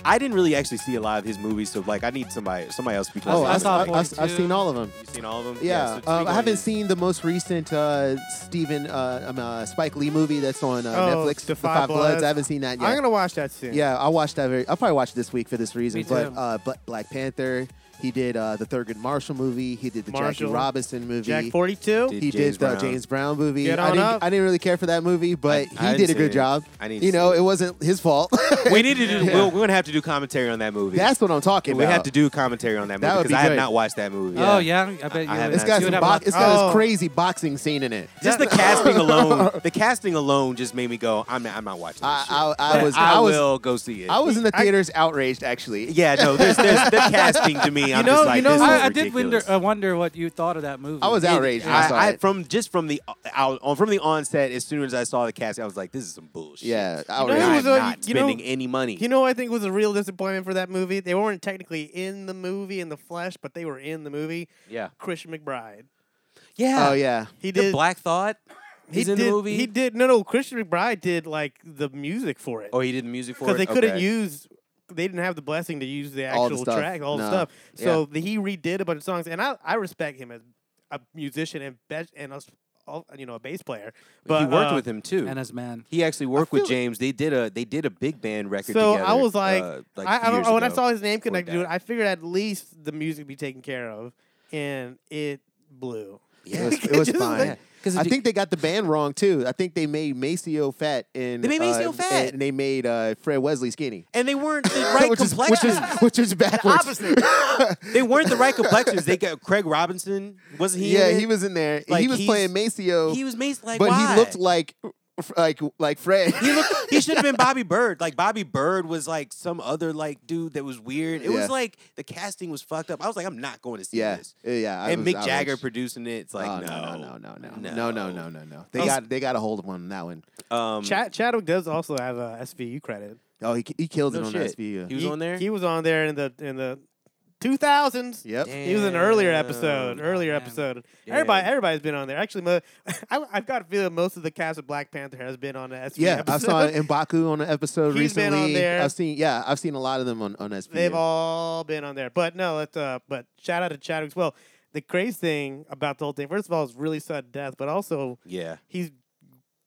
A: I didn't really actually see a lot of his movies, so like, I need somebody somebody else to be.
B: Oh,
C: I
B: I
C: saw
B: saw I, have
C: 42.
B: seen all of them.
A: You seen all of them?
B: Yeah,
A: so
B: uh,
A: speak
B: I
A: on
B: haven't
A: his-
B: seen the most recent uh, Steven uh, um, uh, Spike Lee movie that's on uh,
E: Oh,
B: Netflix. The
E: Defy
B: Five Bloods.
E: Bloods.
B: I haven't seen that yet.
E: I'm gonna watch that soon.
B: Yeah, I watched that. Very, I'll probably watch it this week for this reason.
C: Me
B: But
C: too.
B: uh, Bla- Black Panther. He did uh, the Thurgood Marshall movie. He did the
E: Marshall.
B: Jackie Robinson movie.
E: Jack 42.
A: Dude,
B: he
A: James
B: did the
A: Brown.
B: James Brown movie.
E: Get
B: I
E: on
B: didn't.
E: up.
B: I didn't really care for that movie,
A: I- I
B: but he
A: didn't
B: did
A: see
B: a good
A: it.
B: job.
A: I need to
B: You know,
A: see
B: it wasn't his fault.
A: we need to
B: (laughs)
A: do.
B: Yeah.
A: We're, we're gonna have to do commentary on that movie.
B: (laughs) That's what I'm talking
A: (laughs) we
B: about.
A: have to do commentary on that
B: That
A: movie
B: would
A: because
B: be
A: I have
B: great.
A: not watched that movie.
C: Oh yeah, I bet you.
A: I
C: would.
B: It's
A: haven't.
B: got
C: you would
B: some.
C: have
B: Bo-
C: lots-
B: it's got
E: Oh.
B: this crazy boxing scene
A: (laughs)
B: in it.
A: Just the casting alone. The casting alone just made me go. I'm not, I'm not watching. This shit.
B: I, I, I
A: But
B: was.
A: I,
B: I was.
A: will go see it.
B: I was in the theaters outraged actually.
A: Yeah, no. There's, there's
B: (laughs)
A: the casting to me. I'm
E: know-
A: just
E: you
A: like,
E: know
A: this
E: who-
A: is
C: I, I did wonder,
A: ridiculous.
C: uh, wonder what you thought of that movie.
B: I was outraged. when I saw
A: I, I,
B: it.
A: from just from the out, on- from the onset, as soon as I saw the casting, I was like, "This is some bullshit."
B: yeah,
A: I'm
E: You know who
B: outraged.
E: was a-
A: not
E: you know-
A: spending any money.
E: You know, what I think was a real disappointment for that movie. They weren't technically in the movie in the flesh, but they were in the movie.
A: yeah,
E: Christian McBride.
A: yeah.
B: Oh yeah.
E: He
A: The
E: did.
A: Black Thought.
E: he
A: He's
E: did,
A: in the movie.
E: He did. No, no. Christian McBride did like the music for it
A: Oh, he did the music for it.
E: because they couldn't
A: Okay.
E: use. They didn't have the blessing to use the
B: All the
E: actual
B: stuff.
E: track, all the
B: No.
E: stuff. So the, he redid a bunch of songs, and I, I respect him as a musician and best and us all you know a bass player. But
A: he worked
E: uh,
A: with him too.
C: and as man.
A: He actually worked with
B: feel-
A: James. They did a they did a big band record.
E: So
A: together,
E: I was like,
A: uh, like
E: I, I
A: years
E: don't, when I
A: ago.
E: saw his name
A: before he
E: connected to it,
A: died.
E: I figured at least the music would be taken care of, and it blew. (laughs)
A: (laughs)
B: It was, it was
E: Just
B: fine.
E: like-
B: I think they got the band wrong too. I think they made Maceo fat and
A: They made Maceo
B: uh,
A: fat.
B: and they made uh, Fred Wesley skinny.
A: and they weren't
B: (laughs)
A: the right
B: which is which
A: complexion.
B: is which is backwards. (laughs)
A: they weren't the right complexions. They got Craig Robinson. Wasn't he? in
B: yeah,
A: it?
B: he was in there.
A: Like,
B: he was
A: he's-
B: playing Maceo,
A: He was amazed, like,
B: but
A: why?
B: he looked like like like Fred.
A: He
B: (laughs)
A: looked. He should have been Bobby Bird. Like Bobby Bird was like some other like dude that was weird. It
B: Yeah.
A: was like the casting was fucked up. I was like, I'm not going to see
B: yeah,
A: this.
B: Uh, yeah. I
A: and
B: was
A: Mick Jagger
B: outraged.
A: producing it. It's like
B: Oh,
A: no,
B: no, no, no, no, no, no, no, no, no, no. They
E: Also-
B: got they got a hold of one on that one.
A: no. Um,
E: Chad, Chadwick does also have a SVU credit.
B: Oh, he he killed
A: No
B: it on
A: shit.
B: SVU.
A: He was
E: he,
A: on there?
E: He was on there in the in the 2000s.
B: yep.
E: He was in an earlier
A: Damn.
E: episode. Earlier
C: man.
E: episode.
A: Damn.
E: Everybody, everybody's been on there. Actually, mo- (laughs) I, I've got a feeling most of the cast of Black Panther has been on the SVU.
B: Yeah, I
E: episode.
B: saw Mbaku on an episode
E: He's
B: recently.
E: been on there.
B: I've seen yeah, I've seen a lot of them on on SVU.
E: (laughs) They've all been on there. But no, let's uh but shout out to Chadwick as well. The crazy thing about the whole thing, first of all, is really sudden death, but also
A: yeah,
E: he's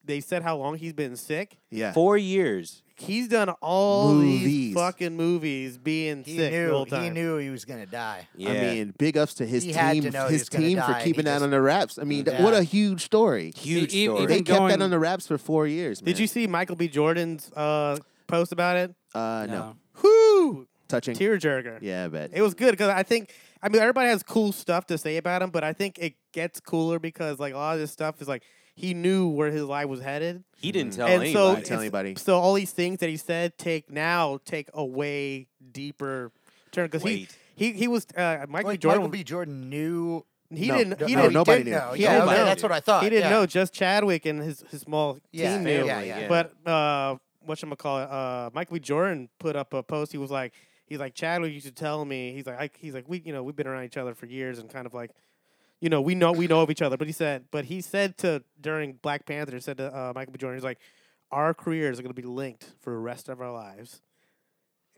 E: they said how long he's been sick.
B: yeah.
A: four years.
E: He's done all these
B: Movies.
E: fucking movies being
D: He
E: sick the
D: knew.
E: whole
D: He
E: time.
D: knew he was gonna die.
A: Yeah.
B: I mean, big ups to his
D: He had to
B: team,
D: know he
B: his
D: was gonna
B: team for
D: die, and he
B: keeping that
D: just-
B: on the wraps. I mean, th-
D: Yeah.
B: what a huge story.
A: huge
C: e- e-
A: story.
C: even-
B: They kept
C: going-
B: that on the wraps for four years.
E: Did
B: man.
E: you see Michael B. Jordan's uh post about it?
B: Uh, no.
E: um, Whoo!
B: touching.
E: Tearjerker.
B: yeah, I bet.
E: It was good because I think I mean everybody has cool stuff to say about him, but I think it gets cooler because like a lot of this stuff is like he knew where his life was headed.
A: he didn't
B: Oh,
A: tell
E: and so
A: anybody.
B: Didn't Mm-hmm. tell
E: it's-
B: anybody.
E: So all these things that he said take now take a way deeper turn because he,
A: Wait.
E: he he was uh, Michael
D: Like,
E: Jordan
D: Michael B. Jordan knew.
E: he
B: No,
E: didn't
B: no,
E: he
B: no,
E: didn't
B: nobody
D: did
B: knew.
D: know.
E: He
D: Yeah,
E: didn't
D: okay,
E: know.
D: that's what I thought.
E: he didn't
D: yeah.
E: know just Chadwick and his his small
D: Yeah,
E: team knew
D: yeah, yeah, yeah.
E: but uh what call it uh Michael B. Jordan put up a post he was like he's like Chadwick used to tell me he's like I, he's like we you know we've been around each other for years and kind of like you know, we know we know of each other. But he said, but he said to during Black Panther, said to uh, Michael B. Jordan, he's like, our careers are going to be linked for the rest of our lives.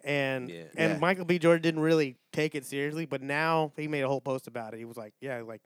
E: And
A: Yeah.
E: and
B: Yeah.
E: Michael B. Jordan didn't really take it seriously, but now he made a whole post about it. He was like, yeah, like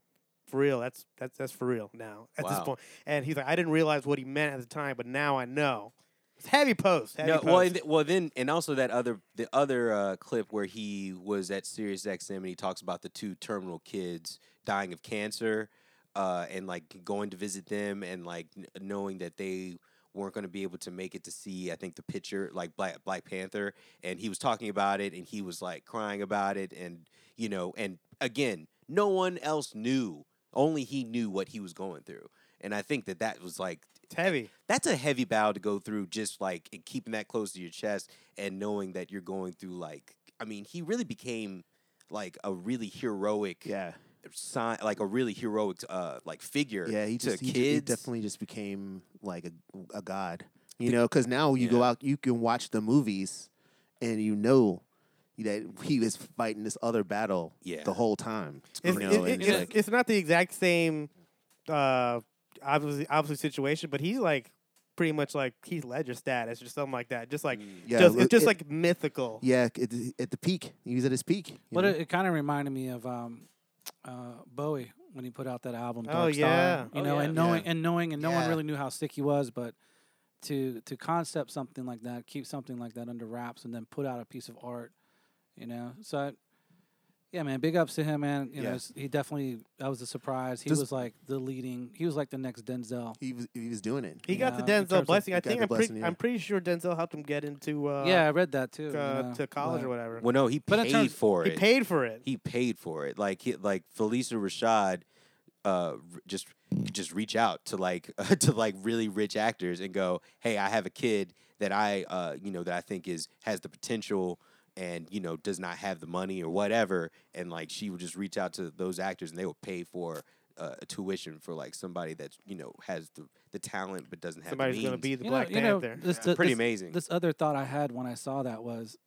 E: for real. That's that's that's for real now at this
A: Wow.
E: point." And he's like, "I didn't realize what he meant at the time, but now I know." It's heavy post. Heavy
A: No,
E: post.
A: well, and th- well, then, and also that other the other uh, clip where he was at Sirius XM and he talks about the two terminal kids dying of cancer, uh, and like going to visit them and like n- knowing that they weren't going to be able to make it to see. I think the picture like Black Black Panther, and he was talking about it and he was like crying about it, and you know, and again, no one else knew. Only he knew what he was going through, and I think that that was like
E: it's heavy.
A: that's a heavy bow to go through just like and keeping that close to your chest and knowing that you're going through like i mean he really became like a really heroic
B: Yeah.
A: sign like a really heroic uh like figure
B: Yeah, he
A: to
B: just he,
A: kids
B: ju- he definitely just became like a, a god, you know. Because now you go
A: Yeah.
B: out, you can watch the movies, and you know that he was fighting this other battle
A: Yeah.
B: the whole time.
E: It's,
B: you
E: it-
B: know,
E: it-
B: and it's
E: it's,
B: like-
E: it's not the exact same, uh, obviously, obviously situation, but he's like pretty much like Heath Ledger status or something like that. Just
A: Mm.
E: like,
B: yeah,
E: just,
B: well,
E: it's just
B: it-
E: like mythical.
B: yeah, at the- at the peak, he was at his peak. you
C: But
B: know?
C: it, it kind of reminded me of um, uh, Bowie when he put out that album.
E: Oh,
C: Dark Star,
E: yeah.
C: you
A: Oh,
C: know,
A: yeah.
C: and knowing
B: Yeah.
C: and knowing and no one
D: Yeah.
C: really knew how sick he was, but to to concept something like that, keep something like that under wraps, and then put out a piece of art, you know. So, I, yeah, man, big ups to him, man. You know,
B: Yeah.
C: s- he definitely that was a surprise. He
B: Does-
C: was like the leading. He was like the next Denzel.
B: he was he was doing it.
E: He got the
C: Yeah, in terms
E: Denzel
C: of-
E: blessing.
B: He
E: I
B: got
E: think
B: the
E: I'm,
B: blessing,
E: pretty,
B: yeah.
E: I'm pretty sure Denzel helped him get into uh,
C: yeah, I read that too. you
E: uh,
C: know,
E: to college
C: but-
E: or whatever.
A: well no he
C: But in
A: paid
C: terms-
A: for
E: He
A: it
E: paid for it.
A: he paid for it like he like felisa rashad uh r- just just reach out to like (laughs) to like really rich actors and go hey i have a kid that i uh you know that i think is has the potential and you know does not have the money or whatever and like she would just reach out to those actors and they would pay for uh, a tuition for like somebody that's you know has the, the talent but doesn't have
E: Somebody's
A: the
E: gonna
A: means.
E: be the
C: You know-
E: Black
C: you know,
E: Panther.
C: this-
A: It's pretty
C: this-
A: amazing
C: This other thought I had when I saw that was,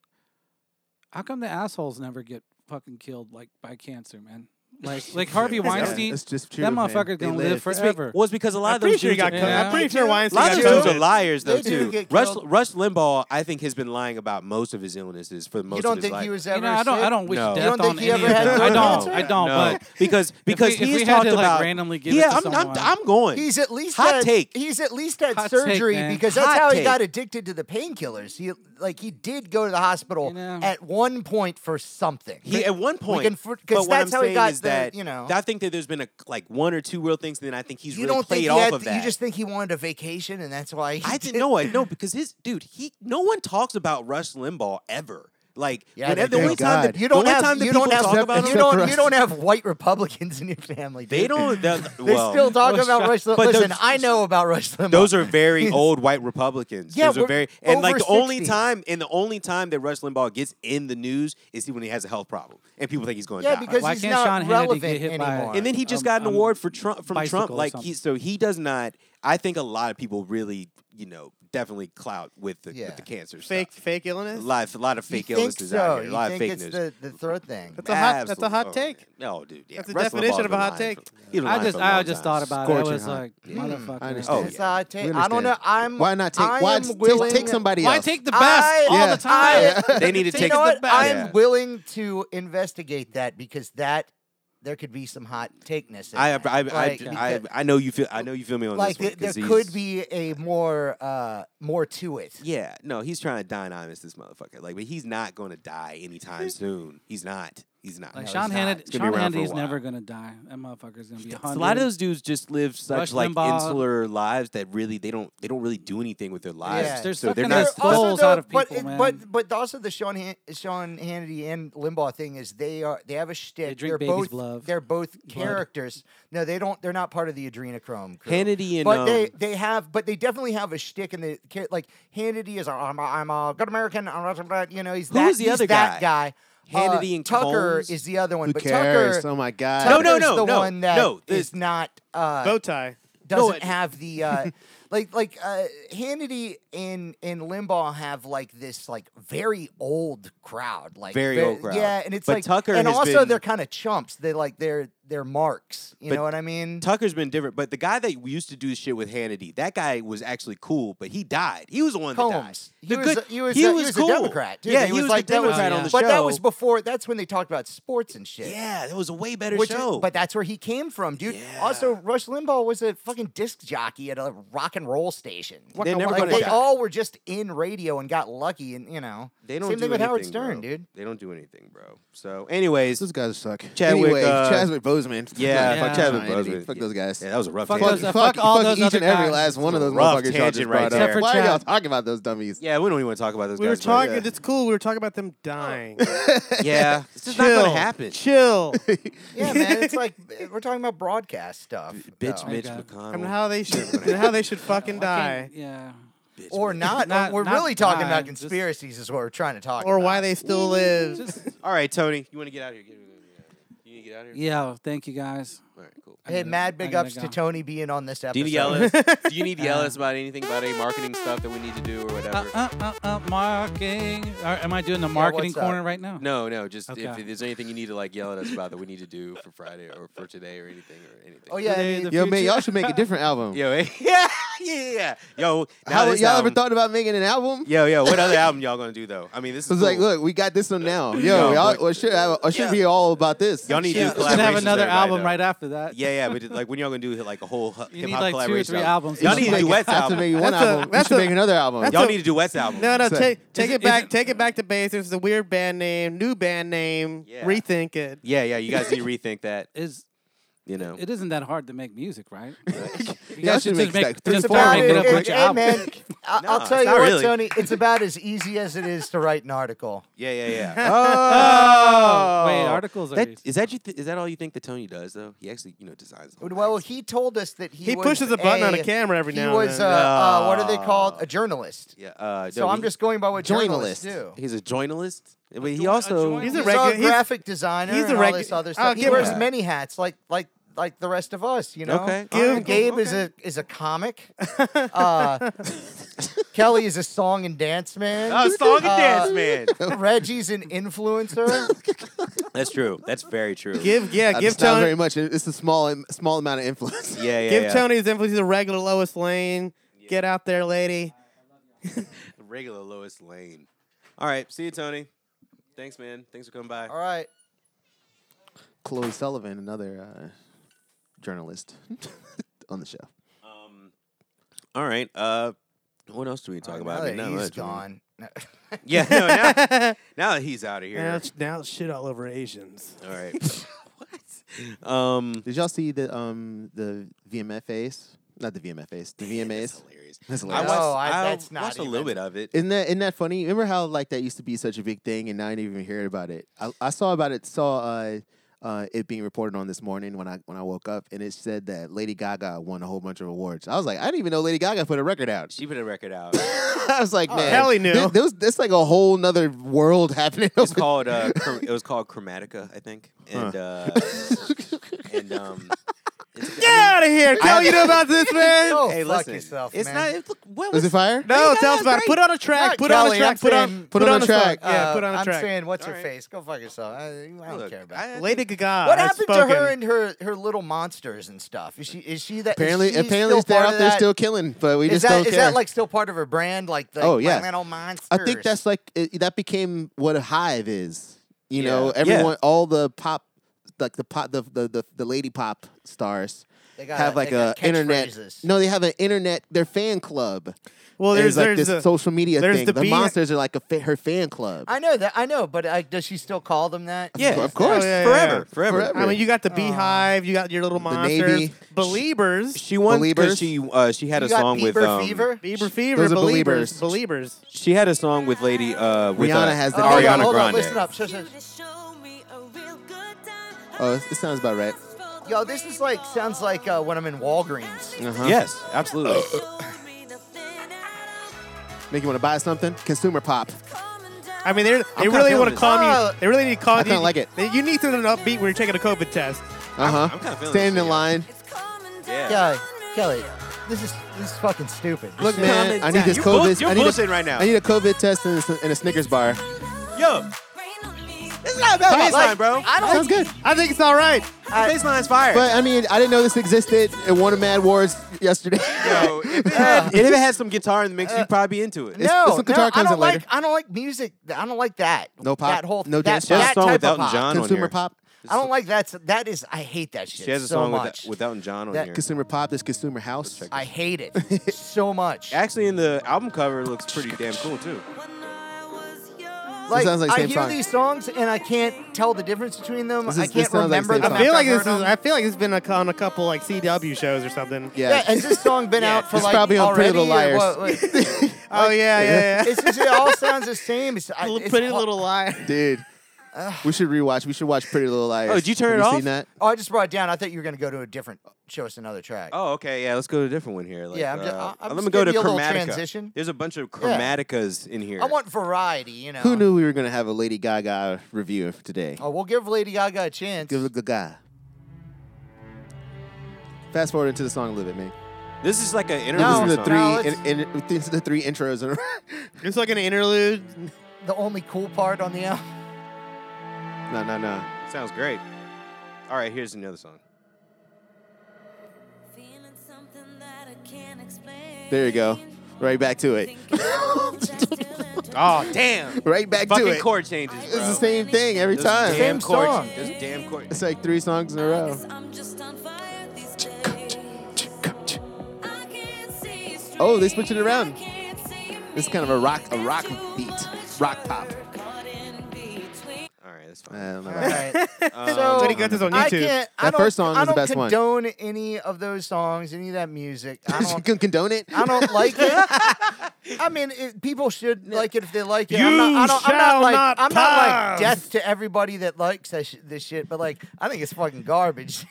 C: how come the assholes never get fucking killed like by cancer, man?
D: (laughs)
C: Like like Harvey
E: Yeah,
C: Weinstein,
B: It's just true.
C: that
B: man.
C: motherfucker's
B: They
C: gonna live
B: lived.
A: It's be-
C: forever.
A: well, it's because a lot
E: I'm
A: of
E: pretty
A: those
E: sure he
A: dudes
E: got.
A: are-
E: cut- I'm
C: Yeah.
E: pretty sure
D: A
A: a
E: Weinstein
A: lot
E: got.
A: of dudes
E: cut.
A: are liars though
D: They do
A: too.
D: get
A: Rush,
D: killed.
A: Rush Limbaugh, I think, has been lying about most of his illnesses for most
D: You don't
A: of his
D: think
A: life.
D: he was
C: You
D: ever?
C: know, I don't. I
D: sick?
C: don't wish
A: No. You
C: death
D: don't think
C: on
D: he
C: any
D: ever
C: of
D: had
C: them. I don't.
D: cancer?
C: I don't.
A: No,
C: But
A: (laughs) because because
C: if we,
A: he's
C: if we had
A: talked
C: to
A: about
C: like randomly give
A: yeah,
C: it to
A: I'm, I'm
C: someone,
A: I'm going.
D: He's at least
A: Hot
D: had,
A: take.
D: He's at least had
C: Hot take,
D: surgery
C: man.
D: because that's
A: Hot
D: how
A: take.
D: he got addicted to the painkillers. He like he did go to the hospital
C: You know.
D: at one point for something.
A: He at one point,
D: can fr- 'cause
A: but what
D: that's
A: I'm
D: how he
A: saying
D: got
A: is
D: the-
A: that
D: you know.
A: I think that there's been a like one or two real things, and then I think he's
D: you
A: really
D: don't
A: played
D: think he
A: off
D: had,
A: of that.
D: You just think he wanted a vacation, and that's why. He (laughs)
A: I
D: did.
A: didn't know it. No, because his dude, he no one talks about Rush Limbaugh ever. Like
D: Yeah,
A: whenever,
D: they
A: the only
B: don't.
A: time that
D: You don't
A: the only
D: have.
A: time that
D: You don't
A: people
D: have.
A: talk
D: You
B: except-
A: about him,
B: except for
D: don't.
B: us.
D: You don't have white Republicans in your family.
A: they
D: dude.
A: don't. they're-
D: (laughs) They
A: well,
D: still talk
C: Oh,
A: (laughs)
D: about
C: shut-
D: Rush. Lim-
A: but
D: Listen,
A: those-
D: I know about Rush
A: (laughs)
D: Limbaugh.
A: Those are
D: (laughs)
A: very old white Republicans.
D: Yeah,
A: Those are
D: we're
A: very and like
D: over
A: the only
D: 60.
A: time and the only time that Rush Limbaugh gets in the news is he when he has a health problem and people think he's going to
D: yeah,
A: die.
D: because
C: Why
D: he's
C: can't
D: not
C: Sean Hannity get
D: relevant
C: hit by-
D: anymore.
A: and then he just
C: Um,
A: got an
C: um,
A: award for Trump from
C: bicycle
A: Trump.
C: or
A: Like
C: something.
A: he, so he does not. I think a lot of people really, you know, definitely clout with the
D: Yeah.
A: with the cancer
E: Fake
A: stuff.
E: fake
A: A
E: illness.
A: lot, a lot of fake
D: you
A: illnesses
D: think so.
A: out here. A
D: You
A: lot of fake
D: think it's
A: news.
D: the the throat thing.
E: That's a hot. That's a hot
A: Absolute- oh,
E: take.
A: No, dude. Yeah.
E: That's the
A: Rush
E: definition
A: Limbaugh's
E: of a
A: been
E: hot
A: lying for-
E: take.
A: he been
C: I
A: lying
C: just
A: for a long
C: I
A: time.
C: just thought about it.
B: Scorching
C: I was
B: hot.
C: like, motherfucker.
B: understand.
A: Oh,
D: That's
A: yeah.
D: a hot take.
B: We
D: I don't know.
B: understand.
D: I'm.
B: Why not take?
D: I
B: why
D: am
B: t-
D: willing-
B: take somebody
C: Why
B: else?
C: take the best
D: I-
C: all
B: Yeah.
C: the time?
D: I-
A: They need to
D: (laughs) You
A: take
D: know
A: the
D: what?
A: best.
D: I'm
A: Yeah.
D: willing to investigate that because that there could be some hot takeness. in
A: I,
D: that.
A: I, I,
D: Like,
A: I, I know you feel. I know you feel me on
D: like
A: this. one,
D: there,
A: 'cause
D: there
A: he's-
D: could be a more uh more to it.
A: Yeah, no, he's trying to dynamize this motherfucker. Like, but he's not going to die anytime soon. He's not. He's not.
C: Like
D: No,
C: Sean
D: he's not.
C: Hannity,
A: It's gonna
C: Sean
A: be around for a
C: Hannity's
A: while.
C: never gonna die. That motherfucker's gonna be a
A: a
C: hundred.
A: lot of those dudes just live such
C: Rush
A: like
C: Limbaugh.
A: insular lives that really they don't they don't really do anything with their lives.
D: Yeah.
C: They're
A: so they're
C: sucking
A: not.
C: their
A: supposed-
C: souls
D: the-
C: out of
D: but
C: people,
D: it-
C: man.
D: But but also the Sean Han- Sean Hannity and Limbaugh thing is they are they have a shtick.
C: drink
D: are
C: baby's
D: both
C: blood.
D: they're both characters. No, they don't. They're not part of the adrenochrome. Crew.
A: Hannity and,
D: but they
A: um,
D: they have but they definitely have a shtick and they ca- like Hannity is a, I'm a, I'm a good American. I'm a- I'm a, you know he's
A: Who
D: that
A: is the
D: he's
A: other
D: that
A: guy?
D: guy.
A: Hannity
D: Uh,
A: and
D: Tucker
A: Combs?
D: is the other one.
B: Who
D: but
B: cares?
D: Tucker,
B: oh my god!
A: No, no,
D: Tucker's the
A: no,
D: one that
A: no,
D: is
A: this-
D: not uh,
E: Bow tie.
D: doesn't
A: it-
D: have
A: (laughs)
D: the uh, like like uh, Hannity and and Limbaugh have like this like very old crowd, like
A: Very old crowd.
D: Yeah, and it's
A: But
D: like
A: Tucker
D: and
A: has
D: also
A: been-
D: they're kind of chumps. They like they're their marks. You
A: But
D: know what I mean?
A: Tucker's been different, but the guy that we used to do shit with Hannity, that guy was actually cool, but he died. He was the one that died.
D: Combs. He
A: The
D: was,
A: good-
D: a, he was,
A: he
D: a, he
A: was
D: was
A: cool.
D: a Democrat. Dude.
A: Yeah,
D: They
A: he
D: was,
A: was the
D: like that was-
A: Democrat
C: on the
D: But that was
A: show.
D: before. That's when they talked about sports and shit.
A: Yeah, that was a way better
D: Which is-
A: show.
D: but that's where he came from, dude. Also, Rush Limbaugh was a fucking disc jockey at a rock and roll station.
A: They're never
D: Like,
A: gonna
D: they
A: die.
D: all were just in radio and got lucky, and you know,
A: they don't
D: same
A: do
D: thing with Howard
A: anything,
D: Stern,
A: bro. (laughs)
D: dude.
A: They don't do anything, bro. So, anyways,
B: Those guys suck.
A: Chadwick,
B: anyway,
A: uh,
B: Chadwick Boseman.
A: yeah,
C: Yeah.
A: fuck Chadwick
B: Fuck
A: Boseman.
B: Fuck those guys.
A: yeah, that was a rough.
C: Fuck
A: tangent.
C: those- fuck all those
B: each
C: other
B: and every
C: guys.
B: last one of
A: It's a
B: those
A: rough
B: motherfuckers y'all
A: tangent
B: just
A: right
B: brought
A: there.
B: up.
C: Except for
B: Why are y'all
C: Chad.
B: talking about those dummies?
A: Yeah, we don't even want to talk about those
E: We were
A: guys.
E: talking.
B: yeah.
E: It's cool. We were talking about them dying.
A: but- yeah, it's just not
E: Chill.
A: gonna happen.
D: (laughs)
E: Chill.
D: Yeah, man, it's like we're talking about broadcast stuff,
A: Bitch,
D: though.
A: Mitch
C: God.
A: McConnell.
E: and how they should. and how they
C: (laughs)
E: should fucking
C: I can't-
E: die.
C: Yeah.
A: Bitch,
D: or
A: Mitch.
D: not.
C: Not-
D: we're
C: not
D: really talking
C: die,
D: about
C: just-
D: conspiracies, is what we're trying to talk,
E: Or
D: about.
E: why they still live.
C: Just-
A: All right, Tony, you want to get out of here? Get, you need to get out of here.
C: yeah. Thank you guys.
A: All right, cool.
C: I'm
D: Hey,
C: gonna-
D: mad big
C: I'm gonna
D: ups
C: go.
D: to Tony being on this
A: Do
D: episode.
A: you need to (laughs) yell at us? Do you need to yell at us about anything about any marketing stuff that we need to do or whatever?
C: Uh, uh, uh, uh, marketing. Or am I doing the marketing
D: what's up?
C: corner right now? (laughs)
A: No, no. Just
C: Okay.
A: if there's anything you need to like yell at us about that we need to do for Friday or for today or anything or anything.
D: Oh yeah, I
C: Today
D: mean,
C: the
B: Yo, man,
C: future-
B: y'all should make a different album.
A: Yo, (laughs) eh? yeah, yeah, yeah. Yo, now
B: How, y'all
A: this
B: ever
A: album-
B: thought about making an album?
A: Yo, yo, what other album y'all gonna do though? I mean, this is
B: It's like,
A: cool.
B: look, we got this one now. Yo,
A: Yo,
B: y'all
A: but-
B: or should have, or should
A: Yeah.
B: be all about this.
A: y'all need to do
C: We're gonna have
A: collaborations
C: another
A: with everybody,
C: album
A: though.
C: right after that.
A: Yeah, yeah, but like when y'all gonna do like a whole hip hop
C: You need like two or
A: collaboration?
C: three
A: album?
C: albums.
A: Y'all
B: You
A: need
B: should
A: to
B: make-
A: do
B: (laughs)
A: West
B: have to
A: album.
B: make one
E: That's a-
B: album. You
E: that's
B: should
E: a-
B: make another album.
E: that's
A: Y'all
E: a-
A: need to do West album.
E: No, no,
B: So-
E: take take
C: Is
E: it,
C: it- is
E: back.
C: it-
E: take it back to base. It's a weird band name, new band name.
A: Yeah.
E: Rethink it.
A: Yeah, yeah. You guys need to rethink that.
C: Is
A: You know.
C: it isn't that hard to make music, right? You
B: Y'all
C: guys
B: should
C: should
B: make
C: just
B: like
C: make
B: three
C: just
B: or four
C: form
B: Before
D: about it,
B: albums.
C: and get a
D: it,
C: bunch of
D: hey,
C: albums.
D: man, I,
A: Nah,
D: I'll tell
A: it's
D: you
A: not
D: what,
A: really.
D: Tony. It's about as easy as it is to write an article.
A: Yeah, yeah, yeah.
C: (laughs)
A: (laughs)
C: Oh, wait, articles are
A: That,
C: easy.
A: is that you? Th- is that all you think that Tony does though? He actually, you know, designs. the whole
D: Well,
A: magazine.
D: he told us that he
E: He
D: was
E: pushes a button on a camera every
D: He
E: now and
D: was, uh,
E: then.
D: uh, what are they called? A journalist.
A: yeah. Uh, no,
D: So I'm
A: he-
D: just going by what journalists
B: Journalist.
D: do.
A: He's a journalist, but he
C: jour- a
A: also.
C: journalist.
E: He's a
D: He's
E: regular.
D: a
E: he's-
D: graphic designer.
E: he's a
D: and all
E: regu-
D: this other
E: I'll
D: stuff. He
E: give
D: wears
A: him-
D: many hats, like like like the rest of us. You know.
A: Okay.
E: Give-
A: alright,
D: Gabe
A: cool,
D: is
A: okay.
D: a is a
E: (laughs)
D: comic. Uh, Kelly is a song and dance man.
A: Oh, song and
D: Uh,
A: dance man.
D: (laughs) Reggie's an
E: (laughs)
D: influencer.
A: That's true. That's very true.
E: give yeah.
B: That's
E: give
B: not
E: Tony.
B: very much. It- It's a small, small amount of influence. (laughs)
A: yeah, yeah.
E: give
A: yeah.
E: Tony his influence. He's a regular Lois Lane. Get out there, lady.
A: Regular Lois Lane. All right. See you, Tony. Thanks, man. Thanks for coming by.
D: All right.
B: Chloe Sullivan, another uh, journalist (laughs) on the show.
A: Um, all right. Uh, what else do we talk about?
D: Oh, Now
A: I mean, not
D: that he's
A: much, I mean-
D: gone. (laughs)
A: Yeah. No, now, now that he's out of
E: Now
A: here.
E: it's, now it's shit all over Asians.
A: All right. (laughs) what? Um.
B: Did y'all see the um the VMFAs? Not the VMFAs, the VMAs.
A: That's hilarious.
B: That's
A: I
D: No,
A: watched,
B: hilarious.
D: I-
A: I
D: that's not
A: watched a little
D: even-
A: bit of it.
B: Isn't that isn't that funny? Remember how like that used to be such a big thing, and now I didn't even hear about it. I, I saw about it, saw uh, uh, it being reported on this morning when I when I woke up, and it said that Lady Gaga won a whole bunch of awards. I was like, I didn't even know Lady Gaga put a record out.
A: She put a record
D: (laughs)
A: out.
B: (laughs) I was
D: Oh,
B: like, man,
E: hell, he knew.
B: There, there was- that's like a whole nother world (laughs) happening.
A: It's
B: over
A: called uh, chr- it was called Chromatica, I think, and
D: (laughs)
A: uh, and um. It's,
E: Get out of here. Tell you know about this, man.
D: Go
A: Hey,
D: fuck
A: listen.
D: yourself,
A: it's
D: man.
A: not. It's, look, what
B: Was it fire?
E: No,
A: Hey,
E: tell
A: that
E: us
A: was
E: about it.
A: great.
E: Put on a track.
D: Not
E: Put on a
D: Kelly, I'm
E: track. Put
D: saying-
E: on. Put on a track. Yeah.
D: Uh,
E: Put on a
D: I'm
E: track.
D: saying, what's her
A: Alright.
D: face? Go fuck yourself. I, I don't
A: Look,
D: care about.
A: I-
D: it.
E: Lady Gaga.
D: what
E: has
D: happened
E: spoken.
D: to her and her her little monsters and stuff? Is she is she that? is
B: Apparently,
D: she
B: apparently
D: still
B: they're
D: part
B: out
D: of
B: there
D: that?
B: still killing, but we
D: Is
B: just
D: that
B: don't
D: is
B: care.
D: that like still part of her brand? Like the
B: Oh,
D: my
B: yeah.
D: little monsters.
B: I think that's like it, that became what a hive is. You know, everyone, all the pop, like the pop, the the the, the lady pop stars
D: They got-
B: have like
D: they got
B: a internet.
D: catchphrases.
B: No, they have an internet. Their fan club.
E: Well, there's
B: like
E: there's
B: this
E: a-
B: social media
E: there's
B: thing.
E: the
B: The,
E: bee-
B: monsters are like a fa- her fan club.
D: I know that I know, but uh, does she still call them that?
A: Yeah,
B: Of course.
E: Oh, yeah, yeah,
A: forever,
E: yeah.
A: forever.
B: Forever.
E: I mean, you got the Beehive. You got your little monsters.
B: Navy.
E: Believers.
A: She won
B: Beliebers?
A: because she uh, she had
D: You
A: a
D: got
A: song with
D: Bieber
A: um,
D: fever.
E: Bieber Fever.
B: Those are
E: Believers.
B: believers.
E: Believers.
A: She had a song with Lady uh, with
B: Rihanna
A: uh,
B: has that.
D: Oh, hold on,
A: Ariana
D: hold on,
A: Grande.
D: listen up. Shush, shush.
B: Oh, it sounds about right.
D: Yo, this is like sounds like uh, when I'm in Walgreens.
B: Uh-huh.
A: Yes, absolutely.
D: Oh.
B: Make you want to buy something? Consumer pop.
E: I mean, they're, they
A: I'm
E: really
A: kinda
E: want
A: feeling
E: to call
D: this.
E: you. They really need to call
B: I
E: you.
B: kinda like it.
E: They- You need something upbeat when you're taking a COVID test.
B: Uh
A: I'm kinda
B: huh.
A: feeling
B: Standing
A: this
B: in
A: shit.
B: line.
A: Yeah.
D: Kelly, Kelly, this is this is fucking stupid.
B: Look, man, I need this
A: You're bull-
B: COVID.
A: you're
B: I need a,
A: bullshitting right now.
B: I need a COVID test and a, and a Snickers bar.
A: Yo,
G: Rain on me.
A: it's not a bad baseline,
D: Like,
A: bro.
D: I don't
B: Sounds good.
E: I think it's all right.
A: baseline's fire.
B: But I mean, I didn't know this existed. It won a Mad Awards
A: (laughs)
B: yesterday.
A: Yo, if
D: (laughs)
A: it had, if it had some guitar in the mix, you'd probably be into it.
B: It's-
D: Uh, no,
B: it's when guitar
D: no,
B: comes
D: I don't
B: in later.
D: like. I don't like music. I don't like that.
B: No pop,
D: That whole
B: no
D: that,
B: dance.
A: She has
D: that
A: a song
D: type
A: with
D: of
A: Elton
D: pop.
A: John on
B: Consumer
A: here.
B: pop.
D: I don't like that. That is. I hate that shit.
A: She has a
D: so
A: song with,
D: much.
A: that- with Elton John on
D: That-
A: here.
B: Consumer pop. This consumer house.
D: I hate
B: (laughs)
D: it so much.
A: Actually, in the album cover, it looks pretty damn cool too.
D: Like,
B: sounds like
D: I
B: same
D: hear
B: song.
D: these songs and I can't tell the difference between them.
B: This
D: I
B: is- this
D: can't
B: sounds like
D: remember
B: same
D: them.
B: song.
E: I feel like
D: after
E: this
D: I've
E: is.
D: heard
E: I feel like it's been a, on a couple like CW shows or something.
D: them. Yeah,
B: Yeah.
D: has this song been out for
B: It's
D: like
B: probably on Pretty
D: already?
B: Little
D: or
B: Liars.
D: what- what-
E: Oh yeah, yeah, yeah.
D: it's just, it all sounds the same. It's, I, it's
E: Pretty
D: all-
E: Little Liars.
B: (laughs) Dude, we should rewatch. We should watch Pretty Little Liars.
A: Oh, did you turn
B: Have
A: it
B: you
A: off?
B: Seen that?
D: Oh, I just brought it down. I thought you were gonna go to a different. Show us another track.
A: Oh, okay, yeah. Let's go to a different one here. Like,
D: Yeah, I'm ju-
A: uh,
D: I- I'm
A: let
D: just
A: me go to
D: giving you a little
A: Chromatica.
D: transition.
A: There's a bunch of
D: Yeah.
A: Chromaticas in here.
D: I want variety. You know.
B: Who knew we were gonna have a Lady Gaga review today?
D: Oh, we'll give Lady Gaga a chance.
B: Give it a guy. Fast forward into the song a little bit, man.
A: This is like an interlude.
D: No,
B: this is
A: song.
B: the three,
D: no,
B: in, in, this is the three intros. in a row.
E: It's like an interlude.
D: the only cool part on the album.
B: no, no, no.
A: Sounds great. All right, here's another song.
B: There you go. Right back to it.
A: Oh (laughs) damn!
B: Right back
A: Fucking
B: to it.
A: chord changes.
B: It's
A: bro.
B: the same thing every
A: Those
B: time.
A: Damn
D: Same
A: chord.
D: song.
A: Those damn chord.
B: It's like three songs in a row.
G: Oh, they switch it around.
B: It's kind of a rock, a rock beat, rock pop.
A: All right, that's
B: I
A: fine.
B: don't know.
D: All
B: About that.
D: (laughs) right.
A: Um,
D: So-
E: But he got this on
D: Oh, I
E: YouTube.
D: can't. I
B: That
D: don't,
B: first song
D: I
B: is the
D: don't
B: best one.
D: condone any of those songs, any of that music. I
B: (laughs) you
D: don't.
B: can condone it.
D: I don't like it. I mean, it, people should like it if they like it. I'm
E: You
D: not, I don't, I'm not
E: shall
D: like,
E: not
D: I'm not like
E: pass.
D: death to everybody that likes that sh- this shit, but like, I think it's fucking garbage.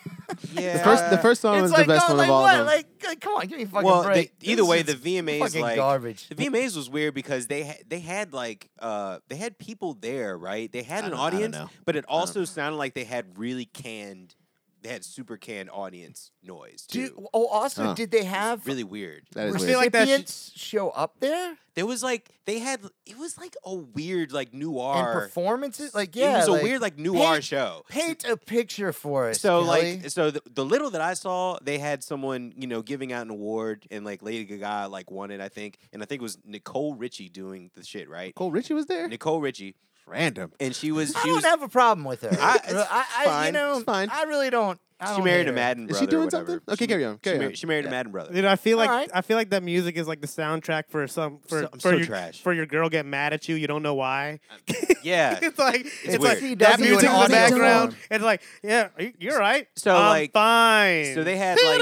A: yeah.
B: The first, the first song
D: it's
B: is
D: like,
B: the best
D: oh,
B: one
D: like
B: of all
D: what?
B: of them.
D: Like, like, come on, give me a fucking
A: well, the-
D: break.
A: either
D: This
A: way, the
D: shit's
A: VMAs
D: fucking
A: like
D: garbage.
A: The VMAs was weird because they ha- they had like uh they had people there, right? They had an
B: don't- I don't
A: audience,
B: know.
A: but it also sounded like they had really canned, they had super canned audience noise
D: Do
A: too.
D: you- oh, also,
B: Huh.
D: did they have
A: really weird.
B: that is
E: I
B: weird.
E: feel like that sh-
D: recipients show up there
A: There was like they had it was like a weird like
D: and
A: noir.
D: performances? Like, yeah,
A: it was
D: like,
A: a weird like noir
D: paint-
A: show.
D: Paint a picture for us.
A: So
D: Kelly.
A: like so the, the little that I saw, they had someone you know giving out an award, and like Lady Gaga like won it, I think, and I think it was Nicole Richie doing the shit, right?
B: Cole Richie was there.
A: Nicole Richie,
B: Random.
A: and she
B: (laughs)
A: was
D: I
A: she
D: don't
A: was
D: have a problem with her.
A: I-
D: I,
A: it's
D: I, I you
B: fine,
D: know,
B: it's fine.
D: I really don't. I
A: she
D: don't
A: married
D: hate
A: a Madden
B: Is
A: brother.
B: she
A: or
B: doing
A: whatever.
B: something?
A: She
B: Okay,
A: ma-
B: carry on,
A: she
B: carry
A: mar-
B: on.
A: She married a Madden brother.
D: (laughs)
E: Dude, I feel like
D: Alright.
E: I feel like that music is like the soundtrack for some for,
A: So- I'm
E: for
A: so
E: your
A: trash.
E: for your girl get mad at you. You don't know why. (laughs)
A: Yeah.
E: it's like it's,
A: weird.
E: like that
D: CW
E: music
D: and
E: in
D: audio
E: the background.
D: form.
E: It's like yeah, you- you're right.
A: So,
E: I'm
A: like-
E: fine.
A: So they had
D: (laughs)
A: like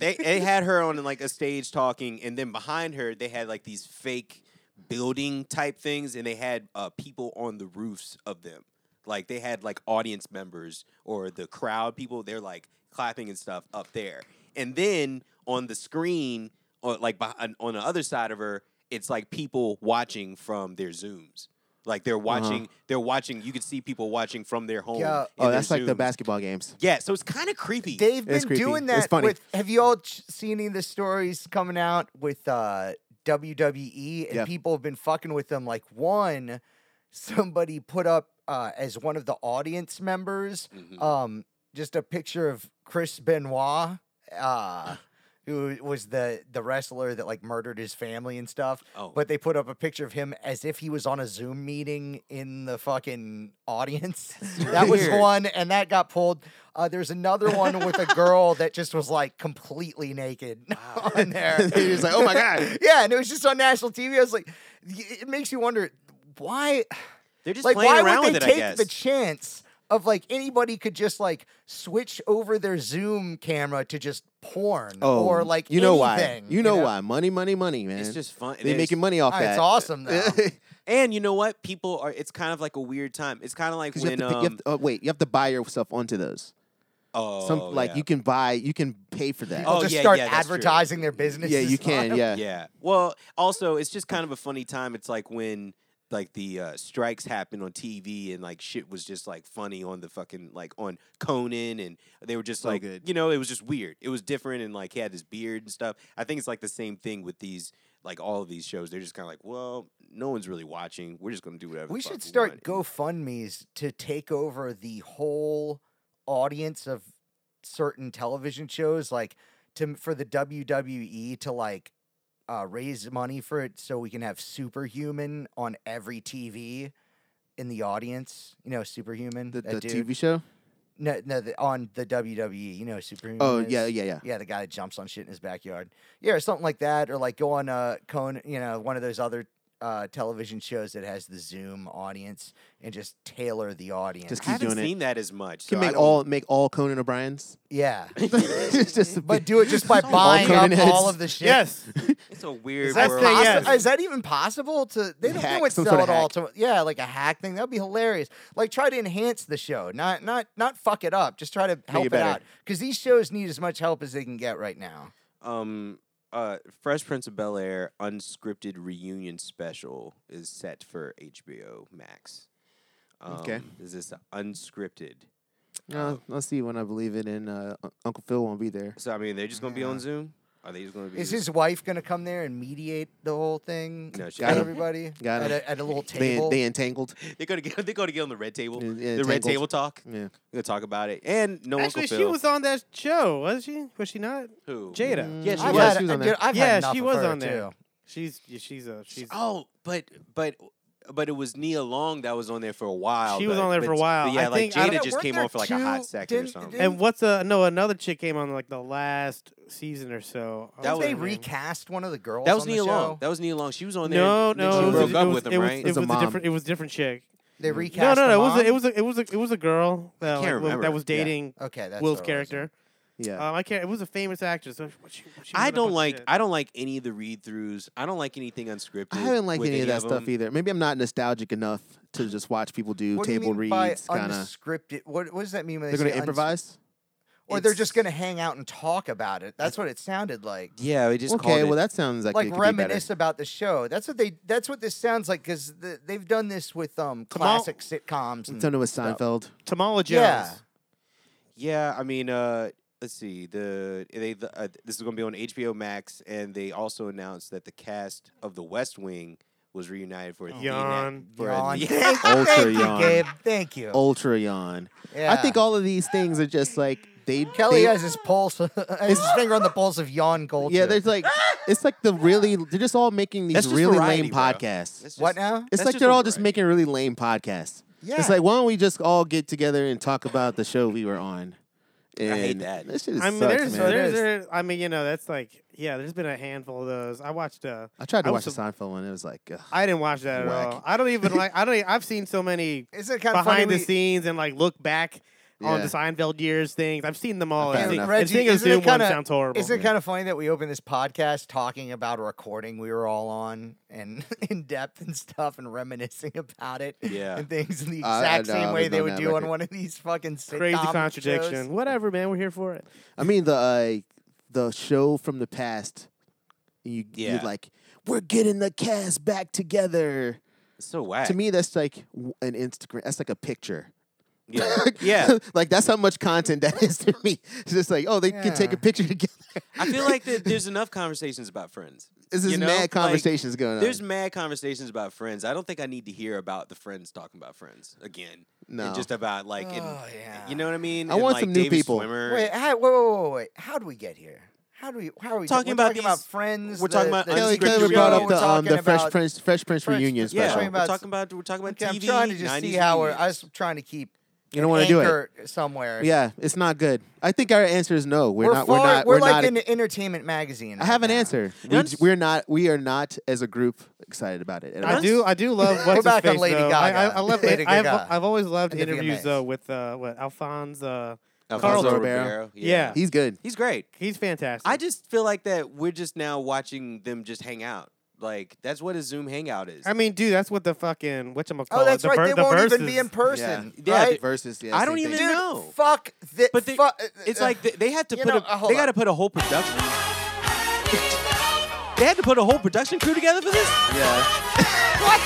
A: they they had her on like a stage talking, and then behind her they had like these fake building type things, and they had uh, people on the roofs of them. Like they had like audience members or the crowd people. They're like clapping and stuff up there, and then on the screen, or like behind, on the other side of her, it's like people watching from their zooms. Like they're
B: Uh-huh.
A: watching, they're watching. You can see people watching from their home.
D: Yeah.
A: in
B: Oh,
A: their
B: that's like the
A: Zooms.
B: basketball games. (laughs)
A: Yeah, so it's kind of creepy.
D: They've
B: It's
D: been
B: creepy.
D: doing
B: It's
D: that.
B: funny.
D: With, have you all ch- seen any of the stories coming out with uh, WWE? And
B: Yeah.
D: people have been fucking with them. Like one, somebody put up uh, as one of the audience members,
A: Mhm.
D: um, just a picture of Chris Benoit. Uh, Who was the the wrestler that like murdered his family and stuff?
A: Oh.
D: But they put up a picture of him as if he was on a Zoom meeting in the fucking
A: (laughs)
D: audience. that was
A: weird.
D: one, and that got pulled. Uh, there's another one with a girl that just was like completely naked (laughs)
A: (laughs)
D: on there.
B: You're just like, oh my god.
D: yeah, and it was just on national TV. I was like, y- it makes you wonder why,
A: They're just
D: like,
A: playing
D: why
A: around
D: would
A: with
D: they
A: it, I
D: take
A: guess.
D: the chance of like anybody could just like switch over their Zoom camera to just porn (laughs)
B: Oh,
D: or like
B: you know
D: anything,
B: why? You know, why? Money, money, money, man.
A: it's just fun.
B: they
A: There's-
B: making money off
D: Ah,
B: that.
D: it's awesome
B: (laughs)
D: though.
A: And you know what? People are. It's kind of like a weird time. It's kind of like
B: 'Cause you have
A: when
B: to, pick- you have
A: um.
B: to- oh, wait, you have to buy yourself onto those.
A: Oh,
B: Some like
A: yeah.
B: you can buy, you can pay for that.
A: Oh,
D: They'll just
A: yeah,
D: start
A: yeah, that's true.
D: advertising their business.
B: yeah, you can. Yeah.
A: Yeah. Well, also it's just kind of a funny time. It's like when like the uh, strikes happened on TV and like shit was just like funny on the fucking like on Conan and they were just
B: So
A: like
B: good.
A: you know it was just weird. It was different and like he had his beard and stuff. I think it's like the same thing with these like all of these shows. They're just kind of like, well, no one's really watching. We're just gonna do whatever. the
D: We
A: fuck
D: should
A: we
D: start
A: want.
D: GoFundMe's to take over the whole audience of certain television shows, like to for the WWE to like uh, raise money for it, so we can have Superhuman on every TV in the audience. You know, Superhuman,
B: The,
D: that
B: the
D: dude.
B: TV show?
D: No, no, the, on the WWE, you know, Superhuman.
B: Oh,
D: is?
B: yeah, yeah, yeah.
D: Yeah, the guy that jumps on shit in his backyard. Yeah, or something like that, or like go on uh Conan, you know, one of those other uh television shows that has the Zoom audience and just tailor the audience.
B: Just
A: I
B: keep
A: haven't
B: doing it.
A: seen that as much.
B: Can
A: so I
B: make
A: don't-
B: all make all Conan
D: (laughs)
B: O'Brien's. (laughs)
D: yeah,
B: it's just a
D: but
B: big-
D: do it just by
B: (laughs) All
D: buying up
B: Conan
D: all
B: heads.
D: of the shit.
A: (laughs)
E: Yes.
A: It's a weird
D: Is that,
A: world.
E: possi-
D: possi-
E: yes.
D: is that even possible to they don't, they
B: Hack,
D: would
B: some
D: sell
B: sort
D: it
B: of
D: all to yeah like a hack thing that'd be hilarious like try to enhance the show not not not fuck it up just try to help it,
A: better.
D: out because these shows need as much help as they can get right now
A: um uh Fresh Prince of Bel Air unscripted reunion special is set for HBO Max. Um,
B: Okay.
A: This is unscripted.
B: Uh, I'll see when I believe it, and uh, Un- Uncle Phil won't be there.
A: So I mean, they're just gonna be on Zoom. Are they just gonna be? (laughs)
D: is his wife gonna come there and mediate the whole thing
A: No, she-
D: with
B: Got 'em.
D: everybody
B: Got
D: at,
B: 'em.
D: a, at a little
B: They,
D: table
B: they entangled.
A: They're gonna get. (laughs) They're gonna get on the red table.
B: Yeah, yeah,
A: the red
B: Tangled.
A: table talk.
B: Yeah.
A: We're gonna talk about it. And no
E: Actually,
A: Uncle
E: she
A: Phil.
E: was on that show, was she? Was she not?
A: who?
E: Jada.
B: Mm,
A: Yeah, she
D: I've
A: was.
D: had,
B: She was on
D: I-
B: there.
D: dude, I've had
E: yeah,
D: enough
E: she
D: of
E: was
D: her,
E: on there.
D: too.
E: She's yeah, she's a she's.
A: Oh, but but but it was Nia Long that was on there for a while.
E: She was
A: but-
E: on there
A: but-
E: for a while.
A: but yeah,
E: I
A: like
E: think- I
A: Jada
E: don't-
A: just
D: weren't
A: came
D: there
A: on for like a hot
D: two-
A: second or
D: didn't-
A: something.
D: didn't-
E: And what's a no? Another chick came on like the last season or so.
A: That
E: Oh,
A: was-
D: they
E: man.
D: recast one of the girls
A: that was
D: on the
A: Nia Long.
D: show?
A: That was Nia Long. She was on there.
E: No,
A: and then
E: no,
A: she
E: it was,
A: broke
E: it
A: up
E: was,
A: with him,
E: it was,
A: right?
E: It was,
B: It's a
E: a
B: mom.
E: different. It was a different chick.
D: they
E: No,
D: recast
E: no,
D: the
E: no. It was
D: mom?
E: a, it was a, it was a, it was a girl that,
A: can't
E: like, was-
A: remember.
E: that was
A: Yeah.
E: dating
D: okay that's what
E: Will's
D: it was.
E: character.
B: Yeah.
E: Um, I can't. It was a famous actress. So what she- what she was
A: I
E: in a bunch
A: don't
E: of
A: like
E: shit.
A: I don't like any of the read throughs. I don't like anything unscripted.
B: I haven't liked
A: with
B: any of that stuff
A: them.
B: either. Maybe I'm not nostalgic enough to just watch people do
D: What
B: table
D: do you mean
B: reads.
D: by
B: Kind of.
D: unscripted? What, what does that mean when they
B: They're gonna
D: say uns-
B: improvise.
D: or they're
A: It's-
D: just going to hang out and talk about it? That's what it sounded like.
A: Yeah, it just
B: Okay.
A: called
B: Well,
A: it-
B: that sounds like,
D: like
B: it could be better.
D: reminisce about the show. That's what they. That's what this sounds like because the, they've done this with um
E: Tomorrow-
D: classic sitcoms. And,
B: Something
D: (laughs)
B: with Seinfeld.
E: Tamala Jones.
D: yeah,
A: yeah. I mean, uh, let's see. The they the, uh, this is going to be on HBO Max, and they also announced that the cast of The West Wing was reunited
E: Oh,
A: for
B: Oh.
A: a
E: Yawn.
A: for a-
D: Yawn.
A: yeah.
D: Thank,
B: Ultra
D: thank
B: yawn.
D: you, Gabe. Thank you.
B: Ultra yawn. I
D: Yeah.
B: think all of these things are just like they.
D: Kelly
B: they,
D: has his pulse, (laughs) has his finger on the pulse of yawn culture.
B: Yeah, there's like it's like the really they're just all making these
A: That's just
B: really
A: variety,
B: lame
A: bro.
B: podcasts.
A: That's
D: what
A: just-
D: now?
B: it's
A: that's
B: like
A: just
B: they're
A: what
B: all
A: we're
B: just
A: at.
B: making really lame podcasts.
D: Yeah.
B: It's like why don't we just all get together and talk about the show we were on? And
A: hate that.
B: That shit
E: I mean,
B: sucks,
E: there's,
B: man.
E: there's, there- I mean, you know, that's like, yeah, there's been a handful of those. I watched. Uh,
B: I tried to
E: I
B: watch
E: was
B: the
E: so-
B: Seinfeld one. It was like, ugh.
E: I didn't watch that at
B: Whack.
E: all. I don't even like. I don't. e- I've seen so
D: (laughs)
E: many
D: Isn't it kind of
E: behind
D: funny?
E: the scenes and like look back on the
B: Yeah.
E: Seinfeld years things. I've seen them all.
B: Fair enough.
E: and think- and
D: Reggie,
E: seeing us
D: isn't it
E: do one
D: kinda-
E: sounds horrible.
D: Isn't it kind of funny that we open this podcast talking about a recording we were all on and (laughs) in depth and stuff and reminiscing about it
A: Yeah.
D: and things in the
B: I- I
D: exact
B: know,
D: same
B: I've
D: way
B: been
D: they
B: on
D: would
B: that
D: do on
B: record.
D: one of these fucking sitcom
E: crazy
D: shows.
E: contradiction? Whatever, man. We're here for it.
B: I mean the uh, the show from the past. You
A: Yeah.
B: you're like, we're getting the cast back together.
A: It's so whack.
B: To me, that's like w- an Instagram. That's like a picture.
A: yeah,
B: (laughs)
A: yeah.
B: like that's how much content that is to me. It's just like, oh, they can take
D: Yeah.
B: a picture (laughs) together.
A: I feel like
B: (laughs)
A: that there's enough conversations about friends.
B: This is
A: You know, like,
B: mad conversations going on.
A: There's mad conversations about friends. I don't think I need to hear about the friends talking about friends again. And
B: No.
A: just about like, and-
D: Oh, yeah.
A: you know what I mean?
B: I
A: And,
B: want
A: like,
B: some new
A: David
B: people.
A: Swimmer.
D: Wait, how, wait, wait, wait, wait. How do we get here? How do we? How are we
A: Talking
D: we're
A: about
D: talking about
A: these-
D: friends?
A: we're talking
D: the-
A: about
D: the
B: Kelly,
A: unscripted
B: Kelly
A: show.
B: brought up
D: we're
B: the um, the
D: talking
B: Fresh
D: about-
B: Prince Fresh Prince
D: Fresh-
B: reunion
A: yeah,
B: special.
A: we're
D: talking about-
A: talking about we're talking about
D: Okay, I'm
A: TV.
D: trying to just
A: 90s
D: see how we're.
A: reunion.
D: I was trying to keep.
B: You don't want to do it.
D: anchor somewhere.
B: Yeah, it's not good. I think our answer is no. We're,
D: We're,
B: not.
D: far,
B: we're not. We're,
D: like
B: not.
D: an entertainment magazine.
B: I have
D: right
B: an
D: now.
B: answer. We,
A: That's-
B: j- we're not. We are not as a group excited about it. At
E: I
B: all.
E: do. I do (laughs) love. What's his
D: back on
E: face,
D: Lady
E: though. I- I,
D: Gaga.
E: I (laughs) love.
D: Lady
E: I've,
D: Gaga.
E: I've always loved
D: And the
E: interviews
D: VMAs.
E: though with uh, what Alphonse. Uh,
A: Alfonso
E: Carl
B: Ribeiro.
E: Yeah.
B: He's good.
A: he's great.
E: he's fantastic.
A: I just feel like that we're just now watching them just hang out. Like that's what a Zoom hangout is.
E: I mean, dude, that's what the fucking whatchamacallit.
D: Oh, that's
E: the
D: right.
E: ver-
D: they
E: the
D: won't even
E: verses.
D: be in person.
A: Yeah,
D: right?
B: Versus. Yeah,
A: I
B: same
A: don't
B: thing.
A: even
D: Dude,
A: know.
D: Fuck. Thi- uh,
A: But they,
D: fuck-
A: it's like they, they had to
D: you
A: put
D: know,
A: a
D: uh, hold
A: they got to
D: on.
A: put a whole production. they had to put a whole production crew together for this.
B: Yeah.
D: What?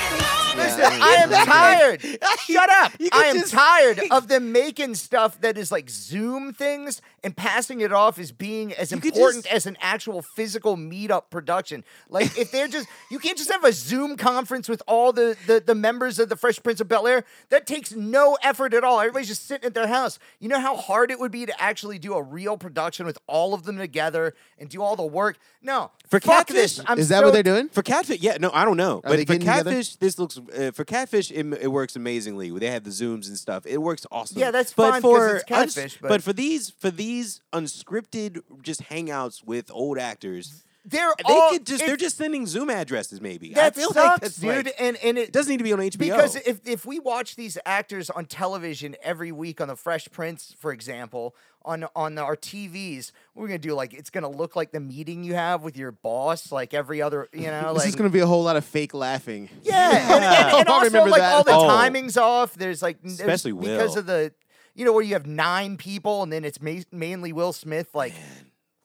D: Listen, I am tired.
A: (laughs)
D: Shut up. I am tired of them making stuff that is like Zoom things and passing it off as being as
A: could
D: important
A: just-
D: as an actual physical meetup production. Like if they're just you can't just have a Zoom conference with all the, the, the members of the Fresh Prince of Bel Air. That takes no effort at all. Everybody's just sitting at their house. You know how hard it would be to actually do a real production with all of them together and do all the work? No.
A: For
D: fuck
A: Catfish,
D: this. I'm
B: Is that what
D: so-
B: they're doing?
A: For catfish, yeah, no, I don't know, but
B: they
A: for
B: getting together?
A: catfish, this looks uh, for catfish, it, it works amazingly. They have the zooms and stuff; it works awesome.
D: Yeah, that's
A: but
D: fine 'cause
A: for
D: it's Catfish, but-
A: for these for these unscripted just hangouts with old actors,
D: They're
A: they
D: all
A: could just they're
D: it's-
A: just sending Zoom addresses. Maybe
D: that
A: I feel
D: sucks,
A: like that's
D: dude.
A: like-
D: and and
A: it
D: it
A: doesn't need to be on HBO
D: because if if we watch these actors on television every week on the Fresh Prince, for example, on on our TVs, we're gonna do like it's gonna look like the meeting you have with your boss, like every other, you know,
B: This
D: like
B: is gonna be a whole lot of fake laughing.
D: (laughs) yeah, and, and,
B: (laughs)
D: and
B: I
D: also
B: remember
D: like
B: that.
D: all the
A: Oh.
D: timings off. There's like n- there's-
A: Especially
D: because
A: Will.
D: of the you know where you have nine people and then it's ma- mainly Will Smith like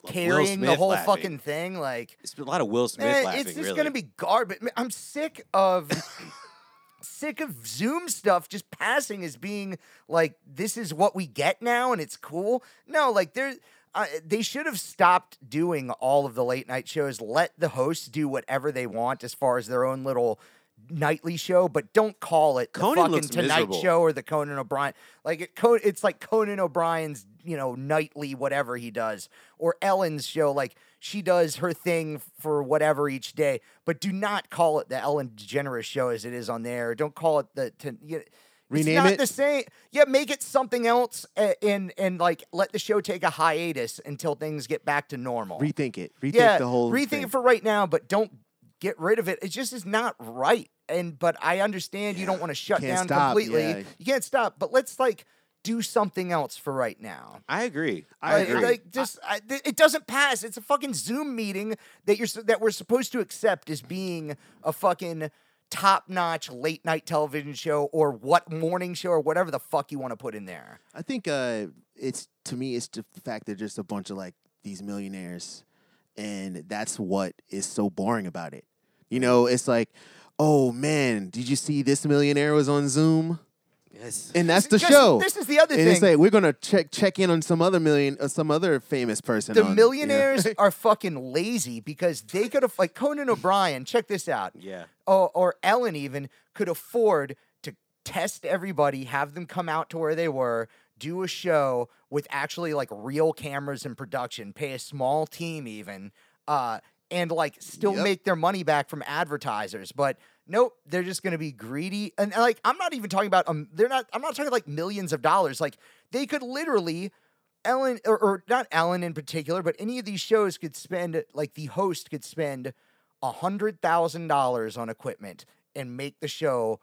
D: carrying the
A: Smith
D: whole
A: laughing.
D: fucking thing, like.
A: it's a lot of Will Smith
D: Man,
A: laughing.
D: Eh, it's just
A: really.
D: gonna be garbage. Man, I'm sick of sick of Zoom stuff just passing as being like this is what we get now and it's cool. No, like there. Uh, they should have stopped doing all of the late night shows. Let the hosts do whatever they want as far as their own little nightly show, but don't call it the
A: Conan
D: fucking
A: looks
D: Tonight
A: miserable.
D: Show or the Conan O'Brien. Like it, Co- it's like Conan O'Brien's, you know, nightly whatever he does, or Ellen's show. Like she does her thing for whatever each day, but do not call it the Ellen DeGeneres show as it is on there. Don't call it the. To, you
B: Rename
D: it's not
B: it?
D: the same. Yeah, make it something else, a- and and like let the show take a hiatus until things get back to normal
B: Rethink it. Rethink
D: yeah,
B: the whole.
D: rethink
B: thing.
D: it for right now, but don't get rid of it. It just is not right. And but I understand you don't want to shut
B: Can't
D: down
B: stop,
D: completely.
B: yeah.
D: You can't stop, but let's like do something else for right now.
A: I agree. I
D: Like,
A: agree.
D: like just I, th- it doesn't pass. It's a fucking Zoom meeting that you're s- that we're supposed to accept as being a fucking top-notch late night television show or what morning show or whatever the fuck you want to put in there.
B: I think uh, it's to me it's just the fact they're just a bunch of like these millionaires, and that's what is so boring about it. You know, it's like, oh man, did you see this millionaire was on Zoom?
A: yes.
B: And that's the
D: 'Cause
B: show.
D: This is the other
B: and
D: thing.
B: it's like we're gonna check check in on some other million, uh, some other famous person.
D: the
B: on, you know.
D: millionaires are fucking lazy because they could have like Conan O'Brien. Check this out.
A: Yeah.
D: Or, or Ellen even could afford to test everybody, have them come out to where they were, do a show with actually like real cameras and production, pay a small team even, uh, and like still
B: Yep.
D: make their money back from advertisers. But nope, they're just gonna be greedy. And like I'm not even talking about um, they're not. I'm not talking like millions of dollars. Like they could literally. Ellen, or, or not Ellen in particular, but any of these shows could spend, like the host could spend a hundred thousand dollars on equipment and make the show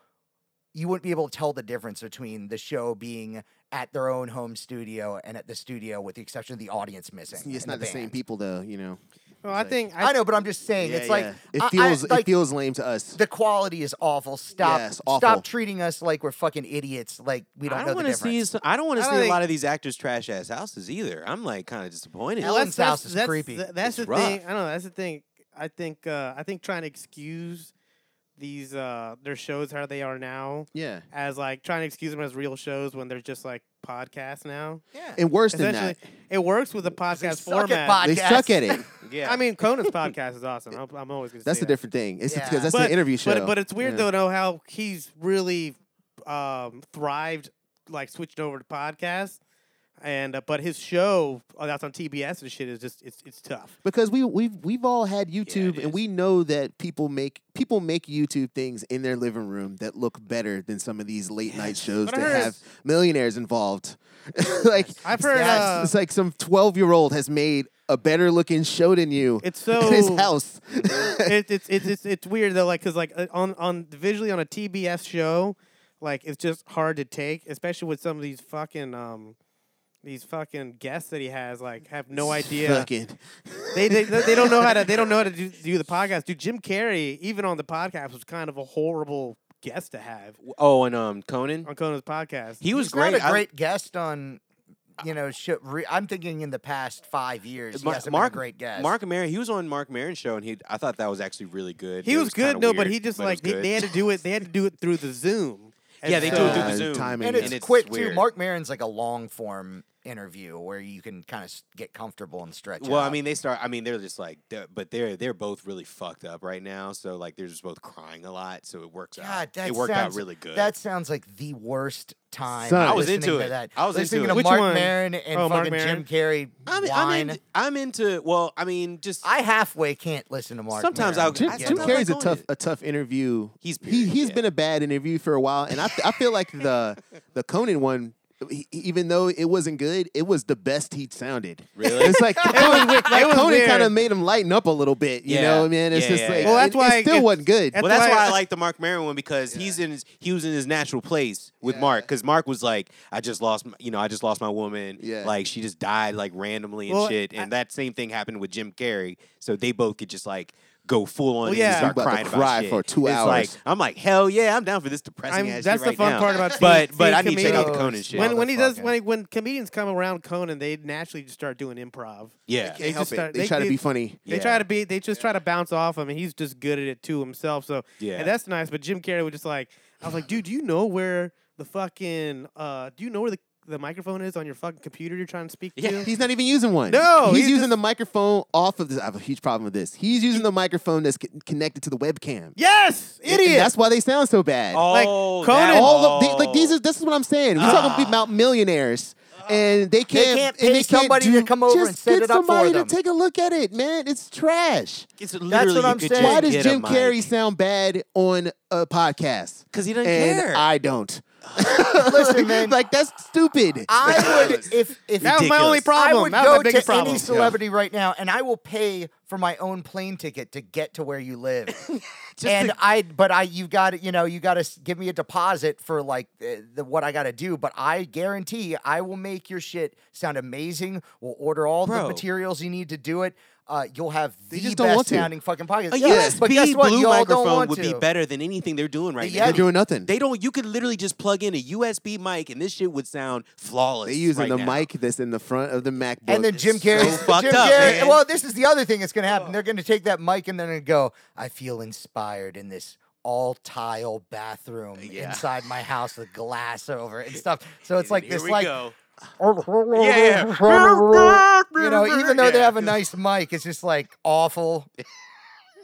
D: you wouldn't be able to tell the difference between the show being at their own home studio and at the studio with the exception of the audience missing
B: It's- it's
D: and
B: not the, same
D: band.
B: people though. You know,
E: Well, I
B: Like-
E: think
D: i know but i'm just saying
B: Yeah,
D: it's like
B: yeah. it
D: I- I-
B: feels
D: like,
B: it feels lame to us.
D: the quality is awful stop
B: Yes, awful.
D: stop treating us like we're fucking idiots like we don't,
A: I don't
D: know
A: want
D: the
A: to
D: difference
A: see. s- I don't want
E: I
A: to
E: don't
A: see a
E: think-
A: lot of these actors trash ass houses either. I'm like kind of disappointed.
D: Ellen- Ellen's house is
E: that's,
D: creepy.
E: th- that's
A: It's
E: the thing.
A: rough.
E: I don't know. That's the thing. I think. Uh, I think trying to excuse these uh, their shows how they are now
B: yeah,
E: as like trying to excuse them as real shows when they're just like podcasts now.
D: yeah
B: and worse than
E: Essentially,
B: that,
E: it works with the podcast
D: suck
E: format.
D: at
B: they
D: podcasts.
B: suck
D: (laughs)
B: at it.
A: Yeah.
E: I mean, Conan's podcast is awesome. I'm, I'm always gonna.
B: That's
E: say
B: a
E: that.
B: different thing. It's
D: Yeah.
B: because that's
E: but,
B: an interview show.
E: But, but it's weird
B: Yeah.
E: though, know how he's really um, thrived, like switched over to podcasts, and uh, but his show oh, that's on TBS and shit is just it's
B: (laughs)
E: it's tough.
B: because we we've we've all had YouTube
A: it
B: and we know that people make people make YouTube things in their living room that look better than some of these late night shows
E: But I
B: that
E: heard
B: have millionaires involved. (laughs) like
E: I've heard
B: it's-
E: uh,
B: it's like some twelve year old has made a better looking show than you
E: it's
B: in his
E: so
B: house.
E: (laughs) it, it's it's it's it's weird though, like because like uh, on on visually on a TBS show, like it's just hard to take, especially with some of these fucking um these fucking guests that he has, like have no idea.
B: Fucking
E: They, they they don't know how to they don't know how to do, do the podcast. Dude, Jim Carrey even on the podcast was kind of a horrible guest to have
A: oh, and um, Conan.
E: on Conan's podcast.
A: He was
D: He's
A: great.
D: not a
A: I-
D: great guest on you know, should re- I'm thinking in the past five years,
A: Mar-
D: yes, I'm
A: Mark-
D: a great guest.
A: Mark Maron, he was on Mark Maron's show, and he I thought that was actually really good.
E: He
A: It
E: was, good,
A: kinda
E: no, but
A: weird,
E: he just
A: it was
E: like they,
A: good.
E: they had to do it. They had to do it through the Zoom.
A: (laughs) Yeah, they do it through the
B: Uh,
A: Zoom.
B: timing.
D: and
B: and
D: it's,
A: it's
D: quick
A: weird.
D: too. Mark Maron's like a long form interview where you can kind of get comfortable and stretch.
A: Well, I
D: out.
A: mean, they start. I mean, they're just like, they're- but they're they're both really fucked up right now. So like, they're just both crying a lot. So it works
D: God,
A: out.
D: that
A: it worked
D: sounds,
A: out really good.
D: That sounds like the worst time.
B: Son. I
A: was
D: listening
A: into
D: to
A: it.
D: That.
A: I was
D: listening
A: into
D: to
E: it. Which
D: Mark
E: one?
D: Maron and
E: Oh, Mark
D: fucking Jim
E: Maron.
D: Carey
A: I'm,
D: wine.
A: I'm, in, I'm into. Well, I mean, just
D: I halfway can't listen to Mark.
A: Sometimes
D: Maron.
A: I'll-
B: Jim,
A: I-
B: Jim
A: I- I
B: Carrey's a
A: like
B: tough
A: it.
B: a tough interview.
A: He's
B: he
A: period,
B: he's
A: yeah.
B: been a bad interview for a while, and I I feel
A: (laughs)
B: like the the Conan one, he- even though it wasn't good, it was the best he sounded.
A: Really?
B: it's
A: (laughs)
B: like Conan, like Conan kind of made him lighten up a little bit. You
A: Yeah.
B: know, man, it's
A: Yeah,
B: just
A: yeah,
B: like
A: yeah. Well,
E: that's
B: it-
E: why
B: it still
E: it's-
B: wasn't good.
E: that's
A: well, that's
E: why-
A: why I like the Mark Maron one because he's in his, he was in his natural place with Mark because Mark was like, I just lost, my, you know, I just lost my woman.
B: Yeah.
A: Like she just died like randomly and
E: Well,
A: shit, and
E: I-
A: that same thing happened with Jim Carrey. So they both could just like go full on
E: Well,
A: and
E: yeah.
A: just start
B: You about to
A: crying
B: cry
A: about shit.
B: for two
A: It's
B: hours.
A: Like, I'm like, hell yeah, I'm down for this depressing
E: I'm-
A: ass
E: that's
A: shit
E: the
A: right
E: fun
A: now.
E: part about
A: but
E: seeing-
A: but
E: seeing
A: I need to check out the
E: comedians.
A: Conan shit.
E: When when he does
D: Motherfucker.
E: when when comedians come around Conan, they naturally just start doing improv.
A: yeah,
E: They
B: Can't help
E: just
B: it.
E: start-
B: they,
E: they
B: try to
E: did-
B: be funny.
E: They
A: Yeah.
E: try to be. They just try to bounce off him, and he's just good at it too himself. So
A: Yeah.
E: and that's nice. But Jim Carrey was just like, I was like, dude, do you know where the fucking uh, do you know where the, the microphone is on your fucking computer you're trying to speak
A: Yeah.
E: to?
B: He's not even using one.
E: No,
B: he's,
E: he's
B: using
E: just-
B: the microphone off of this. I have a huge problem with this. He's using the microphone that's con- connected to the webcam.
E: Yes,
B: And- and
E: idiot.
B: that's why they sound so bad.
A: oh,
E: like,
A: that-
E: Conan-
B: all of the,
D: Oh.
B: like these is this is what I'm saying. We're talking about millionaires, and they can't.
D: Ah. can't
B: and
D: pay somebody
B: do-
D: to come over
B: just
D: and set
B: get
D: it up for
B: somebody
D: them.
B: to take a look at it, man. It's trash.
A: it's literally
D: what
A: you
D: I'm
A: could
D: saying.
A: just
B: Why does
A: get a
B: Jim
A: mic.
B: Carrey sound bad on a podcast?
A: Because he doesn't
B: and
A: care.
B: I don't.
D: (laughs)
B: (laughs)
D: Listen, man.
B: like that's stupid.
D: I would if if
E: that was my only
A: ridiculous.
E: problem.
D: I would
E: that was
D: go
E: my biggest
D: to
E: problem.
D: any celebrity right now, and I will pay for my own plane ticket to get to where you live. and I, but I, you got to, you know, you got to give me a deposit for like the, the what I got to do. But I guarantee I will make your shit sound amazing. We'll order all
A: Bro.
D: the materials you need to do it. Uh, you'll have the
B: just don't
D: best
B: want to.
D: sounding fucking podcast.
A: A
D: Yes, but guess
A: USB
D: what?
A: blue
D: Y'all don't
A: microphone
D: want
A: would be
D: to.
A: better than anything they're doing right
D: Yeah.
A: now.
B: They're doing nothing.
A: They don't. You could literally just plug in a USB mic, and this shit would sound flawless.
B: They're
A: right
B: using the
A: now.
B: mic that's in the front of the MacBook.
D: And then Jim Carrey.
A: fucked
D: Jim
A: up,
D: Carrey
A: man.
D: Well, this is the other thing that's going to happen. They're going to take that mic and they're going to go, I feel inspired in this all tile bathroom
A: Yeah.
D: inside my house with glass over it and stuff.
A: (laughs)
D: So it's like
A: Here
D: this,
A: we
D: like,
B: (laughs)
A: go.
D: (laughs) yeah, you know, even though they have
A: (laughs)
D: a nice mic, it's just like awful.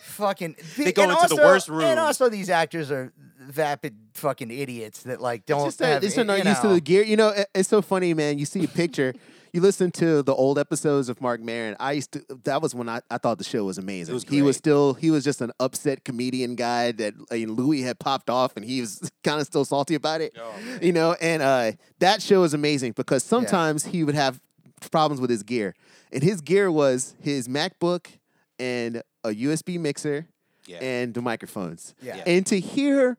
D: Fucking,
A: They go
D: and
A: into the
D: also-
A: worst room.
D: And also, these actors are vapid fucking idiots that like don't
B: It's just that
D: have. you
B: they're not used to
D: know.
B: the gear. You know, it- it's so funny, man. You see a picture. You listen to the old episodes of Mark Maron. I used to. That was when I, I thought the show was amazing.
A: It was
B: he was
A: great.
B: still. He was just an upset comedian guy that I mean, Louis had popped off, and he was (laughs) kind of still salty about it.
A: Oh,
B: you know, and uh, that show is amazing because sometimes he would have problems with his gear, and his gear was his MacBook and a USB mixer
A: Yeah.
B: (laughs) and the microphones.
D: Yeah. Yeah.
B: And to hear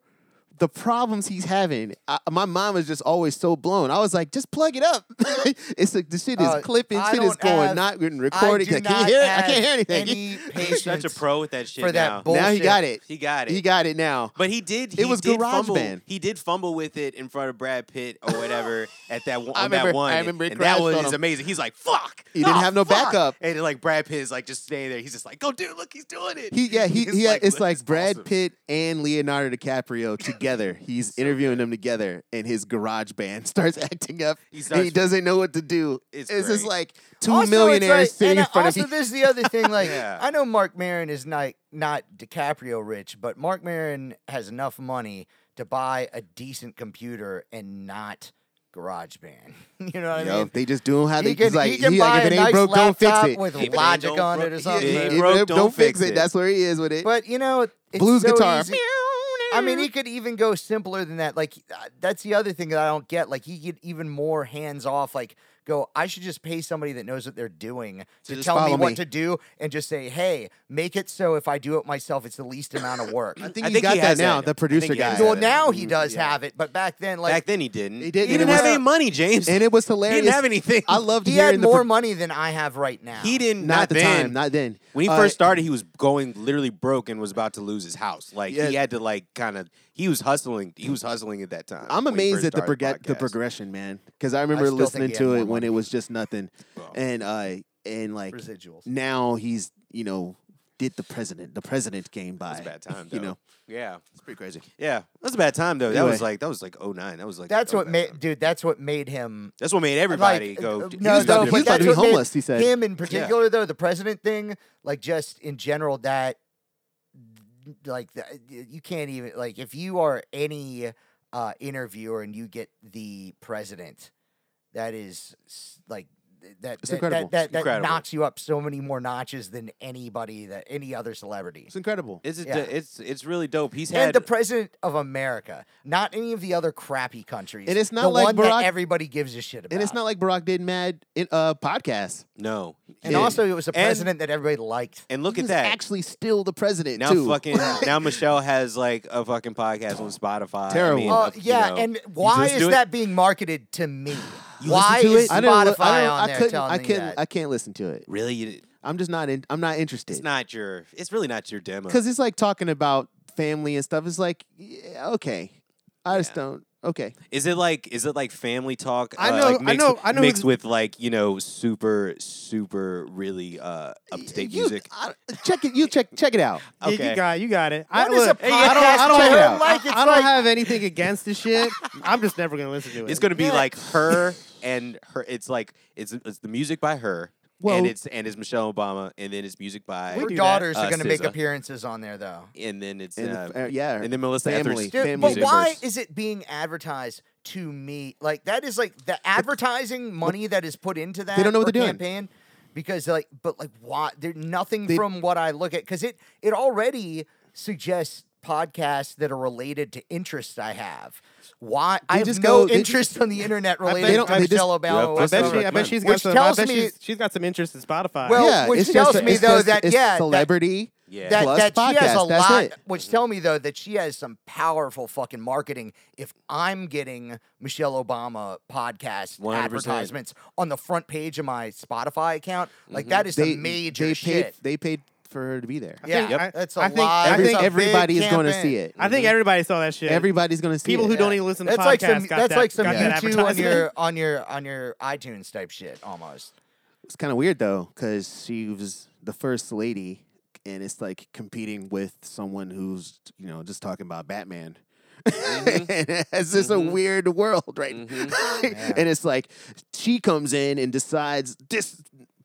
B: the problems he's having, I, my mind was just always so blown. I was like, just plug it up. (laughs) it's like the shit is
D: Uh,
B: clipping,
D: I
B: shit is
D: don't
B: going,
D: have-
B: not getting
D: I
B: recorded.
D: do
B: I, (laughs) can't
D: not
B: hear it. I
D: have
B: can't hear
A: (laughs)
B: anything.
D: Any
A: He's such a
D: patience
A: pro with that shit
D: for that
A: now.
D: bull-
B: (laughs) now he
D: bullshit.
B: got it.
A: he got it.
B: He got it now.
A: but he did.
B: It
A: He
B: was
A: did
B: Garage
A: fumble.
B: Band.
A: He did fumble with it in front of Brad Pitt or whatever
B: (laughs)
A: at that one.
B: I
A: on
B: remember-
A: that one.
B: I remember it
A: and that
B: crashed
A: one
B: on
A: is
B: him.
A: amazing. He's like, "Fuck."
B: He didn't
A: oh,
B: have no
A: fuck.
B: backup.
A: And like Brad Pitt is like just staying there. He's just like, "Go, dude! Look, he's doing it."
B: He yeah he,
A: He's
B: he it's
A: "Look,
B: like
A: this is
B: Brad
A: awesome."
B: Pitt and Leonardo
D: (laughs)
B: DiCaprio together. He's interviewing them together, and his garage band (laughs) starts acting up.
A: He
B: and he
A: starts-
B: doesn't know what to do.
A: It's
B: just
A: great.
B: like two
D: Also, it's
B: millionaires
D: like-
B: sitting
D: and
B: in
D: uh,
B: front of
D: also,
B: him.
D: this is the other thing. Like,
A: (laughs) Yeah.
D: I know Mark Maron is not not DiCaprio rich, but Mark Maron has enough money to buy a decent computer and not GarageBand. (laughs) you know what I
B: Yo,
D: mean?
B: they just do how they
D: he can,
B: he's like
D: he can
B: he
D: buy
B: like if
D: a
B: it
D: nice
B: ain't broke, don't fix
D: laptop
B: it.
D: With
A: If it ain't
D: Logic
A: don't
D: on
A: bro-
D: it or
A: yeah,
D: something.
A: yeah,
B: If
A: ain't
B: it
A: broke,
B: don't,
A: don't
B: fix
A: fix
B: it.
A: it.
B: That's where he is with it.
D: But you know, it's
B: Blues
D: so
B: guitar.
D: easy- I mean, he could even go simpler than that. Like, uh, that's the other thing that I don't get. Like, he get even more hands off. Like, go. I should just pay somebody that knows what they're doing
B: So
D: to
B: just
D: tell me
B: follow
D: what
B: me.
D: to do, and just say, "Hey, make it so if I do it myself, it's the least amount of work."
B: I think
A: I
B: he
A: think
B: got
A: he
B: that
A: has
B: now.
A: that. I
B: The
A: think
B: producer
A: he
B: guy.
A: has
D: (laughs) well,
A: that.
D: now he does have it, but back then, like,
A: Back then he didn't.
B: He didn't,
A: He
B: and it
A: didn't have
B: was-
A: any money, James.
B: and it was
A: he
B: hilarious.
A: didn't have anything.
B: I loved
D: he
B: hearing
D: had
B: the pro-
D: more money than I have right now.
A: (laughs) He didn't.
B: not,
A: Not,
B: the
A: then.
B: time, not then.
A: When he
B: Uh,
A: first started, he was going literally broke and was about to lose his house. Like
B: Yeah.
A: he had to like kind of he was hustling. He was hustling at that time.
B: I'm
A: when he
B: amazed
A: first
B: at the,
A: started
B: prog- the
A: podcast.
B: progression, man. Because I remember
D: still think
B: listening
D: he had
B: to
D: more
B: it when
D: money.
B: it was just nothing,
A: Well,
B: and uh, and like
D: residuals.
B: now he's you know did the president the president came
A: That's
B: by.
A: a bad time,
B: (laughs) you
A: though.
B: know.
A: yeah,
B: It's pretty crazy.
A: yeah. That was a bad time though. That was
B: Anyway.
A: like that was like 09. That was like
D: That's
A: that was
B: Oh,
D: what
A: a bad
D: made,
A: time.
D: dude. That's what made him
A: That's what made everybody
D: like,
A: go.
D: uh,
A: d-
D: No,
B: he was about
D: no,
B: to, he
D: but
B: was about to be
D: that's what made
B: homeless. He said.
D: him in particular though the president thing like just in general that like the, you can't even like if you are any uh interviewer and you get the president that is s- like th- that
B: It's
D: that,
B: incredible.
D: that, that,
A: It's
D: that
A: incredible.
D: knocks you up so many more notches than anybody that any other celebrity
B: It's incredible.
A: It's, a
D: Yeah.
A: d- it's it's really dope. He's
D: and
A: had
D: the president of America, not any of the other crappy countries.
B: And it's not
D: the
B: like
D: one
B: Barack-
D: that everybody gives a shit about.
B: And it's not like Barack did mad in uh, podcast.
A: no.
D: And
B: Yeah.
D: also, it was a
A: And-
D: president that everybody liked.
A: And look
B: he
A: at
B: was
A: that.
B: Actually, still the president
A: now
B: too.
A: fucking now Michelle has like a fucking podcast on Spotify. I
B: Terrible.
A: mean,
D: Oh
A: uh, you
D: yeah,
A: know,
D: and
A: you
D: why
A: listen
D: is
A: to it?
D: that being marketed to me?
A: You
D: why
A: listen to
D: is
A: it?
B: I
D: Spotify
B: didn't li- I, don't-
D: on
B: I
D: there
B: couldn't.
D: telling
B: I
D: me
B: couldn't.
D: that?
B: I can't listen to it.
A: really? You,
B: I'm just not. In, I'm not interested.
A: it's not your. It's really not your demo.
B: because it's like talking about family and stuff. It's like, yeah, okay, I just
A: Yeah.
B: don't. Okay,
A: Is it like is it like family talk?
E: I
A: uh,
E: know-
A: like
E: I
A: mixed,
E: know- I know
A: mixed
E: ex-
A: with like you know super super really uh, up to date
B: you,
A: music.
B: I, check it. You check check it out.
E: Yeah,
A: Okay.
E: you got you got it. I
D: What is a
E: look, I don't, I
D: podcast
E: don't,
D: to
E: have,
D: her?
E: I-
D: Like,
E: I
D: it's
E: don't
D: like-
E: have anything against
A: (laughs)
E: the shit. I'm just never gonna listen to it.
A: It's gonna be
D: Yeah.
A: like her and her. It's like it's it's the music by her.
B: Well-
A: and it's and it's Michelle Obama, and then it's music by,
E: We
D: Her
E: do that.
D: daughters
A: Uh,
D: are going to make
A: SZA.
D: appearances on there though.
A: and then it's
B: And
A: uh,
B: the- uh, yeah,
A: and then Melissa
B: family.
A: Etheridge.
B: Dude,
D: Dude,
B: Family
D: but why
A: members.
D: is it being advertised to me? Like that is like the advertising money that is put into that.
B: don't know what
D: for
B: they're doing.
D: Campaign, because like, but like, why? There's nothing
B: They-
D: from what I look at because it it already suggests podcasts that are related to interests I have. Why I have
B: just
D: no
B: go- they-
D: interest on the internet
E: bet-
D: related
E: they don't-
D: to
E: they
B: just-
D: Michelle Obama.
A: I
E: I
A: That's
E: bet
A: what
E: she,
A: I
E: I
A: recommend.
E: bet she's got
D: Which
E: some. I
D: tells
E: bet she's,
D: me-
E: she's got some interest in Spotify.
D: Well,
B: yeah,
D: which
B: it's
D: tells
B: just,
D: me,
B: it's
D: though,
B: just-
D: that-
B: it's
D: yeah, that-
B: celebrity
A: Yeah.
D: that,
B: plus
D: that
B: podcast.
D: she has a
B: That's
D: lot,
B: it.
D: which tell me though that she has some powerful fucking marketing. If I'm getting Michelle Obama podcast
A: 100%.
D: advertisements on the front page of my Spotify account, like that is
B: They
D: some major
B: they paid
D: shit.
B: they paid for her to be there.
E: I think-
D: yeah,
E: I-
D: that's a
E: I think-
D: lot.
E: I
B: Every-
E: think-
D: that's a
B: everybody
D: big
B: is going to
D: campaign.
B: see it. Mm-hmm.
E: I
A: Mm-hmm.
E: think everybody saw that shit.
B: Everybody's going to see
E: people
B: it.
E: who don't even listen to
D: That's
E: podcasts
D: like some.
E: got
D: That's
E: that,
D: like some
E: got that
D: YouTube on your
E: advertisement.
D: on your on your iTunes type shit almost.
B: it's kind of weird though because she was the first lady, and it's like competing with someone who's you know just talking about Batman.
D: Mm-hmm.
B: (laughs) and it's just a weird world right (laughs) and it's like she comes in and decides this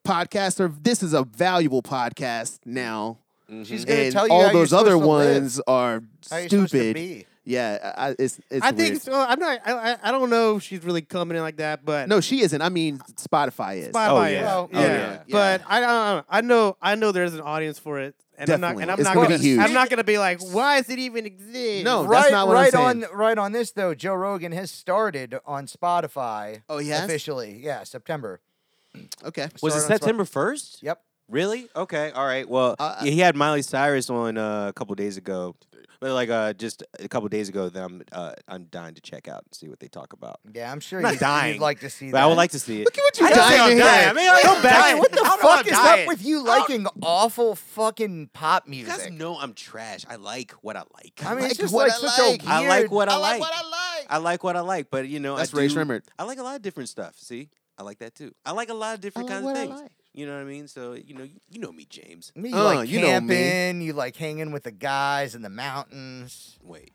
B: podcast or this is a valuable podcast now
D: She's gonna
B: and
D: tell you
B: all
D: how you're
B: those other
D: supposed to live,
B: ones are
D: how you're supposed to
B: stupid
D: be.
B: yeah I, I- it's, it's
E: I think
B: weird.
E: so. I'm not. I, I- I don't know if she's really coming in like that, but
B: no she isn't i mean spotify is
E: Spotify.
A: Oh,
E: is.
A: yeah.
D: Oh,
E: yeah.
A: yeah.
E: But I don't. I know. I know there's an audience for it, and I'm not.
B: Definitely.
E: And I'm
B: It's
E: not
B: gonna
E: gonna.
B: be huge.
E: I'm not gonna be like, why does it even exist?
A: Oh,
B: No,
D: right,
B: that's not what I'm
D: right
B: saying.
D: on right on this though. Joe Rogan has started on Spotify.
B: Oh, he has?
D: officially, yeah, September.
B: okay
A: was it
D: Started on Spotify.
A: September first?
D: Yep.
A: Really? Okay. All right. Well,
B: Uh,
A: yeah, he had Miley Cyrus on uh, a couple days ago, but like uh, just a couple days ago that I'm uh, I'm dying to check out and see what they talk about.
D: Yeah, I'm sure
A: not
D: you'd,
A: dying,
D: you'd like to see
A: But
D: that.
A: I would like to see it. Look at what
B: you're dying to hear.
A: I mean, like, don't back.
D: Dying, what the
A: I don't know
D: fuck
A: I'm
D: is
A: dying.
D: up with you liking awful fucking pop
A: You guys
D: music?
A: know I'm trash. I like what I like.
D: I mean,
B: like
D: it's just
B: what
D: like
B: I
D: such a
B: like.
D: weird.
A: I like what I, like.
D: I like.
A: I like what I like, but you know,
B: that's
A: I
B: ray
A: do-
B: Shrimmer.
A: I like a lot of different stuff. See, I like that too. I like a lot of different
B: like
A: kinds
B: what
A: of
B: I
A: things.
B: like.
A: You know what I mean? So you know, you, you know me, James.
D: You
B: Uh,
D: like
B: you know me.
D: camping. You like hanging with the guys in the mountains.
A: Wait,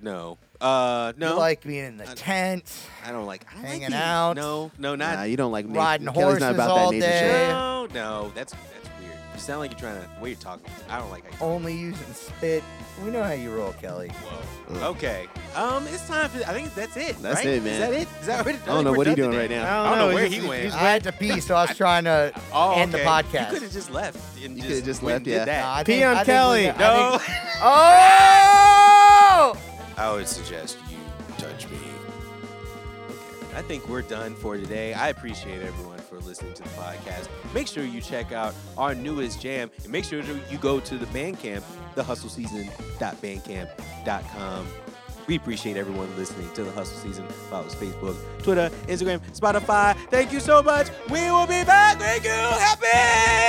A: no, uh, no,
D: You like being in the
A: I-
D: tent,
A: I don't like I don't like
D: hanging
A: being-
D: out.
A: No, no,
B: Nah,
A: not
B: you don't like nature.
D: riding
B: Kelly's
D: horses
B: not about
D: all
B: that nature
D: day.
B: shit.
A: no, no. That's that's weird. You sound like you're trying to. What are you talking? about? I don't like. How
D: only using spit. We know how you roll, Kelly.
A: you, whoa. Okay. Um, it's time for. I think that's it.
B: That's
A: right?
B: it,
A: Is
B: man.
A: that it? Is that what? I,
B: I don't know what he doing right now.
A: I don't know
E: he's
A: where
E: just-
A: he went.
E: he's-
D: I had to pee, so I was trying to
A: Oh,
D: end
A: okay.
D: the podcast.
A: You could have just left. And
B: You
A: just
B: could've just
A: went
B: left,
A: and did
B: yeah.
A: that.
D: Nah, I
E: Pee
D: think-
E: on
D: I think
E: Kelly.
D: we- I
A: (laughs)
D: think-
A: No.
D: Oh!
A: I would suggest you touch me. I think we're done for today. I appreciate everyone for listening to the podcast. Make sure you check out our newest jam and make sure that you go to the Bandcamp, thehustleseason.bandcamp.com. We appreciate everyone listening to the Hustle Season. Follow us Facebook, Twitter, Instagram, Spotify. Thank you so much. We will be back. Thank you. Happy